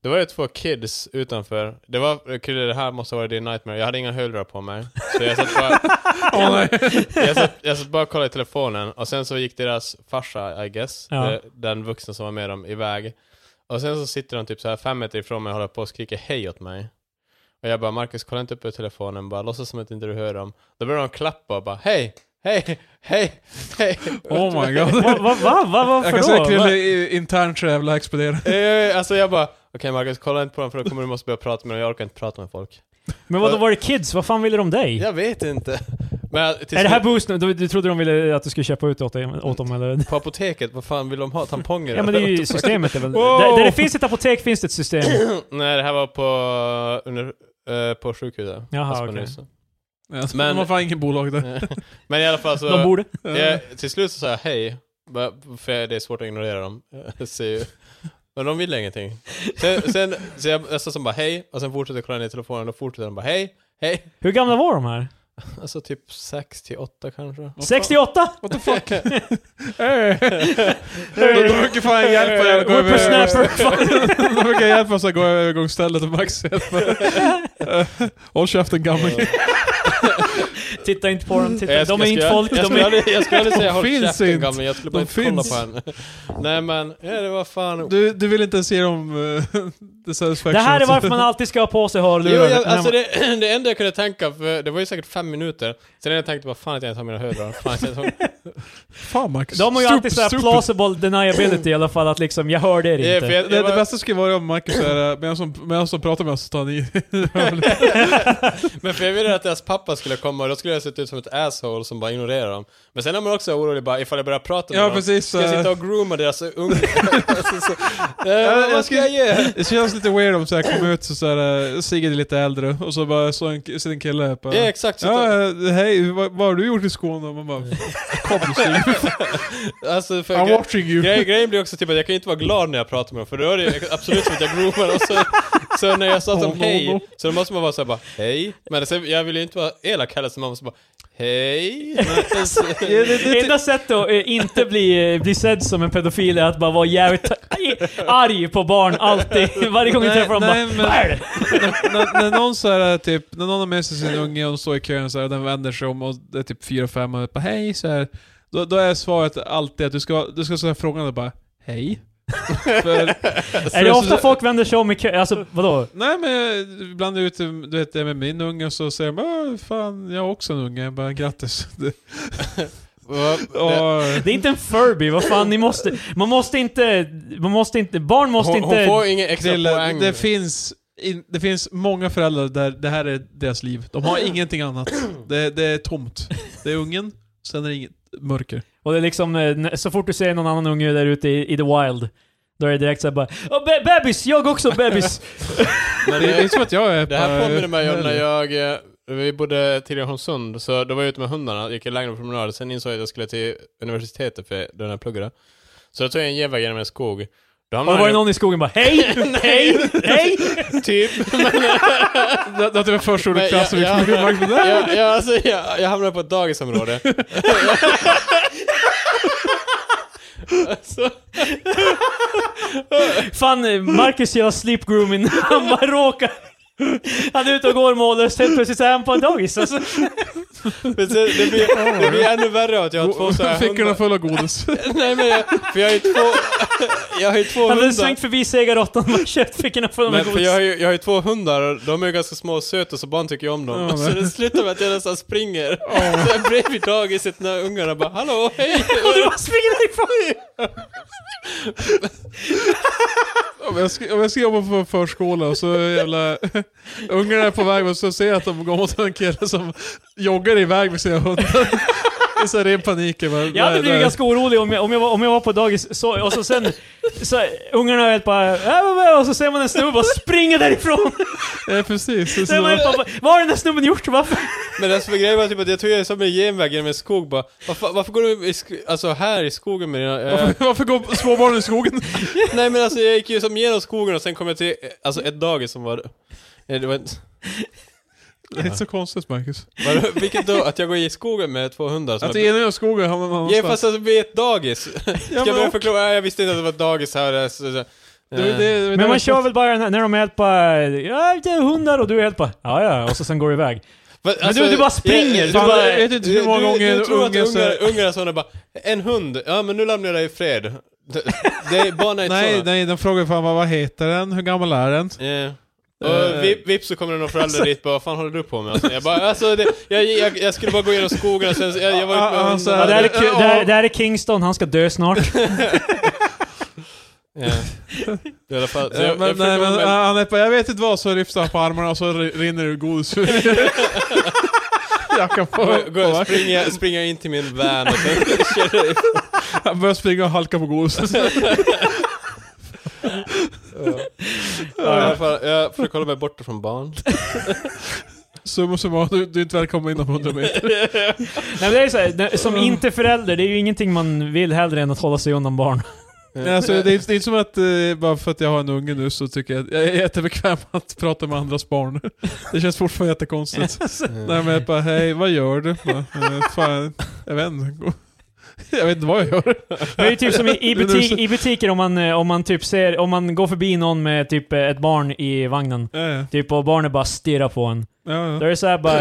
S1: Det var ju två kids utanför. Det var, Krille det här måste ha varit din nightmare. Jag hade inga hörlurar på mig. Så jag satt bara,
S2: Åh nej.
S1: jag satt, jag satt bara och kollade i telefonen. Och sen så gick deras farsa, I guess,
S3: Ja.
S1: de- den vuxna som var med dem, iväg. Och sen så sitter de typ så här fem meter ifrån mig och håller på och skriker hej åt mig. Och jag bara, Marcus kolla inte upp i telefonen, bara låtsas som att inte du hör dem. Då börjar de klappa och bara, hej, hej, hej, hej.
S2: Oh my god.
S3: Va, va, va, va, varför
S2: Jag kan
S3: då?
S2: säga
S3: Va-
S2: Krille i- internt så jävla exploderar.
S1: Eh, alltså jag bara, okej Marcus kolla inte på dem för då kommer du måste börja prata med dem, jag orkar inte prata med folk.
S3: Men vadå, var det kids? Vad fan ville de dig?
S1: Jag vet inte. Men eh, till
S3: är det
S1: slut,
S3: här boosten? Du, du trodde de ville att du skulle köpa ut åt, dig, åt dem eller?
S1: på apoteket, vad fan vill de ha? Tamponger?
S3: Ja men det är ju systemet är väl...
S1: Wow.
S3: Där, där det finns ett apotek finns det ett system.
S1: Nej det här var på, under, eh, på sjukhuset.
S3: Jaha,
S1: Alltså på
S3: Ah, okej.
S1: nysen.
S2: Men,
S1: Men-
S2: de har fan ingen bolag där.
S1: Men i alla fall så,
S3: De borde.
S1: jag, till slut så sa jag hej, bara för det är svårt att ignorera dem. Jag ser ju. Men de vill ingenting. Sen, sen så jag, jag sa som bara hej, och sen fortsätter jag kolla ner i telefonen och fortsätter de bara hej, hej.
S3: Hur gamla var de här?
S1: Alltså typ 6 till 8 kanske.
S2: Vad fan-
S3: 68?
S2: What the fuck? De de brukar fan hjälpa er att gå
S3: Whippersnapper.
S2: De brukar hjälpa oss att gå över Eh, övergångsstället och Max hjälper. Håll käften gamling.
S3: Titta inte på dem, titta.
S1: Jag
S3: De
S1: skulle-
S3: är inte
S1: jag skulle-
S3: folk,
S1: Jag
S3: de
S1: skulle
S3: är...
S1: aldrig- jag skulle aldrig säga
S2: De
S1: håll
S2: finns
S1: käften
S2: inte.
S1: gammal, jag skulle bara
S2: De
S1: inte kolla
S2: finns.
S1: på henne. Nej men, ja, det var fan...
S2: Du, du vill inte ens ge dem uh, the satisfaction.
S3: Det här är varför man alltid ska ha på sig
S1: Jo,
S3: hörlurar.
S1: jag, alltså det, det enda jag kunde tänka, för det var ju säkert fem minuter, sen jag tänkte bara fan att jag inte har mina hörlurar. Fan att jag inte har...
S2: Fan Max.
S3: De har ju
S2: Stup-
S3: alltid såhär
S2: stupid.
S3: plausible deniability i alla fall, att liksom jag hörde er
S1: Ja, för
S3: inte.
S1: jag,
S2: Det,
S1: jag
S2: det
S1: var,
S2: bästa skulle vara om Marcus är eh, medan som, medan som pratar med oss så tar han i.
S1: men för jag ville att deras pappa skulle komma och då skulle jag sett ut som ett asshole som bara ignorerar dem. Men sen är man också orolig bara ifall jag börjar prata med
S2: ja
S1: dem.
S2: precis.
S1: Ska jag sitta
S2: eh,
S1: och grooma deras unga? alltså, så, eh, vad- vad ska jag ge?
S2: Det känns lite weird om så jag kom ut så såhär, eh, Sigrid är lite äldre och så bara så en, sitter en kille här på...
S1: Ja exakt, sitta-
S2: Ja, eh, hej, vad, vad har du gjort i Skåne? Och Man bara, kom nu Sigrid.
S1: alltså, för
S2: I'm
S1: gre-
S2: watching you.
S1: grej, grejen blir också typ att jag kan ju inte vara glad när jag pratar med dem, för då är det ju absolut som att jag groomar och så, så när jag sa till dem
S2: Oh, no,
S1: hej,
S2: no.
S1: så då måste man vara såhär bara hej, men sen, jag vill ju inte vara elak heller så man måste bara hej. Men, så,
S2: Ja, det- det-
S3: Enda sättet att eh, inte bli, eh, bli sedd som en pedofil är att bara vara jävligt ta- arg på barn alltid. Varje gång du
S2: Nej,
S3: träffar dem
S2: nej,
S3: bara
S2: men-
S3: Vad är det?
S2: när, när, när någon så här, typ, när någon har med sig sin unge och de står i kön så här, och den vänder sig om och det är typ fyra, fem och bara hej så här. Då, då är svaret alltid att du ska, du ska så här frågande bara hej. för,
S3: Är det
S2: så-
S3: ofta folk vänder sig om i kö? Alltså vadå?
S2: Nej men jag- ibland är jag ute, du vet, jag är med min unge och så säger de "Åh, fan jag har också en unge, jag bara grattis. Det,
S1: och,
S2: och,
S3: Det är inte en Furby, vad fan ni måste... Man måste inte... Man måste inte... Barn måste
S1: hon,
S3: inte...
S1: hon får ingen extra
S2: Krille,
S1: poäng.
S2: det finns, in, det finns många föräldrar där det här är deras liv. De har ingenting annat. Det, det är tomt. Det är ungen, sen är det inget mörker.
S3: Och det är liksom, eh, n- så fort du ser någon annan unge där ute i, i the wild, då är det direkt såhär bara Åh, be- bebis! Jag också bebis!
S1: Men eh,
S2: Det, det är som att jag är
S1: Det här
S2: bara-
S1: påminner mig om när jag, eh, vi bodde tidigare i Holmsund, så då var jag ute med hundarna, gick en längre promenad, sen insåg jag att jag skulle till universitetet för den här pluggade. Så då tog jag en genväg genom en skog. Då
S3: Och då
S1: hamnade
S3: var det
S1: jag
S3: någon i skogen bara Hej! Hej! Hej!
S1: typ...
S2: Det, det är typ förskoleklass som
S1: Men
S2: vi
S1: jag- jag-
S2: kommer ihåg.
S1: jag, jag, alltså, jag, jag hamnade på ett dagisområde. alltså,
S3: Fan, eh, Marcus gör sleep grooming. Han bara råkar... Han är ute och går mållös, helt plötsligt så är han på en dagis. Alltså,
S1: men sen, det, blir, det blir ännu värre av att jag har två så här
S2: Fickorna
S1: hundar.
S2: fulla godis.
S1: Nej men jag, för jag har ju två... Jag har ju två
S3: han hade
S1: hundar.
S3: svängt förbi segarråttan och bara köpt fickorna fulla
S1: Men
S3: med
S1: för jag har,
S3: godis.
S1: ju, jag har ju två hundar och de är ju ganska små och söta så barn tycker ju om dem.
S2: Ja, men-
S1: så det slutar med att jag nästan springer. Så jag bredvid dagiset när ungarna bara hallå, hej!
S3: Och du bara springer därifrån!
S2: Om jag, ska, om jag ska jobba på en förskola och så är jävla ungarna är på väg och så ser jag att de går mot en kille som joggar iväg med sina hundar. I så här ren panik. Jag bara,
S3: Jag hade
S2: "Nej,
S3: blivit
S2: nej."
S3: ganska orolig om jag, om jag, var, om jag var på dagis, så, och så sen... Så, ungarna är helt bara... "Äh, vad- vad?" Och så ser man en snubbe bara springa därifrån!
S2: Ja, precis. Så,
S3: Sen var
S2: så,
S3: jag bara, vad har den där snubben gjort? Varför?
S1: Men alltså för grejen var typ att jag tog ju som en genväg genom en skog bara. Varför, varför går du i sk- alltså här i skogen med dina... Eh,
S2: varför, varför går småbarn i skogen?
S1: nej men alltså jag gick ju som genom skogen och sen kom jag till eh, alltså ett dagis som var... Nej, det var inte...
S2: Det är inte så konstigt Marcus.
S1: Var, det- vilket då? Att jag går i skogen med två hundar som
S2: Att
S1: är...
S2: det ena är skogen hamnar någon
S1: Ja
S2: annanstans.
S1: fast alltså vi är ett dagis. Ska
S2: Ja,
S1: jag
S2: men
S1: börja
S2: och-
S1: förklara? Ja, Jag visste inte att det var ett dagis här. eh, Så, så,
S2: det- det- det- det-
S3: Men man kör väl bara när, när de är helt bara... Ja, det är hundar och du är helt bara... Ja, ja, och så sen går du iväg.
S1: Men,
S3: du- du bara springer,
S1: alltså, jag-
S3: du
S2: Fan,
S3: bara-
S2: jag vet inte hur många gånger
S1: du, du tror
S2: ungar
S1: att
S2: så här-
S1: ungar, ungar är sådana bara En hund, ja men nu lämnar jag dig i fred. Det, det är, barn är inte
S2: Nej,
S1: sådana.
S2: nej, de frågar fan vad vad heter den? Hur gammal är den?
S1: Eh. Och
S2: Eh.
S1: vi- vips så kommer det någon förälder dit bara vad fan håller du på med? Alltså, jag bara alltså det, jag, jag, jag skulle bara gå genom skogen och sen jag, jag var ute med
S2: Ah, ah,
S1: hunden.
S2: så
S3: Ja,
S2: här-
S3: det, här är,
S2: Ja,
S3: ku- det, här, det här är Kingston, han ska dö snart.
S1: Ja. I alla fall, så
S2: Ja,
S1: jag,
S2: Eh, men,
S1: jag
S2: nej,
S1: försöker
S2: men, ah,
S1: vara med-
S2: han är på, jag vet inte vad, så lyfter han på armarna och så ri- rinner det godis ur jackan på,
S1: gå- gå-
S2: på
S1: springa, springa in till min van och sen kör jag ifrån.
S2: Han börjar springa och halka på godiset.
S1: I alla fall, Jag försöker hålla mig borta från barn.
S2: Summa summarum, du, du är inte välkommen inom 100 meter.
S3: Nej, men det är så här, det- som inte förälder, det är ju ingenting man vill hellre än att hålla sig undan barn.
S2: Nej, alltså, det, är, inte- det är inte som att eh, bara för att jag har en unge nu så tycker jag att jag är jättebekväm att prata med andras barn. Det känns fortfarande jättekonstigt. Nej men jag bara, hej vad gör du? Bara, "Eh, Fan, jag vet inte. Jag vet inte vad jag gör.
S3: Det är ju typ som i, i,
S2: Men det är
S3: butik,
S2: så-
S3: i butiker om man, eh, om man typ ser, om man går förbi någon med typ eh, ett barn i vagnen.
S2: Ja, ja.
S3: Typ och barnet bara stirrar på en.
S2: Ja, ja.
S3: Då är det såhär bara...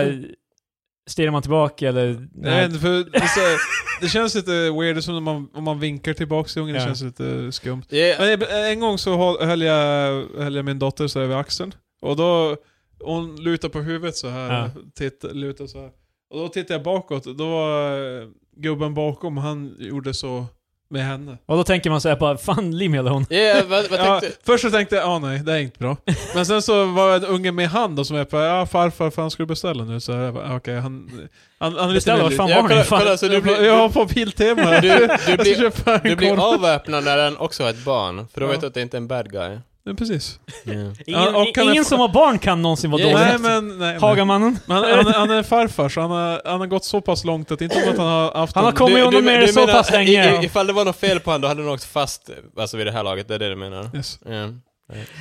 S3: Stirrar man tillbaka eller?
S2: Nej, för det, är så här, det känns lite weird som när man, om man vinkar tillbaka till ungen,
S3: Ja.
S2: det känns lite skumt.
S1: Yeah.
S2: Men eh, en gång så höll- höll jag, höll jag min dotter så här vid axeln. Och då, hon lutade på huvudet så här.
S3: Ja.
S2: Titt, lutade så här. Och då tittade jag bakåt. Då var eh, gubben bakom, han gjorde så med henne.
S3: Och då tänker man såhär bara, fan Lim eller hon?
S1: Yeah, vad, vad
S2: Ja,
S1: tänkte du?
S2: först så tänkte jag, ah nej, det är inte bra. Men sen så var jag en unge med hand och som jag bara, ja farfar, fan ska du beställa nu? Så jag bara, "Ah, okej, han... Han, han är lite
S3: Beställa vad
S2: nöjd."
S3: fan
S1: Ja,
S3: var
S1: kolla-
S3: det? Fan.
S1: kolla, så du blir-
S2: Jag har på Biltema.
S1: Du, du,
S2: jag ska
S1: blir,
S2: köpa en
S1: du blir
S2: korv.
S1: avväpnad när den också har ett barn, för då
S2: Ja.
S1: vet du att det inte är en bad guy.
S2: Ja, precis.
S3: Ingen,
S2: Ja, och kan
S3: ingen
S2: jag-
S3: som har barn kan någonsin vara
S1: Ja,
S3: dålig.
S2: Nej men... Nej, nej.
S3: Hagamannen?
S2: Men han, han, han är farfar, så han har, han har gått så pass långt att inte bara att han har haft
S3: Han har
S2: en-
S3: kommit undan med det så pass länge.
S1: I, i, ifall det var något fel på han då hade han åkt fast alltså, vid det här laget, det är det du menar?
S2: Yes.
S1: Ja.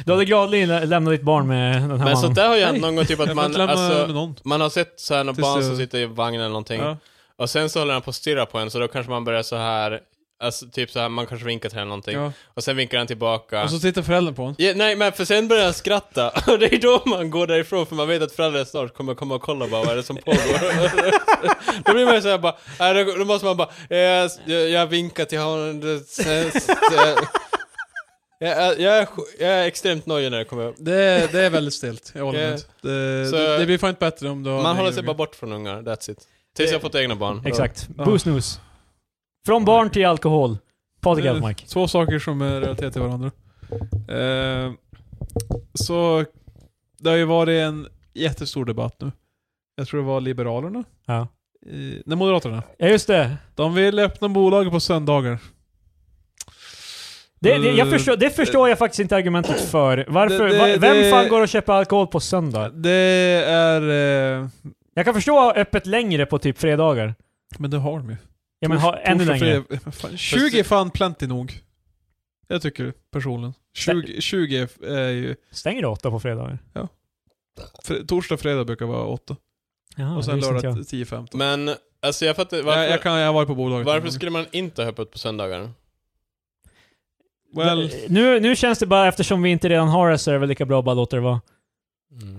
S3: Du hade gladeligen lä- lämnat ditt barn med den här
S1: Men
S3: mannen.
S1: sånt där har ju hänt
S2: Nej.
S1: någon gång, typ
S2: Jag
S1: att
S2: får inte
S1: man,
S2: lämna
S1: alltså,
S2: med någon.
S1: man har sett så här några
S2: Tills
S1: barn
S2: jag-
S1: som sitter i vagnen eller någonting,
S2: Ja.
S1: och sen så håller han på att stirra på en, så då kanske man börjar så här alltså typ så här man kanske vinkar till henne någonting,
S2: Ja.
S1: och sen vinkar han tillbaka.
S2: Och så tittar föräldern på honom.
S1: Ja, nej men för sen börjar han skratta, och det är då man går därifrån för man vet att föräldrarna snart kommer komma och kolla bara vad är det som pågår. då blir man ju såhär bara, nej, då, då måste man bara, eh, jag, jag vinkar till honom, det, ses, eh. jag, jag, jag, är, sj- jag är extremt nojig när det kommer upp.
S2: Det är, det är väldigt stelt, jag håller
S1: Ja.
S2: med. Det,
S1: Så-
S2: det, det blir fan inte bättre om du har
S1: Man
S2: en
S1: håller
S2: egen
S1: sig
S2: unge.
S1: bara bort från ungar, that's it. Tills
S3: Det-
S1: jag fått egna barn.
S3: Exakt.
S2: Ja.
S3: Boost news. Från barn till alkohol. Patrik
S2: Det-
S3: Elfmark.
S2: Två saker som är relaterade till varandra. Eh, så det har ju varit en jättestor debatt nu. Jag tror det var Liberalerna.
S3: Ja.
S2: Eh, nej, Moderaterna.
S3: ja, just det.
S2: De vill öppna bolaget på söndagar.
S3: Det, det, jag
S2: Eh,
S3: förstår, det förstår jag faktiskt inte argumentet för. Varför,
S2: Det- det-
S3: va- vem
S2: det-
S3: fan går och köper alkohol på söndag?
S2: Det är... Eh,
S3: Jag kan förstå öppet längre på typ fredagar.
S2: men det har de ju.
S3: Ja men ha, ännu
S2: Torsdag,
S3: längre.
S2: fredag- fan, 20 är fan plenty nog. Jag tycker personligen. 20, 20 är- är ju...
S3: Stänger det åtta på fredagar?
S2: fr- Torsdag, fredag brukar vara 8.
S3: Jaha,
S2: och
S3: det
S2: sen
S3: visste inte
S2: lördag
S3: jag.
S2: 10-15.
S1: Men, alltså jag fattar, varför,
S2: Jag, jag, kan, jag var på bolaget.
S1: varför skulle man inte ha öppet på söndagar?
S2: Well,
S3: Nu, nu känns det bara, eftersom vi inte redan har det så är det väl lika bra att bara låta det vara.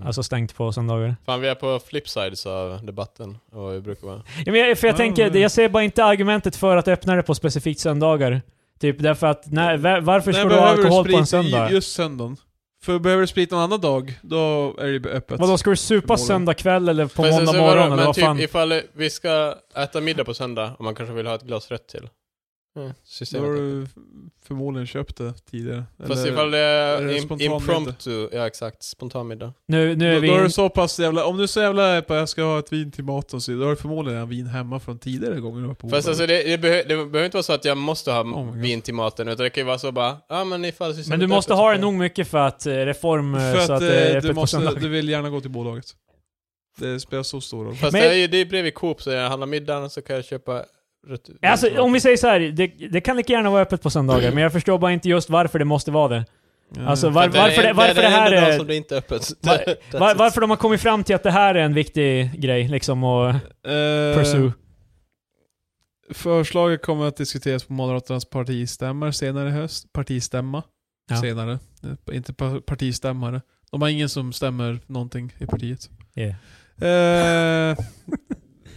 S3: Alltså stängt på söndagar.
S1: Fan vi är på flipsides av debatten, och vad vi brukar vara.
S3: Ja, men jag, för jag
S2: Ja,
S3: tänker,
S2: men-
S3: jag ser bara inte argumentet för att öppna det på specifikt söndagar. Typ därför att, när, va- varför
S2: nej,
S3: ska du ha
S2: behöver
S3: alkohol på en
S2: sprit
S3: söndag?
S2: ju- Just söndagen. För behöver du sprit någon annan dag, då är det öppet.
S3: Vadå, ska du supa
S2: Förmodligen.
S3: söndag kväll eller på
S1: Fast
S3: måndag
S1: alltså, vadå,
S3: morgon eller
S1: Men
S3: vad
S1: typ
S3: fan?
S1: ifall vi ska äta middag på söndag och man kanske vill ha ett glas rött till. Mm.
S2: Då har
S1: Systemet.
S2: du förmodligen köpt det tidigare.
S1: Fast
S2: Eller-
S1: ifall det är,
S2: eller
S1: im-
S2: spontan Oh,
S1: impromptu, ja exakt, spontan middag.
S3: Nu, nu är
S2: då,
S3: vi...
S2: då är
S3: in-
S2: du så pass jävla... Om du så jävla är på jag ska ha ett vin till maten, så då har du förmodligen en vin hemma från tidigare gånger du var på
S1: Fast
S2: bolaget.
S1: alltså det, det, behö- det behöver inte vara så att jag måste ha
S2: Oh my God.
S1: vin till maten, utan det kan ju vara så bara, ja ah, men ifall systemet
S3: Men du
S1: är
S3: måste
S1: öppet,
S3: ha
S1: så
S3: det
S1: kan-
S3: nog mycket för att eh, reform eh,
S2: För
S3: så
S2: att,
S3: att det är
S2: eh,
S3: öppet
S2: du,
S3: på
S2: måste,
S3: söndagar.
S2: du vill gärna gå till bolaget. Det spelar så stor roll.
S1: Fast
S3: Men-
S1: det är ju det är bredvid Coop, så jag handlar middagen så kan jag köpa rött
S3: Alltså om vi säger så här, det, det kan lika gärna vara öppet på söndagar, men jag förstår bara inte just varför det måste vara det.
S2: Eh,
S3: Alltså, var-
S1: För att det är-
S3: varför det- varför
S1: det,
S3: det
S1: är...
S3: här
S1: den enda
S3: är-
S1: dagen som det inte är öppet.
S3: Var,
S1: That's
S3: var,
S1: it.
S3: varför de har kommit fram till att det här är en viktig grej liksom att
S2: Eh,
S3: pursue.
S2: Förslaget kommer att diskuteras på Moderaternas partistämmor senare i höst. Partistämma.
S3: Ja.
S2: Senare. Eh, Inte pa- partistämmare. De har ingen som stämmer någonting i partiet.
S3: Yeah.
S2: Eh,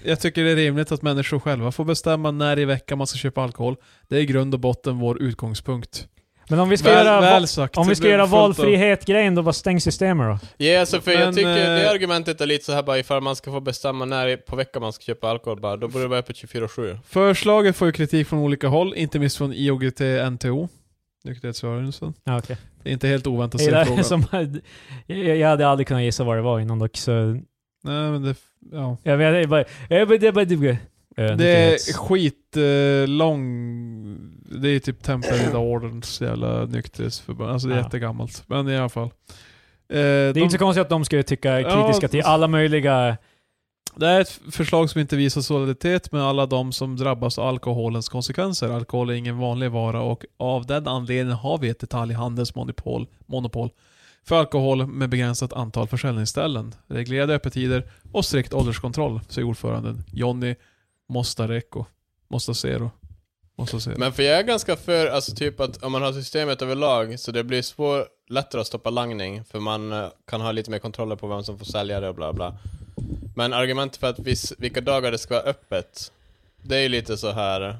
S2: jag tycker det är rimligt att människor själva får bestämma när i veckan man ska köpa alkohol. Det är i grund och botten vår utgångspunkt.
S3: Men om vi ska
S2: väl,
S3: göra, va-
S2: väl sagt.
S3: om vi ska
S2: Det
S3: göra
S2: blev fullt av-
S3: valfrihet-grejen, då bara stäng systemet då.
S1: Ja, alltså för
S2: Men,
S1: jag tycker det
S2: eh,
S1: argumentet är lite så här bara ifall man ska få bestämma när i- på veckan man ska köpa alkohol bara, då borde det vara öppet 24-7.
S2: Förslaget får ju kritik från olika håll, inte minst från IOGT-NTO. Nykterhetsrörelsen.
S3: Ja, okej.
S2: Det är inte helt oväntat
S3: Jag
S2: sin
S3: gillar
S2: fråga.
S3: som, jag jag hade aldrig kunnat gissa vad det var innan dock, så...
S2: Nej, men det, ja.
S3: Jag vet jag bara... Jag vet, jag bara, jag bara Eh,
S2: det är
S3: nyttighets-
S2: skit eh, lång... Det är typ Tempelriddarordenens jävla nykterhetsförbund. Alltså det är
S3: Ja.
S2: jättegammalt. Men i alla fall. Eh,
S3: det är inte så konstigt att de skulle tycka är
S2: Ja,
S3: kritiska till alla möjliga...
S2: Det är ett förslag som inte visar solidaritet med alla de som drabbas av alkoholens konsekvenser. Alkohol är ingen vanlig vara och av den anledningen har vi ett detaljhandelsmonopol monopol för alkohol med begränsat antal försäljningsställen, reglerade öppettider och strikt ålderskontroll, säger ordföranden Jonny Mostareko. Mostasero. Mostasero.
S1: Men för jag är ganska för, alltså typ att om man har systemet överlag så det blir svår, lättare att stoppa langning för man eh, kan ha lite mer kontroller på vem som får sälja det och bla bla. Men argumentet för att viss, vilka dagar det ska vara öppet, det är ju lite så här...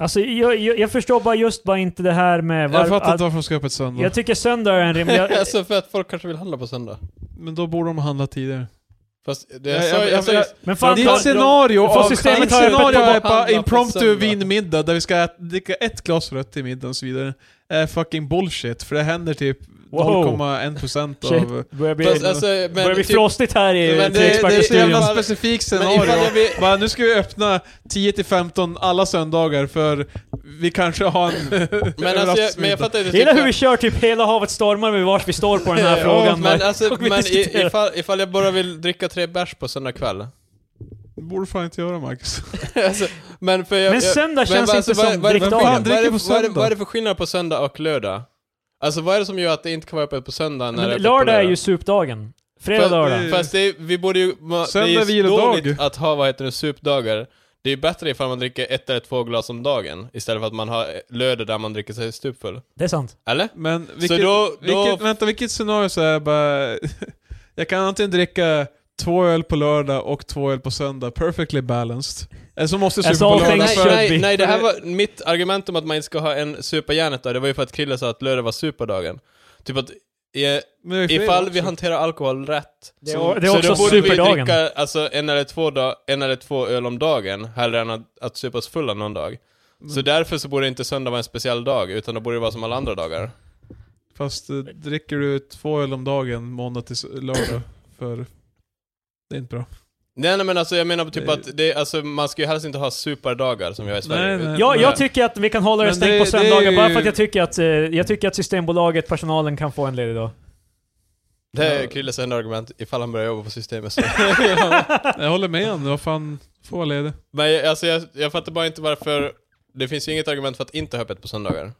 S3: Alltså jag, jag, jag förstår bara just bara inte det här med...
S2: Jag
S3: varv-
S2: fattar
S3: att,
S2: inte varför de ska ha öppet söndag.
S3: jag tycker söndag är en rimlig... jag-
S1: alltså för att folk kanske vill handla på söndag.
S2: Men då borde de handla tidigare.
S1: Fast det, jag,
S2: Ja, ja,
S1: sa-
S2: ja,
S1: jag, sa
S2: ja.
S1: jag,
S3: men fan,
S2: Det är ett
S3: ta-
S2: scenario
S3: För
S2: av...
S3: systemet
S2: Ett
S3: har öppet
S2: scenario
S1: på
S2: är bara
S1: handla på
S2: impromptu
S1: söndag.
S2: vinmiddag där vi ska ät- dricka ett glas rött till middagen och så vidare. Är fucking bullshit, för det händer typ
S3: Wow.
S2: 0,1%
S3: Shit.
S2: av...
S3: Börjar bli,
S1: fast, alltså,
S3: börjar
S1: men,
S3: bli
S1: typ,
S3: frostigt här i
S1: Men
S2: Det, det är så
S1: Expertstudion.
S2: jävla
S3: Treksparksstudion.
S1: Men-
S2: specifikt
S1: men
S2: scenario.
S1: ifall jag vill,
S2: Bara, nu ska vi öppna 10-15 alla söndagar för vi kanske har en
S1: men, alltså, jag, men jag fattar inte...
S3: Gillar hur vi kör typ hela havet stormar med vars vi står på den här
S1: Ja,
S3: frågan.
S1: Men, alltså,
S3: Och vi
S1: men i,
S3: diskuterar.
S1: ifall, ifall jag bara vill dricka tre bärs på söndag kväll.
S2: Det borde fan inte göra Marcus.
S1: alltså, men för jag,
S3: Men
S1: jag,
S3: söndag känns
S1: vad- alltså,
S3: inte
S1: vad-
S3: som
S1: vad är det för
S3: drickdagen.
S1: skillnad?
S2: Fan, dricker
S1: Vad är det- vad är det-
S2: på söndag.
S1: Vad är det för skillnad på söndag och lördag? Alltså vad är det som gör att det inte kan vara öppet på söndag när det
S3: Men
S1: öppet på
S3: lördag är
S1: lördag?
S3: ju supdagen. Fredag,
S1: Fast-
S3: lördag.
S1: Fast det är, vi borde ju... ma-
S2: Söndag
S1: det är
S2: är
S1: ju
S2: vilodag.
S1: dåligt att ha, vad heter det, supdagar. Det är ju bättre ifall man dricker ett eller två glas om dagen, istället för att man har lördag där man dricker sig stupfull.
S3: Det är sant.
S1: Eller?
S2: Men vilket,
S1: då- då-
S2: vilket, vänta, vilket scenario så är bara... jag kan antingen dricka två öl på lördag och två öl på söndag, perfectly balanced. Eller så måste jag
S3: As
S2: supa på
S3: all
S2: lördag
S1: Nej,
S3: things
S2: för...
S3: should
S1: nej,
S3: be.
S1: nej, det här var mitt argument om att man inte ska ha en supa järnet där, det var ju för att Krille sa att lördag var superdagen. Typ att i,
S2: Men det är ju fredag
S1: ifall vi
S2: också.
S1: hanterar alkohol rätt,
S3: Det
S2: Så-
S3: är, det är
S1: så
S3: också
S1: då borde vi
S3: superdagen.
S1: dricka alltså, en, eller två dag, en eller två öl om dagen, hellre än att, att supa oss fulla någon dag.
S2: Mm.
S1: Så därför så borde inte söndag vara en speciell dag, utan då borde det vara som alla andra dagar.
S2: Fast eh, dricker du två öl om dagen måndag till s- lördag för... Det är inte bra.
S1: Nej, nej men alltså jag menar typ
S2: Det-
S1: att det, alltså, man ska ju helst inte ha superdagar som vi har i Sverige.
S2: Nej, nej.
S3: Jag, jag
S1: Men-
S3: tycker att vi kan hålla det
S2: Men
S3: stängt
S2: det-
S3: på
S2: det
S3: söndagar
S2: är ju-
S3: bara för att jag tycker att, eh, jag tycker att Systembolaget, personalen kan få en ledig dag.
S1: Det är Krilles enda argument, ifall han börjar jobba på systemet så.
S2: Jag håller med om det, vad fan... Få vara ledig.
S1: men jag- alltså jag, jag fattar bara inte varför, det finns ju inget argument för att inte ha öppet på söndagar.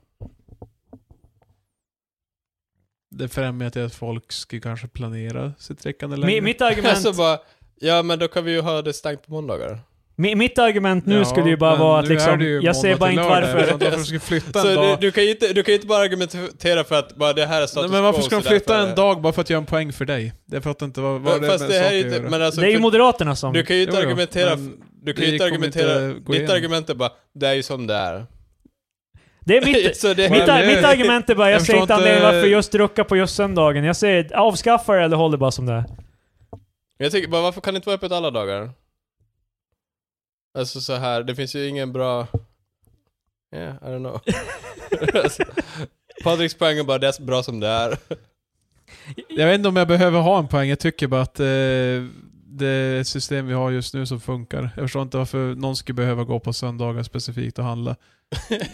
S2: Det främjar till att folk ska kanske planera sitt drickande längre.
S3: Mi, mitt, argument,
S1: Alltså bara, ja men då kan vi ju ha det stängt på måndagar.
S3: mi, mitt argument nu
S2: Ja,
S3: skulle ju bara
S2: men
S3: vara att
S2: nu är
S3: liksom,
S2: det ju
S3: jag ser
S2: måndag
S3: bara
S2: till
S3: inte
S2: lördag,
S3: varför.
S2: utan Varför ska vi flytta en
S1: Så du,
S2: dag?
S1: du, kan ju inte, du kan ju inte bara argumentera för att bara det här är status
S2: Nej, men varför
S1: quo,
S2: ska de
S1: så därför
S2: flytta
S1: är det-
S2: en dag bara för att göra en poäng för dig? Det fattar inte vad, vad det
S1: Fast
S2: med
S1: det här är
S2: saker
S1: ju
S2: att
S1: inte,
S2: göra.
S1: men alltså,
S3: Det är ju
S1: för-
S3: Moderaterna som...
S1: du kan ju inte
S2: Jo, jo,
S1: argumentera,
S2: men
S1: du kan ju
S2: det
S1: inte
S2: kommer
S1: argumentera,
S2: inte gå
S1: ditt
S2: igenom.
S1: argument är bara, det är ju som det är.
S3: Det är mitt,
S1: så det är
S3: mitt,
S2: Men det-
S3: mitt argument är bara, jag,
S2: jag
S3: ser
S2: förstår
S3: inte anledningen
S2: inte-
S3: varför just rucka på just söndagen. Jag säger avskaffa det eller håll det bara som det är.
S1: Jag tycker bara, varför kan det inte vara öppet alla dagar? Alltså så här, det finns ju ingen bra... Yeah, I don't know. alltså, Patriks poäng är bara, det är bra som det är.
S2: Jag vet inte om jag behöver ha en poäng, jag tycker bara att eh, det är ett system vi har just nu som funkar. Jag förstår inte varför någon skulle behöva gå på söndagar specifikt och handla.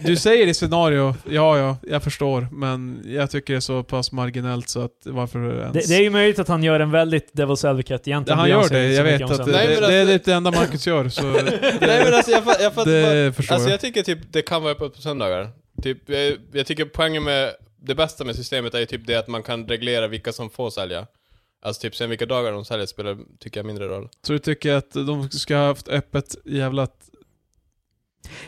S2: Du säger i scenario, ja ja, jag förstår, men jag tycker det är så pass marginellt så att varför ens...
S3: Det, det är ju möjligt att han gör en väldigt Devil's Advocate egentligen.
S2: han
S3: bryr
S2: gör
S3: sig
S2: det,
S3: inte så
S2: jag vet
S3: mycket om
S2: att det,
S3: söndag.
S1: Nej, men
S2: det, det är
S1: alltså-
S2: det enda Marcus gör, så
S1: Nej men alltså jag, fa- jag fattar bara,
S2: det förstår
S1: Alltså
S2: jag.
S1: jag tycker typ det kan vara öppet på söndagar. Typ, jag, jag tycker poängen med det bästa med systemet är ju typ det att man kan reglera vilka som får sälja. Alltså typ sen vilka dagar de säljer spelar, tycker jag, mindre roll.
S2: Så du tycker att de ska ha haft öppet jävla...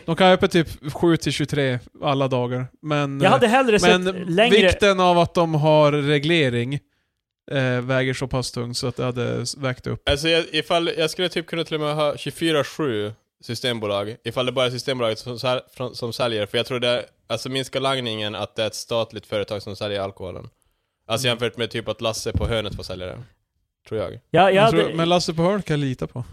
S2: De kan ha öppet typ 7-23 alla dagar, men... eh,
S3: Jag hade hellre sett
S2: Men
S3: längre...
S2: vikten av att de har reglering eh, väger så pass tungt så att det hade s- vägt upp.
S1: Alltså jag, ifall, jag skulle typ kunna till och med ha 24-7 systembolag, ifall det bara är Systembolaget som, säl- från- som säljer, för jag tror det, alltså minskar langningen att det är ett statligt företag som säljer alkoholen.
S3: Mm.
S1: Alltså jämfört med typ att Lasse på hörnet får sälja det. Tror jag.
S3: Ja, jag
S2: Jag
S3: hade...
S2: tror, men Lasse på Hörn kan jag lita på.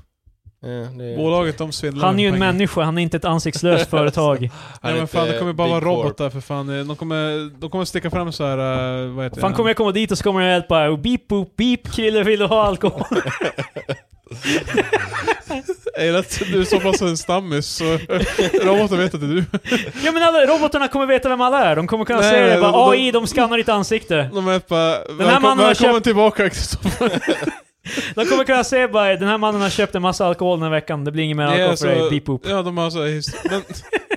S1: Ja, det är-
S2: Bolaget de svindlar
S3: Han är ju en
S2: med pengar.
S3: människa, han är inte ett ansiktslöst företag.
S2: Nej
S1: är
S2: men fan,
S1: ett,
S2: det kommer
S1: eh,
S2: bara vara
S1: Big Corp.
S2: robotar för fan. Eh, De kommer, de kommer sticka fram så här. eh, vad heter
S3: Fan
S2: det?
S3: kommer jag komma dit och så kommer jag hjälpa och beep boop beep, kille vill du ha alkohol?
S2: Jag gillar att du är så pass en stammis så roboten vet att det är du.
S3: ja men alla, robotarna kommer veta vem alla är, de kommer kunna
S2: Nej,
S3: säga det
S2: nej,
S3: bara
S2: de-
S3: AI, de skannar ditt ansikte.
S2: De är bara,
S3: här
S2: välkom,
S3: mannen har
S2: välkommen
S3: köpt-
S2: tillbaka Kristoffer.
S3: De kommer kunna säga bara den här mannen har köpt en massa alkohol den här veckan, det blir ingen mer
S2: Det är alltså
S3: alkohol för dig,
S2: så-
S3: beep boop.
S2: Ja, de har så här his- men,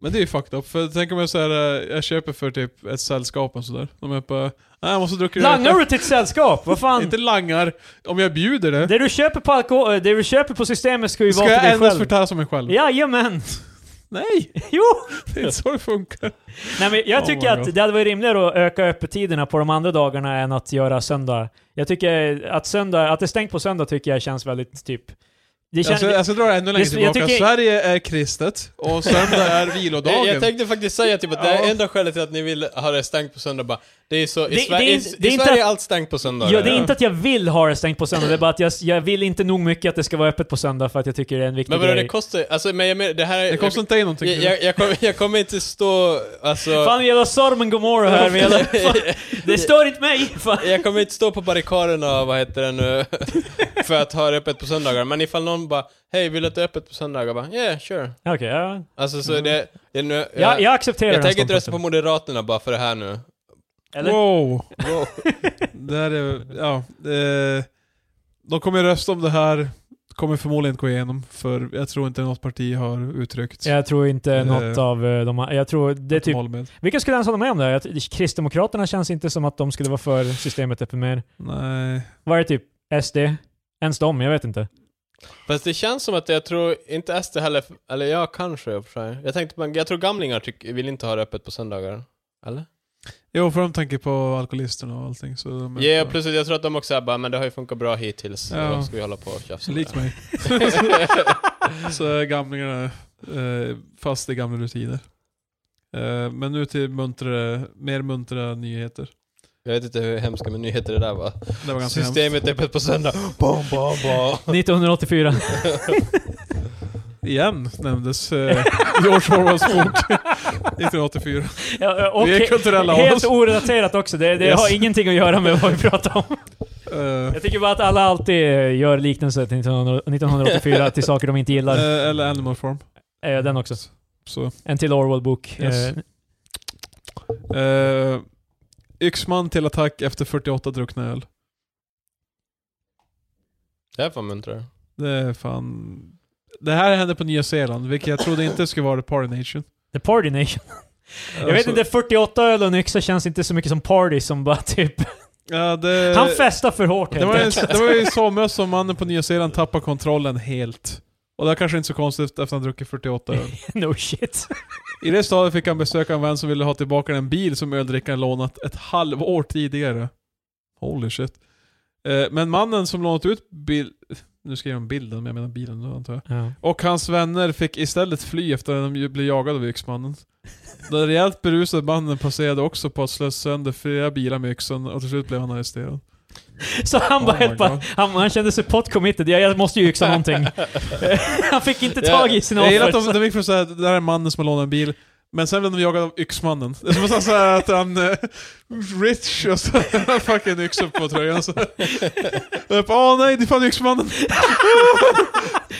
S2: men det är ju fucked up. För tänk om jag säger eh, jag köper för typ ett sällskap och sådär. De är bara, nej jag måste dricka
S3: Langar du till ett sällskap? Vad fan?
S2: Inte langar, om jag bjuder det.
S3: Det du eh, köper på alkohol, det du köper på systemet ska ju
S2: ska
S3: vara till
S2: jag
S3: dig
S2: endast
S3: själv.
S2: förtära som mig själv.
S3: Jajamän!
S2: Nej!
S3: Jo!
S2: Det är inte så det funkar.
S3: Nej, men jag
S2: Oh
S3: tycker
S2: my
S3: att
S2: God.
S3: det hade varit rimligare att öka öppettiderna på de andra dagarna än att göra söndag. Jag tycker att söndag, att det är stängt på söndag tycker jag känns väldigt typ... Det
S2: Jag
S3: känns,
S2: ska, jag ska dra det ännu längre
S3: jag
S2: tillbaka.
S3: tycker-
S2: Sverige är kristet och söndag är vilodagen.
S1: Jag, jag tänkte faktiskt säga typ att det
S2: Ja.
S1: är enda skälet till att ni vill ha det stängt på söndag bara, det är så, i,
S3: Det-
S1: Sverige-
S3: det är
S1: i-
S3: inte- det är
S1: i
S3: inte
S1: Sverige är
S3: att-
S1: allt stängt på söndag.
S3: ja, det är inte att jag vill ha det stängt på söndag, det är bara att jag, jag vill inte nog mycket att det ska vara öppet på söndag för att jag tycker det är en viktig
S1: Men vadå,
S3: grej.
S1: det kostar alltså, men jag menar, det här är...
S2: det kostar inte dig någonting.
S1: jag, jag, jag, kommer, jag kommer inte stå, alltså...
S3: Fan, vi jävla Sormen Gomorra här med jävla, fan, Det stör inte mig! Fan.
S1: Jag kommer inte stå på barrikaderna, vad heter det nu, för att ha det öppet på söndagar. Men ifall någon bara, hej, vill du att det är öppet på söndagar? Jag bara, yeah, sure.
S3: Okej, ja.
S1: Alltså så det, det är nu, jag,
S3: jag, jag accepterar
S1: jag
S3: den
S1: tänker inte rösta på
S3: ståndpunkten.
S1: Moderaterna bara för det här nu.
S3: Eller?
S2: Wow!
S1: Wow.
S2: Det här är, ja, eh, de kommer rösta om det här, kommer förmodligen inte gå igenom, för jag tror inte något parti har uttryckt
S3: Jag tror inte
S2: Eh,
S3: något av eh, de här- Jag tror det är
S2: att de
S3: typ...
S2: håller med.
S3: Vilka skulle ens hålla med om det? här? Jag tror- Kristdemokraterna känns inte som att de skulle vara för systemet öppet mer.
S2: Nej.
S3: Vad är det typ? SD? Ens de? Jag vet inte.
S1: Fast det känns som att jag tror, inte SD heller, eller jag kanske i och för sig. Jag tänkte på, jag tror gamlingar tyck, vill inte ha det öppet på söndagar. Eller?
S2: Jo, för de tänker på alkoholisterna och allting. Så de
S1: Ja,
S2: är
S1: yeah,
S2: på-
S1: plus att jag tror att de också är bara, men det har ju funkat bra hittills,
S2: Ja.
S1: då ska vi hålla på och tjafsa
S2: Så
S1: om
S2: likt
S1: det.
S2: mig. så är gamlingarna eh, fast i gamla rutiner. Eh, men nu till muntrare, mer muntra nyheter.
S1: Jag vet inte hur hemska men nyheter det där var.
S2: Det var ganska hemskt.
S1: Systemet är öppet på söndag. Bom, bom, bom.
S3: 1984.
S2: Igen nämndes eh, George Orwells bok 1984.
S3: Ja, och
S2: Vi är kulturella av
S3: Helt
S2: oss.
S3: orelaterat också. Det, det
S2: Yes.
S3: har ingenting att göra med vad vi pratar om.
S2: Eh,
S3: Jag tycker bara att alla alltid eh, gör liknelser till 1900 1984 till saker de inte gillar.
S2: eh, eller Animal Farm.
S3: Eh, Den också.
S2: Så.
S3: En till Orwell-bok.
S2: Yes.
S3: Eh,
S2: Eh, yxman till attack efter 48 druckna öl.
S1: Det här var muntrare.
S2: Det är fan... Det här hände på Nya Zeeland, vilket jag trodde inte skulle vara The Party Nation.
S3: The Party Nation. Jag vet
S2: Alltså,
S3: inte, 48 öl och en yxa känns inte så mycket som party som bara typ...
S2: Ja, det,
S3: Han festar för hårt
S2: Eh, det, var
S3: helt
S2: en,
S3: enkelt.
S2: det var ju i somras som mannen på Nya Zeeland tappade kontrollen helt. Och det är kanske inte så konstigt efter att han druckit 48 öl.
S3: No shit.
S2: I det stadiet fick han besöka en vän som ville ha tillbaka den bil som öldrickaren lånat ett halvår tidigare. Holy shit. Eh, Men mannen som lånat ut bil... Nu skrev han bilden, men jag menar bilen då antar jag.
S3: Ja.
S2: Och hans vänner fick istället fly efter att de ju blev jagade av yxmannen. Den rejält berusade mannen passerade också på att slå sönder flera bilar med yxan och till slut blev han arresterad.
S3: Så han bara
S2: Oh my
S3: helt bara,
S2: God.
S3: han, han kände sig pot committed, jag, jag måste ju yxa någonting. han fick inte
S1: Ja,
S3: tag i sina
S2: Jag gillar
S3: offer.
S2: att de, de gick från såhär, det där är mannen som har lånat en bil, men sen blev de jagade av yxmannen. Det är som att säga att han eh, rich och så har han fucking yxa på tröjan så. Jag bara, Åh nej, det är fan yxmannen!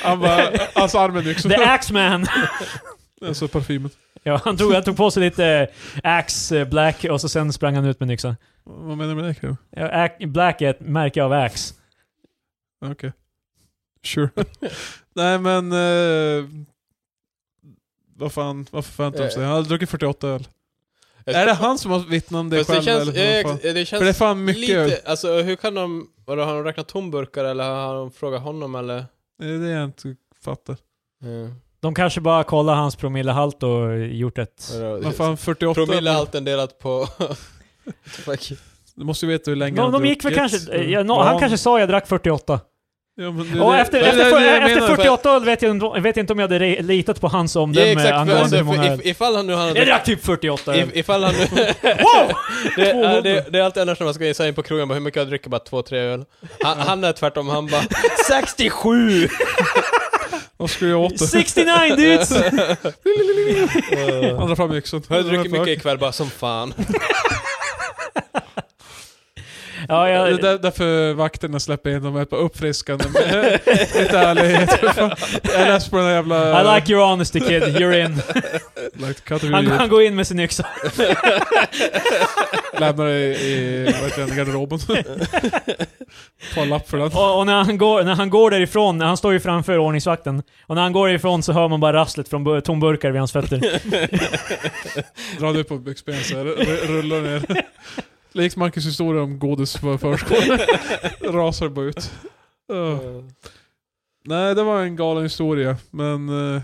S2: Han bara, alltså armen yxan.
S3: The Axeman!
S2: Alltså parfymen.
S3: Ja, han, tog, han tog på sig lite Axe eh, Black och så sen sprang han ut med en yxa.
S2: Vad menar du med det Kevin?
S3: Ja, Ac- Black är ett märke av Axe.
S2: Sure. Nej men... Eh, vad fan, varför förväntar de sig? Han hade druckit 48 öl. Är det han som har vittnat om det
S1: Fast
S2: själv
S1: känns,
S2: eller?
S1: eh,
S2: vad fan?
S1: eh, det känns
S2: För det är fan mycket öl.
S1: lite, alltså hur kan de, vadå, har de räknat tomburkar eller har de frågat honom eller?
S2: Det är det jag inte fattar.
S1: Mm.
S3: De kanske bara kollar hans promillehalt och gjort ett...
S1: Vadå,
S2: Vad fan 48?
S1: Promillehalten delat på... Fuck.
S2: Du måste ju veta hur länge
S3: De,
S2: han
S3: de gick väl
S2: druckit.
S3: kanske... eh, Ja, no, Han kanske sa jag drack 48.
S2: Ja, men
S3: Och efter,
S2: det är
S3: efter,
S2: det jag
S3: efter
S2: menar.
S3: 48 öl vet jag, inte- vet jag inte om jag hade re- litat på hans
S1: Ja
S3: omdöme
S1: exakt, för,
S3: angående
S1: alltså,
S3: hur många
S1: för,
S3: öl.
S1: if, ifall han nu har...
S3: Jag drack typ 48 öl.
S1: if, ifall han nu...
S3: Wow!
S1: det, är-
S3: 200.
S1: det, det är alltid annars när man ska säga in på krogen bara hur mycket jag dricker, bara två, tre öl. Han, han är tvärtom, han bara 67!
S2: Vad skulle jag åt det?
S3: 69 dudes!
S1: Eh,
S2: Han drar fram yxan.
S1: Jag dricker mycket ikväll bara som fan.
S3: ja,
S2: Det är
S3: jag,
S2: där, därför vakterna släpper in dem, är bara uppfriskande med lite ärlighet. Jag läste på den där jävla...
S3: I like your honesty kid, you're in.
S2: Like, kategori-
S3: Han, han går in med sin yxa.
S2: Lämnar det i, i vad heter det, garderoben. Får en lapp för den.
S3: Och, och när, han går, när han går därifrån, han står ju framför ordningsvakten. Och när han går därifrån så hör man bara rasslet från bu- tomburkar vid hans fötter.
S2: Drar nu på byxben så här, r- rullar ner. Likt Marcus historia om godis på förskolan. Rasar bara ut. Öh. Nej, det var en galen historia, men... eh,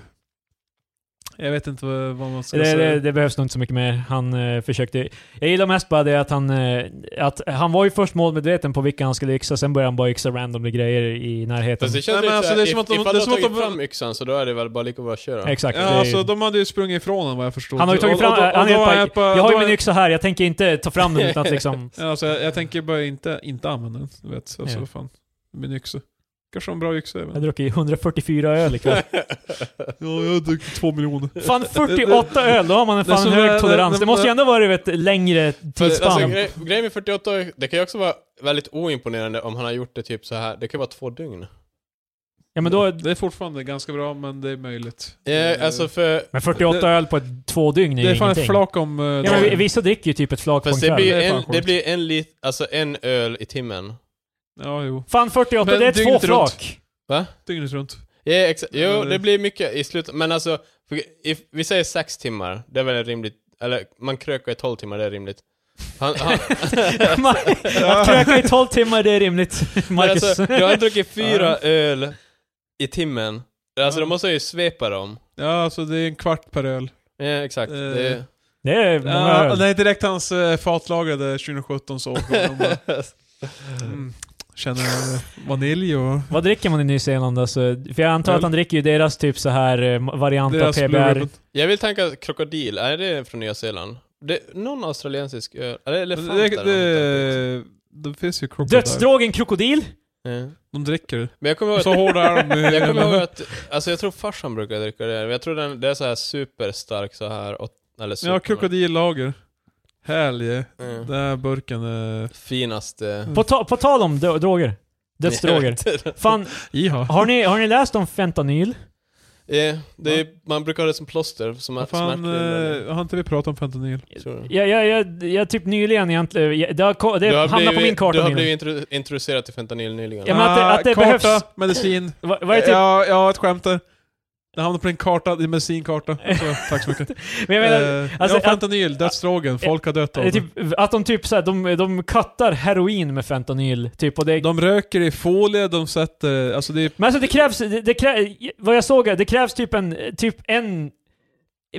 S2: Jag vet inte vad vad man ska
S3: Det,
S2: säga.
S3: det, det behövs nog inte så mycket mer. Han eh, försökte... Jag gillar mest bara det att han... Eh, att han var ju först målmedveten på vilka han skulle yxa, sen började han bara yxa randomly grejer i närheten.
S1: Fast det känns
S2: Nej, men
S1: lite
S2: alltså,
S1: såhär,
S2: det är som
S1: if-
S2: att de-
S1: ifall
S2: det är
S1: du har
S2: som att de
S1: tagit fram yxan så då är det väl bara lika bra att köra.
S3: Exakt.
S2: Ja,
S3: det är-
S2: alltså de hade ju sprungit ifrån honom vad jag förstod.
S3: han har ju tagit
S2: Och- och
S3: fram...
S2: då- och
S3: han
S2: då
S3: är
S2: är
S3: bara,
S2: jag bara-
S3: jag har
S2: då
S3: ju min
S2: är-
S3: yxa här, jag tänker inte ta fram den utan att liksom...
S2: Ja, Alltså, jag, jag tänker bara inte, inte använda den. Du vet, alltså
S3: Ja.
S2: fan. Min yxa. Kanske en bra yxa även.
S3: Jag har druckit 144 öl ikväll.
S2: Ja, jag har druckit två miljoner.
S3: Fan 48 öl, då har man en
S2: Det
S3: fan
S2: som
S3: hög
S2: är- det-
S3: tolerans.
S2: det-
S3: Det måste ju ändå vara över ett längre
S1: Fast, alltså,
S3: tidsspann.
S1: gre grejen med 48 år, det kan ju också vara väldigt oimponerande om han har gjort det typ så här. det kan ju vara två dygn.
S3: Ja men då...
S2: Det är fortfarande ganska bra, men det är möjligt.
S1: Eh, alltså för...
S3: Men 48
S2: Det-
S3: öl på ett, två dygn är
S2: det
S3: ju
S2: är fan ett
S3: ingenting.
S2: flak om... eh,
S3: Ja, men vi- vissa dricker ju typ ett flak på en
S1: Fast det
S3: kväll.
S1: blir
S2: det är fan
S1: en, det
S2: sjukt.
S1: blir en lit, alltså en öl i timmen.
S2: ja jo.
S3: Fan 48,
S2: Men
S3: det är två
S2: dygnet runt.
S3: flak.
S2: Dygnet runt.
S1: Ja, exa- jo,
S2: Ja, det-
S1: det blir mycket i slutet, men alltså, för, if, vi säger sex timmar, det är väl rimligt, eller man krökar i 12 timmar, det är rimligt. Han, han,
S3: Man- Att kröka i 12 timmar, det är rimligt.
S1: Men
S3: Marcus.
S1: Alltså, jag har druckit fyra
S2: Ja.
S1: öl i timmen. Alltså
S2: Ja.
S1: då måste jag ju svepa dem.
S2: Ja, alltså det är en kvart per öl.
S1: Ja, exakt.
S2: Eh.
S1: Det är-
S3: Det är många
S2: Ja,
S3: öl.
S2: det är direkt hans eh, fatlagrade 2017 så mm, Känner eh, vanilj och...
S3: Vad dricker man i Nya Zeeland alltså? För jag antar att
S2: Öl.
S3: han dricker ju deras typ så här eh, variant av
S2: deras Blue
S3: PBR.
S2: Ribbon.
S1: jag vill tänka krokodil, är det från Nya Zeeland? Det, någon australiensisk öl? Eller elefant
S2: Det,
S1: eller något
S2: det, det finns ju krokodil.
S3: Dödsdrogen krokodil?
S1: sånt. Ja.
S2: De dricker det.
S1: Men jag kommer ihåg,
S2: Så hårda är de.
S1: jag kommer ihåg att, alltså jag tror farsan brukar dricka det. Jag tror den, det är så här superstark så här åt, eller super,
S2: Ja, krokodillager. Härlig.
S1: Mm.
S2: Den här burken eh, är...
S1: Finaste...
S3: På, ta, på tal om dö- droger. Dödsdroger. Fan,
S2: Iha.
S3: har ni, har ni läst om fentanyl?
S1: Ja, det är, man brukar ha det som plåster, som är
S2: Vad fan,
S1: smärtlindrande.
S2: eh, har inte vi pratat om fentanyl?
S1: tror jag.
S3: Jag, jag, jag, jag typ nyligen egentligen, jag, det har, ko- det
S1: Du har
S3: hamnar på
S1: blivit-
S3: min karta
S1: Du har
S3: nyligen.
S1: blivit intro, introducerad till fentanyl nyligen.
S3: Ja, men att det- att det
S2: Ah, karta,
S3: behövs-
S2: medicin.
S3: Va- Vad är typ,
S2: ja, ja, ett skämt där. Det hamnar på din karta, din medicinkarta. Så, tack så mycket.
S3: men jag menar,
S2: eh,
S3: alltså,
S2: ja, fentanyl, dödsdrogen. Folk har dött av
S3: det är
S2: det.
S3: typ, att de typ såhär, de, de cuttar heroin med fentanyl, typ, och det
S2: De röker i folie, de sätter... Alltså det är...
S3: Men alltså det krävs, det, det krä, vad jag såg, här, det krävs typ en, typ en,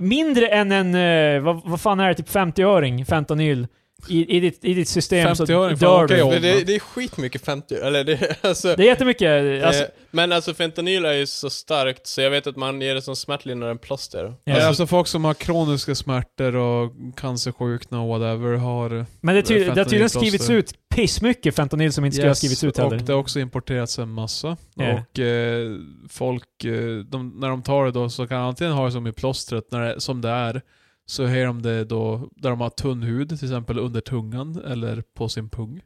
S3: mindre än en, eh, vad, vad fan är det, typ 50-öring, fentanyl, i, i, ditt, i ditt system så
S2: 50-öring, fan,
S3: dör
S2: okej,
S3: du.
S2: ja.
S1: Men det, det är skitmycket fentanyl, eller det, alltså,
S3: Det är jättemycket, alltså,
S1: eh, Men alltså fentanyl är ju så starkt så jag vet att man ger det som smärtlindrande än plåster.
S3: Ja.
S2: Alltså,
S1: Alltså,
S2: alltså folk som har kroniska smärtor och cancersjukna och whatever har...
S3: men det, ty,
S2: det är
S3: det har tydligen
S2: fentanylplåster.
S3: skrivits ut pissmycket fentanyl som inte skulle ha skrivits ut
S2: och
S3: heller.
S2: det har också importerats en massa.
S3: Ja.
S2: Och eh, folk, eh, de, när de tar det då så kan de antingen ha det som i plåstret, när det, som det är, så har de det då där de har tunn hud, till exempel under tungan eller på sin pung.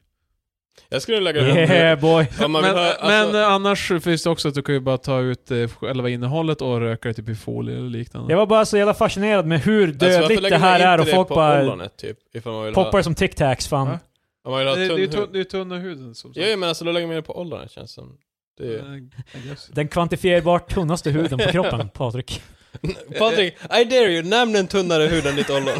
S1: jag skulle lägga det
S3: Yeah boy.
S1: om man vill
S2: men,
S1: ha, alltså,
S2: men eh, annars finns det också att du kan ju bara ta ut eh, själva innehållet och röka det typ i folie eller liknande.
S3: Jag var bara så jävla fascinerad med hur
S1: alltså, varför
S3: dödligt
S1: lägger
S3: det
S1: man
S3: här
S1: inte
S3: är och
S1: det
S3: folk
S1: på
S3: bara
S1: ollonet, typ, ifall man vill
S3: poppar
S1: ha,
S3: som tic-tacs fan.
S2: Va?
S1: om man vill ha
S2: det, det, är
S1: tunn
S2: ju
S1: hud.
S2: tunn, det är ju tunna huden som
S1: Ja, ja, men alltså då lägger man det på ollonet känns som. Det är ju...
S2: Eh, I guess.
S3: Den kvantifierbart tunnaste huden på kroppen, Patrik.
S1: Patrik, I dare you, nämn en tunnare hud än ditt ollon.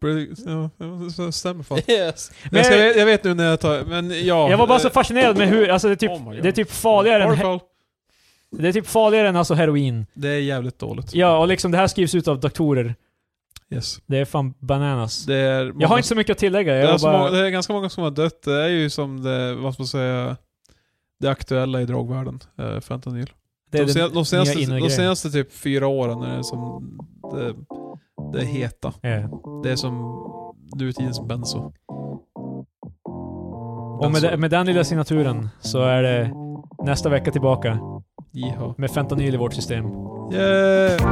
S2: Precis, Ja, ja, så stämmer fan.
S1: yes.
S2: Men jag, ska,
S3: Men-
S2: jag vet nu när jag tar, men ja.
S3: Jag var bara så fascinerad med hur, alltså det är typ,
S2: Oh my God.
S3: det är typ farligare än,
S2: Orifal.
S3: det är typ farligare än alltså heroin.
S2: Det är jävligt dåligt.
S3: Ja, och liksom det här skrivs ut av doktorer.
S2: Yes.
S3: Det är fan bananas.
S2: Det är många,
S3: Jag har inte så mycket att tillägga.
S2: det,
S3: Jag
S2: är så
S3: bara,
S2: många, det är ganska många som har dött. Det är ju som det, vad ska man säga, det aktuella i drogvärlden, eh, fentanyl.
S3: det är
S2: de, sen,
S3: den
S2: de, senaste,
S3: nya
S2: de senaste typ fyra åren är det som det, det är heta.
S3: grejen.
S2: Det är som nutidens benzo.
S3: Och
S2: Alltså-
S3: med, de- med den lilla signaturen så är det nästa vecka tillbaka
S2: Jiha.
S3: med fentanyl i vårt system.
S2: Yeah.